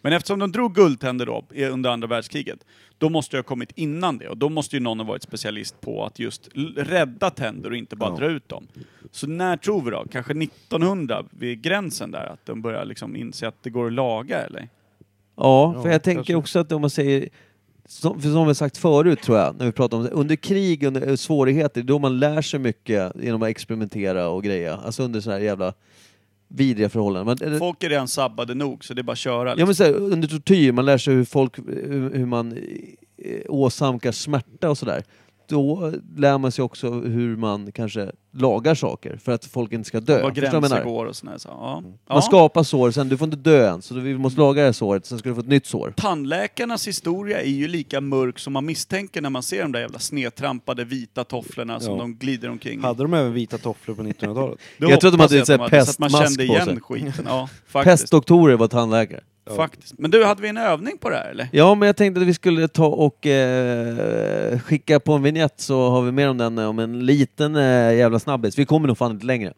Speaker 4: Men eftersom de drog guldtänder då, i- under andra världskriget, då måste jag ha kommit innan det och då måste ju någon ha varit specialist på att just l- rädda tänder och inte bara dra ut dem. Så när tror vi då? Kanske 1900, vid gränsen där, att de börjar liksom inse att det går att laga eller?
Speaker 2: Ja, för
Speaker 7: Ja,
Speaker 2: jag tänker
Speaker 7: kanske.
Speaker 2: också att om man säger, som, för som vi har sagt förut tror jag, när vi pratar om det, under krig, under eh, svårigheter, då man lär sig mycket genom att experimentera och greja. Alltså under sådana här jävla vidriga förhållanden. Man, eller-
Speaker 4: Folk är redan sabbade nog så det är bara att köra.
Speaker 2: ja,
Speaker 4: Liksom.
Speaker 2: men så här, under tortyr, man lär sig hur folk, hur, hur man eh, åsamkar eh, smärta och sådär. då lär man sig också hur man kanske lagar saker för att folk inte ska dö.
Speaker 4: Var
Speaker 2: Förstår du vad jag
Speaker 4: gränser
Speaker 2: menar? Mm.
Speaker 4: går och sådär. Så, ja.
Speaker 2: Man
Speaker 4: Ja.
Speaker 2: skapar sår, sen du får inte dö än, så vi måste laga det här såret, sen ska du få ett nytt sår.
Speaker 4: Tandläkarnas historia är ju lika mörk som man misstänker när man ser de där jävla snedtrampade vita tofflorna som
Speaker 7: Ja.
Speaker 4: de glider omkring i.
Speaker 7: Hade de även vita tofflor på 1900-talet?
Speaker 4: Det
Speaker 2: Jag tror att de
Speaker 4: hoppas
Speaker 2: hade lite
Speaker 4: att
Speaker 2: så här
Speaker 4: de hade, så att
Speaker 2: pestmask
Speaker 4: man
Speaker 2: på
Speaker 4: kände igen skiten. Ja, faktiskt.
Speaker 2: Pestdoktorer var tandläkare.
Speaker 4: faktiskt. Men du, hade vi en övning på det här eller?
Speaker 2: Ja, men jag tänkte att vi skulle ta och eh, skicka på en vignett så har vi mer om den eh, om en liten eh, jävla snabbis. Vi kommer nog fan inte längre.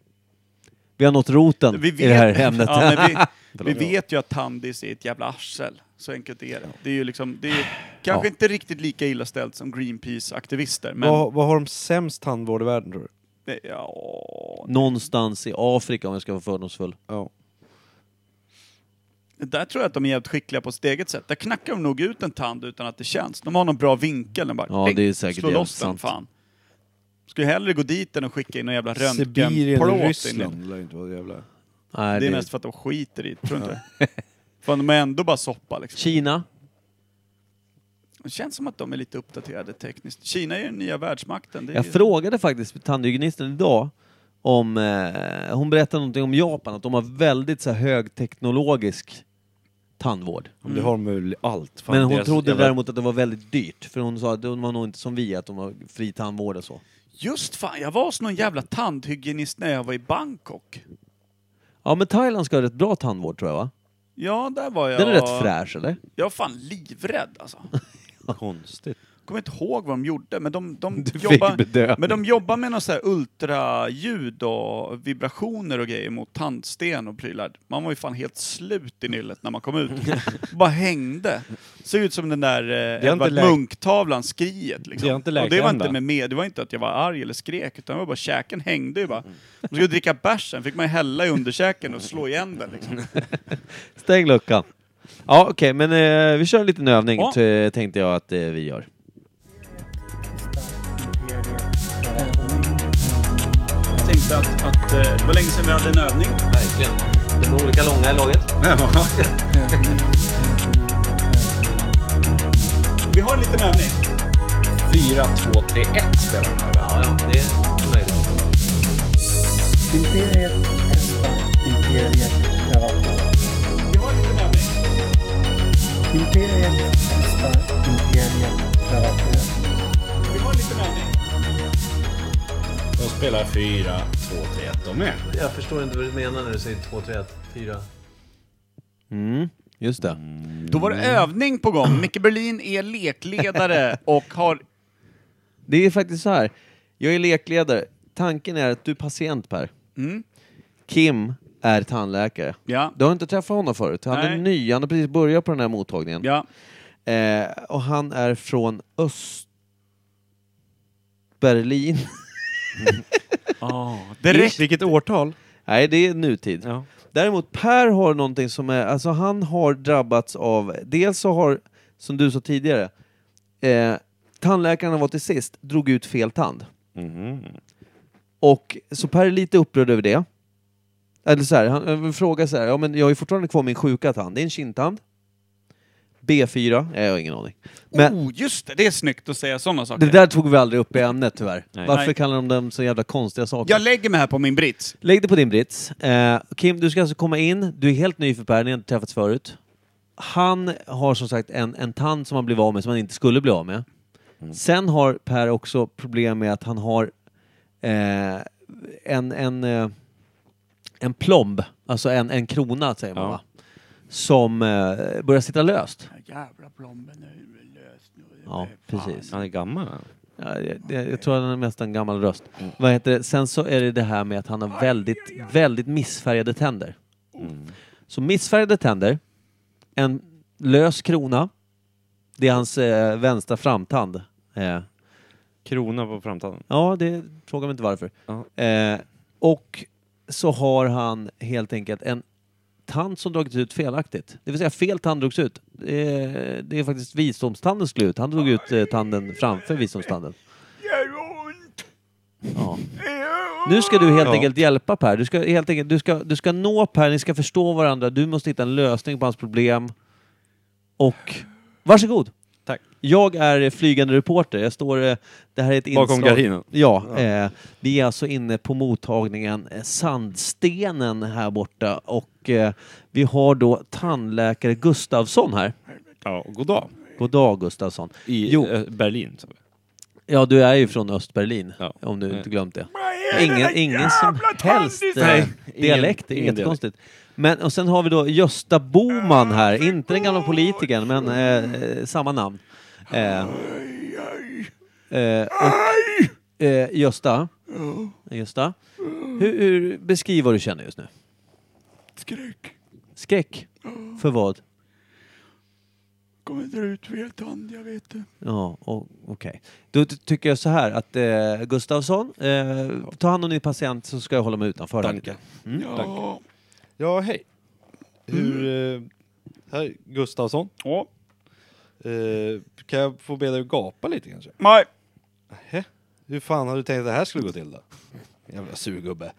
Speaker 2: Vi har nått roten i det här ämnet.
Speaker 4: Ja, men vi, vi
Speaker 2: Förlåt.
Speaker 4: vet ju att Tandis är ett jävla arsel. Så enkelt är det. Det är ju liksom, det är ju kanske inte riktigt lika illa ställt som Greenpeace-aktivister, men...
Speaker 7: Vad, vad har de sämst tandvård i världen tror du?
Speaker 4: Det, ja,
Speaker 2: Någonstans i Afrika om jag ska vara fördomsfull.
Speaker 7: Ja.
Speaker 4: där tror jag att de är jävligt skickliga på sitt eget sätt. Där knackar de nog ut en tand utan att det känns. De har någon bra vinkel. De bara,
Speaker 2: Ja,
Speaker 4: ding,
Speaker 2: det är säkert
Speaker 4: slår loss
Speaker 2: jävligt
Speaker 4: den,
Speaker 2: sant.
Speaker 4: fan. Skulle hellre gå dit än att skicka in någon jävla
Speaker 7: Sibirien och
Speaker 4: röntgenplåt. in i den.
Speaker 7: Ryssland lär inte vara jävla...
Speaker 2: Nej,
Speaker 4: Det är mest för att de skiter i det, tror du inte? Fan, de är ändå bara soppa liksom.
Speaker 2: Kina.
Speaker 4: Det känns som att de är lite uppdaterade tekniskt. Kina är ju den nya världsmakten. Det är
Speaker 2: Jag
Speaker 4: ju-
Speaker 2: frågade faktiskt tandhygienisten idag om, eh, hon berättade någonting om Japan, att de har väldigt så här, högteknologisk tandvård.
Speaker 7: Mm. Det har de väl i allt. Fan,
Speaker 2: Men hon
Speaker 7: deras
Speaker 2: trodde
Speaker 7: jävla-
Speaker 2: däremot att det var väldigt dyrt, för hon sa att de var nog inte som vi, att de har fri tandvård och så.
Speaker 4: Just fan, jag var hos någon jävla tandhygienist när jag var i Bangkok.
Speaker 2: Ja men Thailand ska ha rätt bra tandvård tror jag va?
Speaker 4: Ja, där var jag.
Speaker 2: Den är rätt fräsch eller?
Speaker 4: Jag var fan livrädd alltså.
Speaker 7: Konstigt.
Speaker 4: kommer inte ihåg vad de gjorde, men de, de,
Speaker 2: Du fick
Speaker 4: jobbar,
Speaker 2: bedövning.
Speaker 4: men de jobbar med någon så här ultraljud och vibrationer och grejer mot tandsten och prylar. Man var ju fan helt slut i nyllet när man kom ut. Bara hängde. Såg ut som den där eh,
Speaker 7: inte
Speaker 4: Edvard
Speaker 7: läkt-
Speaker 4: Munch-tavlan, skriet liksom.
Speaker 7: Det har inte läkt
Speaker 4: och det var
Speaker 7: än,
Speaker 4: inte,
Speaker 7: va?
Speaker 4: med, med, det var inte att jag var arg eller skrek, utan det var bara käken hängde ju bara. Man skulle dricka bärs sen fick man ju hälla i underkäken och slå igen den liksom.
Speaker 2: Stäng luckan. Ja okej, men eh, vi kör en liten övning
Speaker 4: Ja.
Speaker 2: t- tänkte jag att eh, vi gör.
Speaker 4: Jag tänkte att, att eh, det var länge sedan vi hade en övning.
Speaker 2: Verkligen. De är olika långa i laget.
Speaker 4: Vi har en liten övning.
Speaker 2: Ja, ja, det är möjligt.
Speaker 8: Imperiet testa, Imperiet pröva.
Speaker 4: Vi har en liten övning.
Speaker 8: Imperiet testa, Imperiet pröva.
Speaker 4: Vi har en liten övning.
Speaker 9: De spelar 4, 2, 3, 1 de med.
Speaker 2: Jag förstår inte vad du menar när du säger 2, 3, 1, 4. Mm, just det.
Speaker 4: Då var det
Speaker 3: Mm.
Speaker 4: övning på gång. Micke Berlin är lekledare och har...
Speaker 2: Det är faktiskt så här. Jag är lekledare. Tanken är att du är patient Per.
Speaker 4: Mm.
Speaker 2: Kim är tandläkare.
Speaker 4: Ja.
Speaker 2: Du har inte träffat honom förut. Han är
Speaker 4: Nej.
Speaker 2: ny, han har precis börjat på den här mottagningen.
Speaker 4: Ja.
Speaker 2: Eh, och han är från Östberlin.
Speaker 3: Ah,
Speaker 4: Direkt.
Speaker 7: Vilket årtal?
Speaker 2: Nej, det är nutid.
Speaker 7: Ja.
Speaker 2: Däremot Per har någonting som är, alltså han har drabbats av, dels så har, som du sa tidigare, eh, tandläkaren han var till sist drog ut fel tand. Och så Per är lite upprörd över det. Eller så här, han han frågar så här, ja men jag har ju fortfarande kvar min sjuka tand, det är en kindtand. B4, Nej, jag har ingen aning. Men
Speaker 4: Oh, just det. Det är snyggt att säga sådana saker.
Speaker 2: det där tog vi aldrig upp i ämnet tyvärr. Varför
Speaker 4: Nej.
Speaker 2: kallar de dem så jävla konstiga saker?
Speaker 4: Jag lägger mig här på min brits.
Speaker 2: Lägg dig på din brits. Eh, Kim, du ska alltså komma in. Du är helt ny för Per, ni har inte träffats förut. Han har som sagt en, en tand som han blev av med, som han inte skulle bli av med. Sen har Per också problem med att han har eh, en, en, eh, en plomb, alltså en, en krona säger man
Speaker 7: Ja.
Speaker 2: va? Som eh, börjar sitta löst.
Speaker 4: Jävla plomben är löst nu.
Speaker 2: Ja, precis.
Speaker 7: Han är gammal han.
Speaker 2: Ja, jag, jag, jag tror att han är mest en gammal röst. Vad heter det? Sen så är det det här med att han har väldigt, väldigt missfärgade tänder. Så missfärgade tänder, en lös krona, det är hans eh, vänstra framtand. Eh,
Speaker 7: Krona på framtiden.
Speaker 2: ja, det frågar mig inte varför.
Speaker 7: Ja.
Speaker 2: Eh, och så har han helt enkelt en tand som dragits ut felaktigt. Det vill säga fel tand drogs ut. Eh, det är faktiskt visdomstanden skulle ut. Han drog ut eh, tanden framför visdomstanden.
Speaker 4: Gör ont!
Speaker 2: Ja. Nu ska du helt
Speaker 7: Ja.
Speaker 2: enkelt hjälpa Per. Du ska, helt enkelt, du, ska, du ska nå Per, ni ska förstå varandra. Du måste hitta en lösning på hans problem. Och varsågod!
Speaker 7: Tack.
Speaker 2: Jag är flygande reporter. Jag står... eh, Det här är ett
Speaker 3: Bakom
Speaker 2: inslag.
Speaker 3: gardinen?
Speaker 2: Ja. Eh, vi är alltså inne på mottagningen eh, Sandstenen här borta och eh, vi har då tandläkare Gustavsson här.
Speaker 10: Ja, och god dag.
Speaker 2: God dag Gustavsson.
Speaker 10: I
Speaker 2: Jo.
Speaker 10: eh, Berlin. sa vi.
Speaker 2: Ja, du är ju från Östberlin,
Speaker 10: Ja.
Speaker 2: om du
Speaker 10: Nej.
Speaker 2: inte glömt det. Ingen, ingen som helst eh,
Speaker 10: Nej, ingen-
Speaker 2: dialekt, det är
Speaker 10: ingen
Speaker 2: jättekonstigt. Men, och sen har vi då Gösta Boman här, inte den gamla politikern, men eh, eh, samma namn. Eh, eh, och, eh, Gösta, Gösta hur, hur, beskriv vad du känner just nu.
Speaker 4: Skräck.
Speaker 2: Skräck? För vad?
Speaker 4: Kommer dra ut fel tand, jag vet det.
Speaker 2: Ja, o- okej. Då ty- tycker jag så här att eh, Gustavsson, eh, ta hand om din patient så ska jag hålla mig utanför. här lite.
Speaker 3: Mm,
Speaker 4: Ja.
Speaker 3: Ja, hej. Hur... Eh, här, Gustafsson.
Speaker 4: Åh,
Speaker 3: Eh, kan jag få be dig att gapa lite kanske?
Speaker 4: nej.
Speaker 3: Hä? Hur fan har du tänkt att det här skulle gå till då? Jävla surgubbe.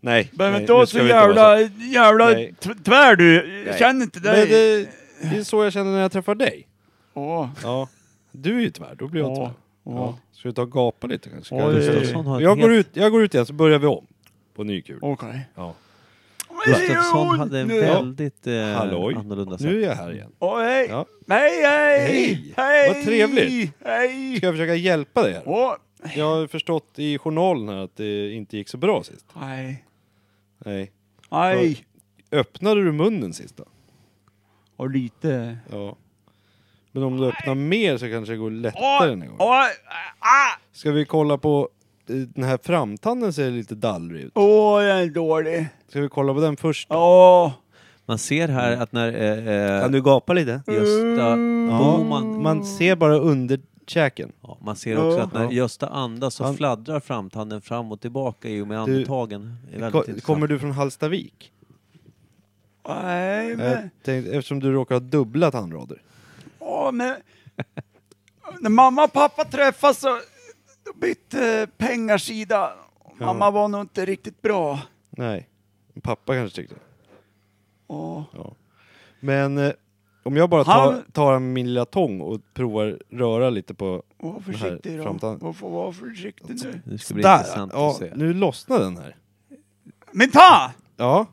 Speaker 3: Nej.
Speaker 4: Behöver
Speaker 3: nej,
Speaker 4: inte
Speaker 3: nu
Speaker 4: vara
Speaker 3: ska vi
Speaker 4: så
Speaker 3: inte vara
Speaker 4: jävla, jävla
Speaker 3: Nej.
Speaker 4: tv- tvär du. Jag
Speaker 3: Nej.
Speaker 4: känner inte
Speaker 3: Men det,
Speaker 4: dig.
Speaker 3: det är så jag känner när jag träffar dig.
Speaker 4: Åh,
Speaker 3: Ja. Du är ju tvär, då blir jag
Speaker 4: Ja.
Speaker 3: tvär.
Speaker 4: åh.
Speaker 3: Ska du ta och gapa lite kanske? Ska
Speaker 4: Oj.
Speaker 3: jag-
Speaker 2: Gustavsson har ett
Speaker 3: Jag
Speaker 2: helt-
Speaker 3: går, ut, jag går ut igen så börjar vi om. På ny kul.
Speaker 4: Okej.
Speaker 3: Ja.
Speaker 2: Gustavsson hade en
Speaker 4: Nu-
Speaker 2: väldigt eh,
Speaker 3: Halloj.
Speaker 2: annorlunda sätt.
Speaker 3: Nu är jag här igen.
Speaker 4: Åh, hej.
Speaker 3: Ja.
Speaker 4: Hej, hej!
Speaker 3: Hej. Vad trevligt.
Speaker 4: Hej!
Speaker 3: Ska jag försöka hjälpa dig här?
Speaker 4: Åh,
Speaker 3: Jag har förstått i journalen här att det inte gick så bra sist.
Speaker 4: nej.
Speaker 3: Nej.
Speaker 4: Nej.
Speaker 3: Öppnade du munnen sist då?
Speaker 4: Och lite...
Speaker 3: Ja. Men om du öppnar mer så kanske det går lättare den här gången.
Speaker 4: Åh, ah!
Speaker 3: Ska vi kolla på eh, den här framtanden ser lite dallrig ut.
Speaker 4: Åh, den är dålig.
Speaker 3: Ska vi kolla på den först?
Speaker 4: Åh.
Speaker 2: Man ser här att när eh, eh,
Speaker 3: du gapa lite?
Speaker 2: Gösta
Speaker 3: Ja,
Speaker 4: Mm.
Speaker 2: Boman...
Speaker 3: man ser bara under käken.
Speaker 2: Ja, man ser också att när
Speaker 3: Ja.
Speaker 2: Gösta andas så
Speaker 3: Han-
Speaker 2: fladdrar framtanden fram och tillbaka i och med
Speaker 3: Du-
Speaker 2: andetagen. Det är väldigt
Speaker 3: Ko-
Speaker 2: intressant.
Speaker 3: Kommer du från Hallstavik?
Speaker 4: Nej, men...
Speaker 3: Jag tänkte, eftersom du råkar ha dubbla tandrader.
Speaker 4: Åh, men... När mamma och pappa träffas så då bytte pengar sida. Mamma var nog inte riktigt bra.
Speaker 3: Nej. Pappa kanske tyckte det.
Speaker 4: Åh.
Speaker 3: Men eh, om jag bara
Speaker 4: Han-
Speaker 3: tar, tar min lilla tång och provar röra lite på...
Speaker 4: Var försiktig
Speaker 3: här Alltså.
Speaker 4: då.
Speaker 3: framtanden.
Speaker 4: Var, får vara försiktig nu.
Speaker 2: Det ska bli intressant
Speaker 3: ja,
Speaker 2: att se.
Speaker 3: nu lossnar den här.
Speaker 4: Men ta!
Speaker 3: Ja,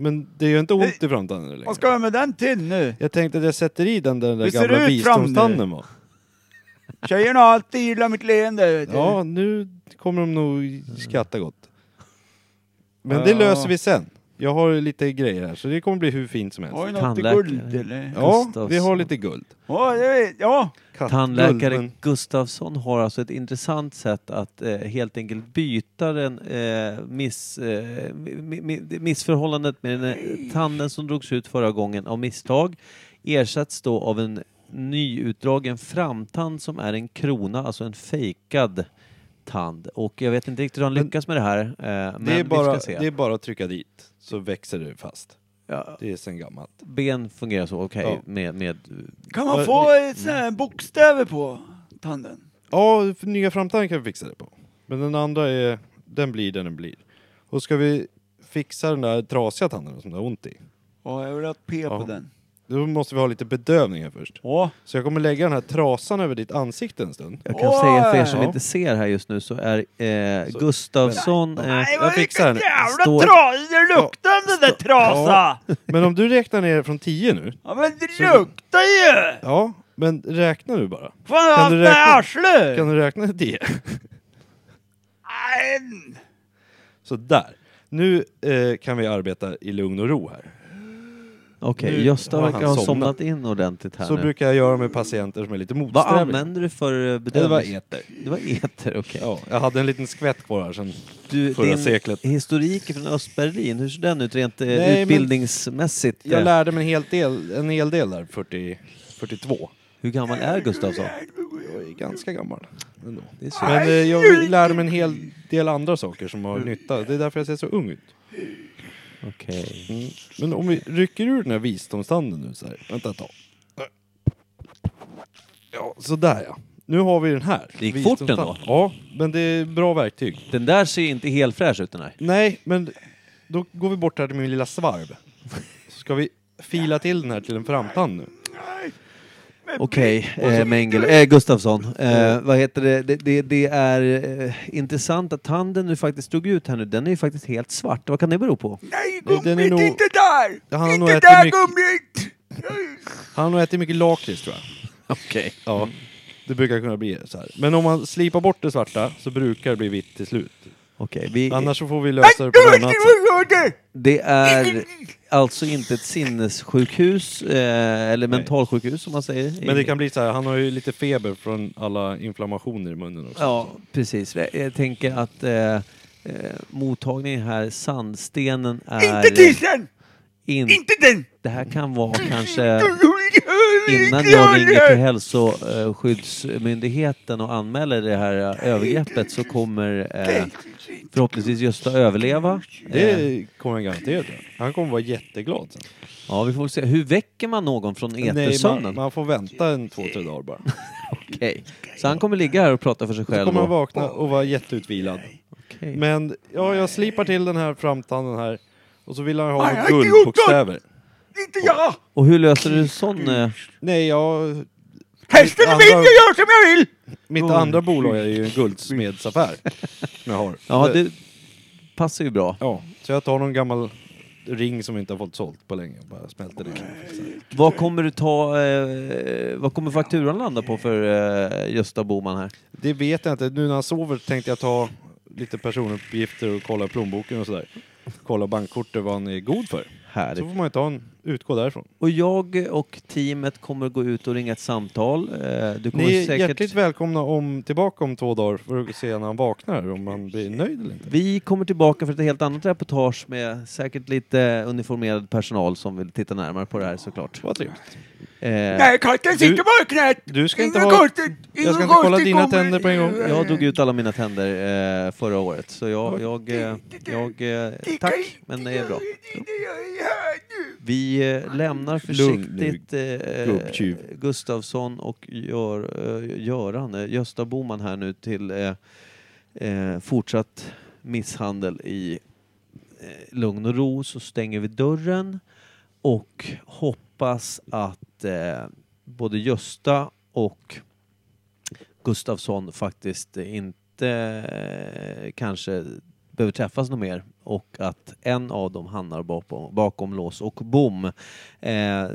Speaker 3: men det gör inte ont i framtanden längre.
Speaker 4: Vad ska jag med den till nu?
Speaker 3: Jag tänkte att jag sätter i den där, den där
Speaker 4: Hur ser det
Speaker 3: gamla
Speaker 4: ut fram nu?
Speaker 3: visdomstanden var.
Speaker 4: Tjejerna har alltid gillat mitt leende. vet du.
Speaker 2: Eh,
Speaker 3: Ja, nu kommer de nog
Speaker 2: Mm.
Speaker 3: skratta gott. Men det
Speaker 4: Ja.
Speaker 3: löser vi sen. Jag har lite grejer här, så det kommer bli hur fint som helst.
Speaker 4: Har du något i
Speaker 2: Tandläkare.
Speaker 4: guld eller?
Speaker 3: Ja,
Speaker 2: Gustavsson.
Speaker 3: vi har lite guld.
Speaker 4: Ja, det vet- ja.
Speaker 3: Kattguld,
Speaker 2: Tandläkare
Speaker 3: men-
Speaker 2: Gustafsson har alltså ett intressant sätt att eh, helt enkelt byta den, eh, miss, eh, mi, mi, det missförhållandet med den, eh, tanden som drogs ut förra gången av misstag ersätts då av en nyutdragen framtand som är en krona, alltså en fejkad tand. Och jag vet inte riktigt hur han lyckas med det här, eh, men
Speaker 3: Det är, bara,
Speaker 2: vi ska se.
Speaker 3: det är bara att trycka dit, så växer det fast.
Speaker 2: Ja,
Speaker 3: Det är sen gammalt.
Speaker 2: ben fungerar så okej
Speaker 3: Ja.
Speaker 2: med, med...
Speaker 4: Kan man få ett sån här bokstäver på tanden?
Speaker 3: Ja, för nya framtanden kan vi fixa det på. Men den andra är, den blir den den blir. Och ska vi fixa den där trasiga tanden som det har ont i,
Speaker 4: Ja, jag vill ha ett P på
Speaker 3: Ja.
Speaker 4: den.
Speaker 3: då måste vi ha lite bedövning här först.
Speaker 4: Ja.
Speaker 3: Så jag kommer lägga den här trasan över ditt ansikte en stund.
Speaker 2: Jag kan säga för er som
Speaker 3: Ja.
Speaker 2: inte ser här just nu så är eh, Gustavsson... Eh,
Speaker 4: Nej,
Speaker 3: jag
Speaker 4: vad
Speaker 3: fixar den.
Speaker 4: vilken jävla
Speaker 2: Står-
Speaker 4: tra... Det luktar den där trasa! Ja,
Speaker 3: Men om du räknar ner från 10 nu.
Speaker 4: men det luktar ju!
Speaker 3: Ja, men räkna nu bara.
Speaker 4: Fan, allt
Speaker 3: du
Speaker 4: med
Speaker 3: räkna?
Speaker 4: arsle!
Speaker 3: Kan du räkna till 10?
Speaker 4: Nej.
Speaker 3: Så där. Nu eh, kan vi arbeta i lugn och ro här.
Speaker 2: Okej,
Speaker 3: Nu
Speaker 2: Gösta
Speaker 3: har han
Speaker 2: verkar ha somnat.
Speaker 3: somnat.
Speaker 2: in ordentligt här
Speaker 3: Så
Speaker 2: nu.
Speaker 3: brukar jag göra med patienter som är lite
Speaker 2: Vad
Speaker 3: motsträviga.
Speaker 2: använder du för eh,
Speaker 3: Det
Speaker 2: bedömning?
Speaker 3: var eter.
Speaker 2: Det var eter, okej.
Speaker 3: Ja, jag hade en liten skvätt kvar här sen.
Speaker 2: Du,
Speaker 3: förra
Speaker 2: din
Speaker 3: seklet.
Speaker 2: historik är från Östberlin, hur ser den ut rent eh,
Speaker 3: Nej, men-
Speaker 2: utbildningsmässigt?
Speaker 3: Jag
Speaker 2: Eh,
Speaker 3: lärde mig en hel del, en hel del där, 40, 42.
Speaker 2: Hur gammal är Gustavsson?
Speaker 3: Jag är ganska gammal ändå.
Speaker 2: Det är synd.
Speaker 3: Men eh, jag lärde mig en hel del andra saker som har
Speaker 2: Mm.
Speaker 3: nytta. Det är därför jag ser så ung ut.
Speaker 2: Okej.
Speaker 3: Men om vi rycker ur den här visdomstanden nu så här. Vänta ett tag. Ja, sådär ja. Nu har vi den här.
Speaker 2: Det gick fort
Speaker 3: Visdomstand-
Speaker 2: ändå.
Speaker 3: Ja, men det är bra verktyg.
Speaker 2: Den där ser ju inte helt fräsch ut den här.
Speaker 3: Nej, men då går vi bort här till min lilla svarv. Så ska vi fila till den här till en framtand nu.
Speaker 2: Okej, eh, Mengele. Eh, Gustafsson.
Speaker 3: Mm.
Speaker 2: Eh, vad heter det? Det, det, det är eh, intressant att tanden du faktiskt drog ut här nu, den är ju faktiskt helt svart. Vad kan det bero på?
Speaker 3: Den är nog... Inte där! Han har nog ätit mycket... Han har nog ätit mycket lakrits tror jag.
Speaker 2: Okej.
Speaker 3: Ja. Det brukar kunna bli så här. Men om man slipar bort det svarta så brukar det bli vitt till slut.
Speaker 2: Okej, vi,
Speaker 3: Annars så får vi lösa det på något annat sätt.
Speaker 2: det är alltså inte ett sinnessjukhus, eh, eller mentalsjukhus som man säger.
Speaker 3: Men det kan bli så här, han har ju lite feber från alla inflammationer i munnen också.
Speaker 2: Ja, precis. Jag- Jag tänker att eh, eh, mottagningen här, sandstenen är... Inte tissen! inte den! Det här kan vara kanske innan jag ringer till hälsoskyddsmyndigheten och anmäler det här eh, övergreppet så kommer eh, förhoppningsvis Gösta överleva. Eh,
Speaker 3: Det kommer han garanterat göra. Han kommer vara jätteglad sen.
Speaker 2: ja, vi får väl se. Hur väcker man någon från
Speaker 3: Nej, man,
Speaker 2: etersömnen?
Speaker 3: man får vänta en två, tre dagar bara.
Speaker 2: Okej. Så han kommer ligga här och prata för sig
Speaker 3: Så
Speaker 2: själv?
Speaker 3: kommer han
Speaker 2: Och...
Speaker 3: vakna och vara jätteutvilad.
Speaker 2: Okej.
Speaker 3: Men ja, jag slipar till den här framtanden här. Och så vill han ha några guldbokstäver.
Speaker 2: och hur löser du sån... Eh,
Speaker 3: Nej, jag... Hästen är min, jag gör som jag vill! Mitt andra bolag är ju en guldsmedsaffär. som jag har.
Speaker 2: ja,
Speaker 3: Så-
Speaker 2: det passar ju bra.
Speaker 3: ja, så jag tar någon gammal ring som inte har fått sålt på länge och bara smälter det.
Speaker 2: Vad kommer du ta, eh, vad kommer fakturan landa på för eh, Gösta Boman här?
Speaker 3: Det vet jag inte. Nu när han sover tänkte jag ta lite personuppgifter och kolla plånboken och sådär. Kolla bankkortet, vad han är god för. Så
Speaker 2: Härligt.
Speaker 3: får man ju ta en, utgå därifrån.
Speaker 2: Och jag och teamet kommer gå ut och ringa ett samtal. Eh, du kommer
Speaker 3: Ni är
Speaker 2: säkert...
Speaker 3: hjärtligt välkomna om, tillbaka om två dagar för att se när han vaknar, om han blir nöjd eller inte.
Speaker 2: Vi kommer tillbaka för ett helt annat reportage med säkert lite uniformerad personal som vill titta närmare på det här såklart.
Speaker 3: Vad trevligt.
Speaker 2: Eh,
Speaker 3: Du ska inte ha... Jag ska inte kolla dina tänder på en gång.
Speaker 2: Jag drog ut alla mina tänder eh, förra året så jag... jag, eh, jag eh, tack, men det är bra. Vi eh, lämnar
Speaker 3: Lugn nu,
Speaker 2: försiktigt eh,
Speaker 3: gubbtjuv.
Speaker 2: Gustafsson och gör, eh, Göran, eh, Gösta Boman här nu till eh, eh, fortsatt misshandel i eh, lugn och ro så stänger vi dörren och hoppas att eh, både Gösta och Gustafsson faktiskt inte eh, kanske behöver träffas något mer och att en av dem hamnar bakom, bakom lås och bom. Eh,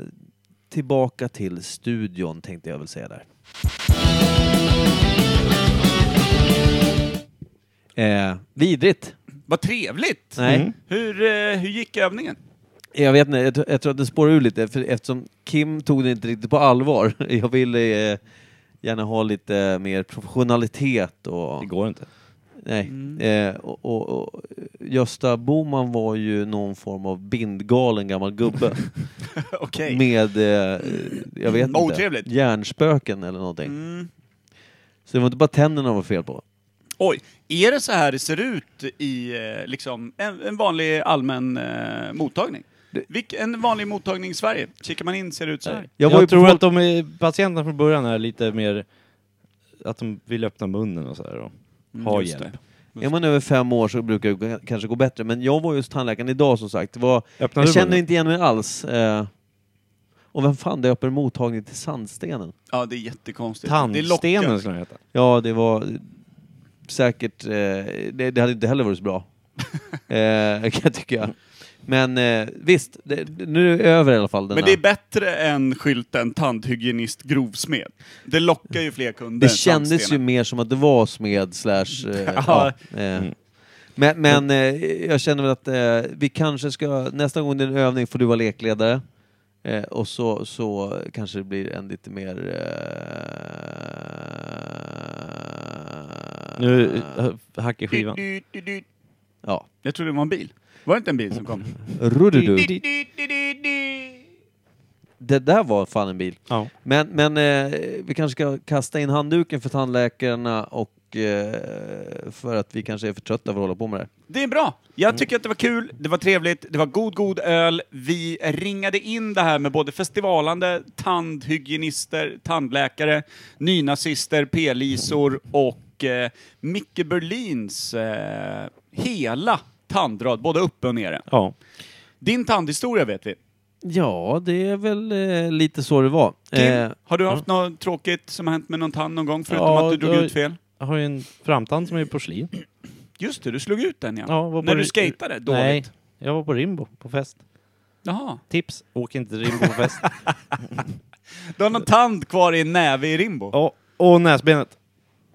Speaker 2: tillbaka till studion tänkte jag väl säga där. Eh, vidrigt.
Speaker 4: Vad trevligt!
Speaker 2: Nej.
Speaker 4: Hur, eh, hur gick övningen?
Speaker 2: Jag vet inte, jag, tror- jag tror att det spårar ur lite för eftersom Kim tog det inte riktigt på allvar. Jag ville eh, gärna ha lite mer professionalitet och...
Speaker 3: Det går inte.
Speaker 2: Nej. Eh, och, och, och Gösta Boman var ju någon form av bindgalen gammal gubbe
Speaker 4: Okej.
Speaker 2: med, eh, jag vet
Speaker 4: Mm,
Speaker 2: inte,
Speaker 4: otrevligt.
Speaker 2: hjärnspöken eller någonting.
Speaker 4: Mm.
Speaker 2: Så det var inte bara tänderna det var fel på.
Speaker 4: Oj, är det så här det ser ut i eh, liksom, en, en vanlig allmän eh, mottagning? Vilk, en vanlig mottagning i Sverige, kikar man in ser det ut så här.
Speaker 2: Jag
Speaker 3: Jag,
Speaker 2: var ju på
Speaker 3: tror
Speaker 2: folk-
Speaker 3: att de är, patienterna från början är lite mer... Att de vill öppna munnen och sådär och ha
Speaker 4: Mm, just
Speaker 3: hjälp.
Speaker 2: Är man över fem år så brukar det gå- kanske gå bättre. Men jag var just tandläkaren idag som sagt. Det var,
Speaker 3: Öppnar
Speaker 2: jag
Speaker 3: du
Speaker 2: känner
Speaker 3: munnen?
Speaker 2: inte igen mig alls. Eh, och vem fan döper en mottagning till Sandstenen?
Speaker 4: Ja, det är jättekonstigt. Det är
Speaker 3: Tandstenen
Speaker 4: lockande.
Speaker 3: skulle den heta.
Speaker 2: Ja, det var säkert... Eh, det, det hade inte heller varit så bra. eh, kan jag tycka. Men eh, visst, det, det- nu är det över i alla fall. Den
Speaker 4: Men
Speaker 2: här.
Speaker 4: det är bättre än skylten tandhygienist grovsmed. Det lockar ju fler kunder.
Speaker 2: Det
Speaker 4: än
Speaker 2: kändes ju
Speaker 4: tandstenen.
Speaker 2: mer som att det var smed slash... Eh, ja, eh.
Speaker 3: Mm.
Speaker 2: Men, men eh, jag känner väl att eh, vi kanske ska, nästa gång det är en övning får du vara lekledare. Eh, och så, så kanske det blir en lite mer... Eh,
Speaker 3: Nu eh, hackar skivan.
Speaker 4: Du, du, du, du.
Speaker 2: Ja.
Speaker 4: Jag trodde det var en bil. Var det inte en bil som
Speaker 2: Mm.
Speaker 4: kom?
Speaker 2: Rududu.
Speaker 4: Du, du, du, du, du.
Speaker 2: Det där var fan en bil.
Speaker 3: Ja.
Speaker 2: Men, men eh, vi kanske ska kasta in handduken för tandläkarna och eh, för att vi kanske är för trötta för att hålla på med det här.
Speaker 4: Det är bra.
Speaker 3: Mm.
Speaker 4: Jag tycker att det var kul, det var trevligt, det var god, god öl. Vi ringade in det här med både festivalande, tandhygienister, tandläkare, nynazister, p-lisor och eh, Micke Berlins eh, hela tandrad, både uppe och nere.
Speaker 3: Ja.
Speaker 4: Din tandhistoria vet vi.
Speaker 2: Ja, det är väl eh, lite så det var.
Speaker 4: Kim,
Speaker 2: Eh,
Speaker 4: har du haft något tråkigt som har hänt med någon tand någon gång, förutom
Speaker 3: Ja,
Speaker 4: att du drog
Speaker 3: det har-
Speaker 4: ut fel?
Speaker 3: Jag har ju en framtand som är i porslin.
Speaker 4: Just det, du slog ut den ja.
Speaker 3: var på
Speaker 4: När du
Speaker 3: ri-
Speaker 4: skatade dåligt.
Speaker 3: Nej, jag var på Rimbo på fest.
Speaker 4: Jaha.
Speaker 3: Tips, åk inte till Rimbo på fest.
Speaker 4: Du har någon tand kvar i en näve i Rimbo.
Speaker 3: Ja, och näsbenet.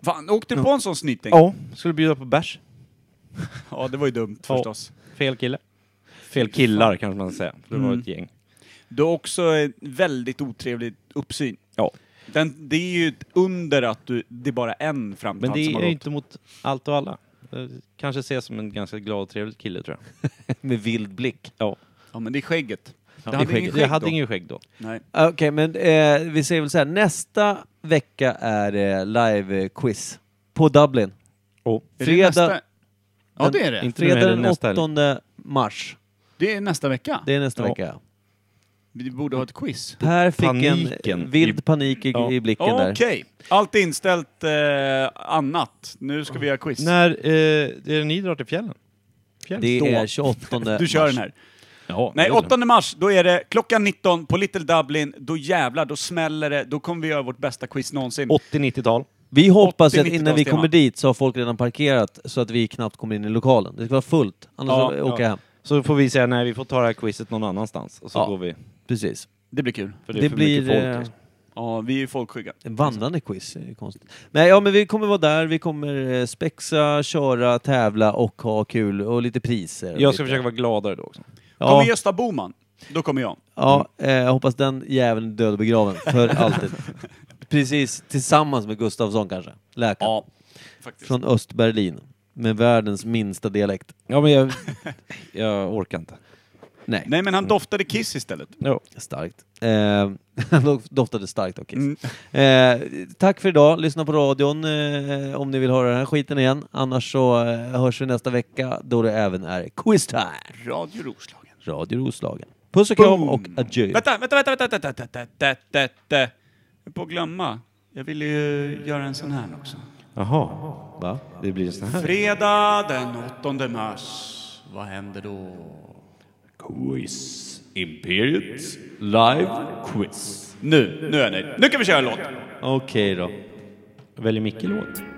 Speaker 4: Fan, åkte du på en sån snyting?
Speaker 3: Ja, skulle bjuda på bärs.
Speaker 4: Ja, det var ju dumt
Speaker 3: Ja.
Speaker 4: förstås.
Speaker 3: Fel kille. Mm. Fel killar kanske man ska säga, för det var ett gäng.
Speaker 4: Du har också ett väldigt otrevligt uppsyn.
Speaker 3: Ja.
Speaker 4: Den, det är ju ett under att du, det är bara en
Speaker 3: Men
Speaker 4: framtand
Speaker 3: det
Speaker 4: som har
Speaker 3: är
Speaker 4: gått.
Speaker 3: ju inte mot allt och alla. Eh, Kanske ses som en ganska glad och trevlig kille tror jag.
Speaker 2: med vild blick.
Speaker 3: Ja.
Speaker 4: Ja, men det är skägget.
Speaker 3: Ja,
Speaker 4: det
Speaker 3: i
Speaker 4: hade
Speaker 3: skägg.
Speaker 4: ingen
Speaker 3: jag
Speaker 4: skägg
Speaker 3: hade
Speaker 4: då.
Speaker 3: ingen skägg då.
Speaker 4: Nej.
Speaker 2: ah, Okej, men eh, vi säger väl så här. Nästa vecka är eh, live-quiz på Dublin.
Speaker 3: Oh.
Speaker 4: Är det
Speaker 2: Fredag-
Speaker 4: nästa- Ja,
Speaker 2: Den-
Speaker 4: det är det.
Speaker 3: Inte nu, är
Speaker 2: Fredag
Speaker 3: det
Speaker 2: den
Speaker 3: nästa
Speaker 2: 8 mars.
Speaker 4: Det är nästa vecka.
Speaker 2: Det är nästa
Speaker 3: Ja.
Speaker 2: vecka.
Speaker 4: Vi borde ha ett quiz.
Speaker 2: Per fick en
Speaker 3: Paniken
Speaker 2: vild
Speaker 3: i-
Speaker 2: panik i,
Speaker 3: Ja.
Speaker 2: i blicken
Speaker 4: Okej.
Speaker 2: där.
Speaker 4: Allt är inställt eh, annat. Nu ska vi göra quiz.
Speaker 3: När eh, det är ni drar till fjällen?
Speaker 2: Det
Speaker 4: Då.
Speaker 2: är 28
Speaker 4: Du kör
Speaker 2: mars.
Speaker 4: den här.
Speaker 3: Ja,
Speaker 4: Nej, 8 mars, då är det klockan 19 på Little Dublin. Då jävlar, då smäller det. Då kommer vi göra vårt bästa quiz någonsin.
Speaker 3: 80-90-tal.
Speaker 2: Vi hoppas att
Speaker 4: 80-90-tals
Speaker 2: innan vi
Speaker 4: tema.
Speaker 2: kommer dit så har folk redan parkerat så att vi knappt kommer in i lokalen. Det ska vara fullt, annars
Speaker 4: Ja,
Speaker 2: så åker jag hem.
Speaker 3: Så får vi säga nej, vi får ta det här quizet någon annanstans. Och så
Speaker 2: Ja.
Speaker 3: går vi.
Speaker 2: Precis.
Speaker 4: Det blir kul.
Speaker 3: För
Speaker 2: Det,
Speaker 3: det, är för
Speaker 2: blir
Speaker 3: mycket folk.
Speaker 2: eh,
Speaker 3: liksom.
Speaker 4: Ja, vi är ju folkskygga.
Speaker 2: en vandrande quiz. det är Konstigt. Nej, ja, men vi kommer vara där, vi kommer eh, spexa, köra, tävla och ha kul och lite priser. och
Speaker 3: Jag ska
Speaker 2: lite-
Speaker 3: försöka vara gladare då också.
Speaker 4: Kommer
Speaker 2: Ja,
Speaker 4: Gösta Boman, då kommer jag.
Speaker 2: ja eh, jag hoppas den jäveln är död och begraven för alltid. Precis, tillsammans med Gustafsson kanske, läkaren
Speaker 4: faktiskt.
Speaker 2: från Östberlin. Med världens minsta dialekt.
Speaker 3: Ja, men jag, jag orkar inte.
Speaker 2: Nej,
Speaker 4: Nej, men han doftade kiss istället.
Speaker 2: starkt. Eh, han doftade starkt av kiss.
Speaker 4: Mm.
Speaker 2: Eh, tack för idag. Lyssna på radion eh, om ni vill höra den här skiten igen. Annars så eh, hörs vi nästa vecka då det även är quiz time.
Speaker 4: Radio Roslagen.
Speaker 2: Radio Roslagen. Puss och kram och adjö.
Speaker 4: Vänta, vänta, vänta, vänta, vänta, vänta, vänta, vänta, vänta, vänta. Jag är på att glömma. Jag ville ju göra en sån här också.
Speaker 3: Jaha.
Speaker 2: Va?
Speaker 3: Det blir en sån här.
Speaker 4: Fredag den 8 mars. Vad händer då?
Speaker 9: Quiz. Imperiet live quiz.
Speaker 4: Nu, nu är jag nöjd. Nu kan vi köra en låt.
Speaker 2: Okej då.
Speaker 3: Väljer Micke låt?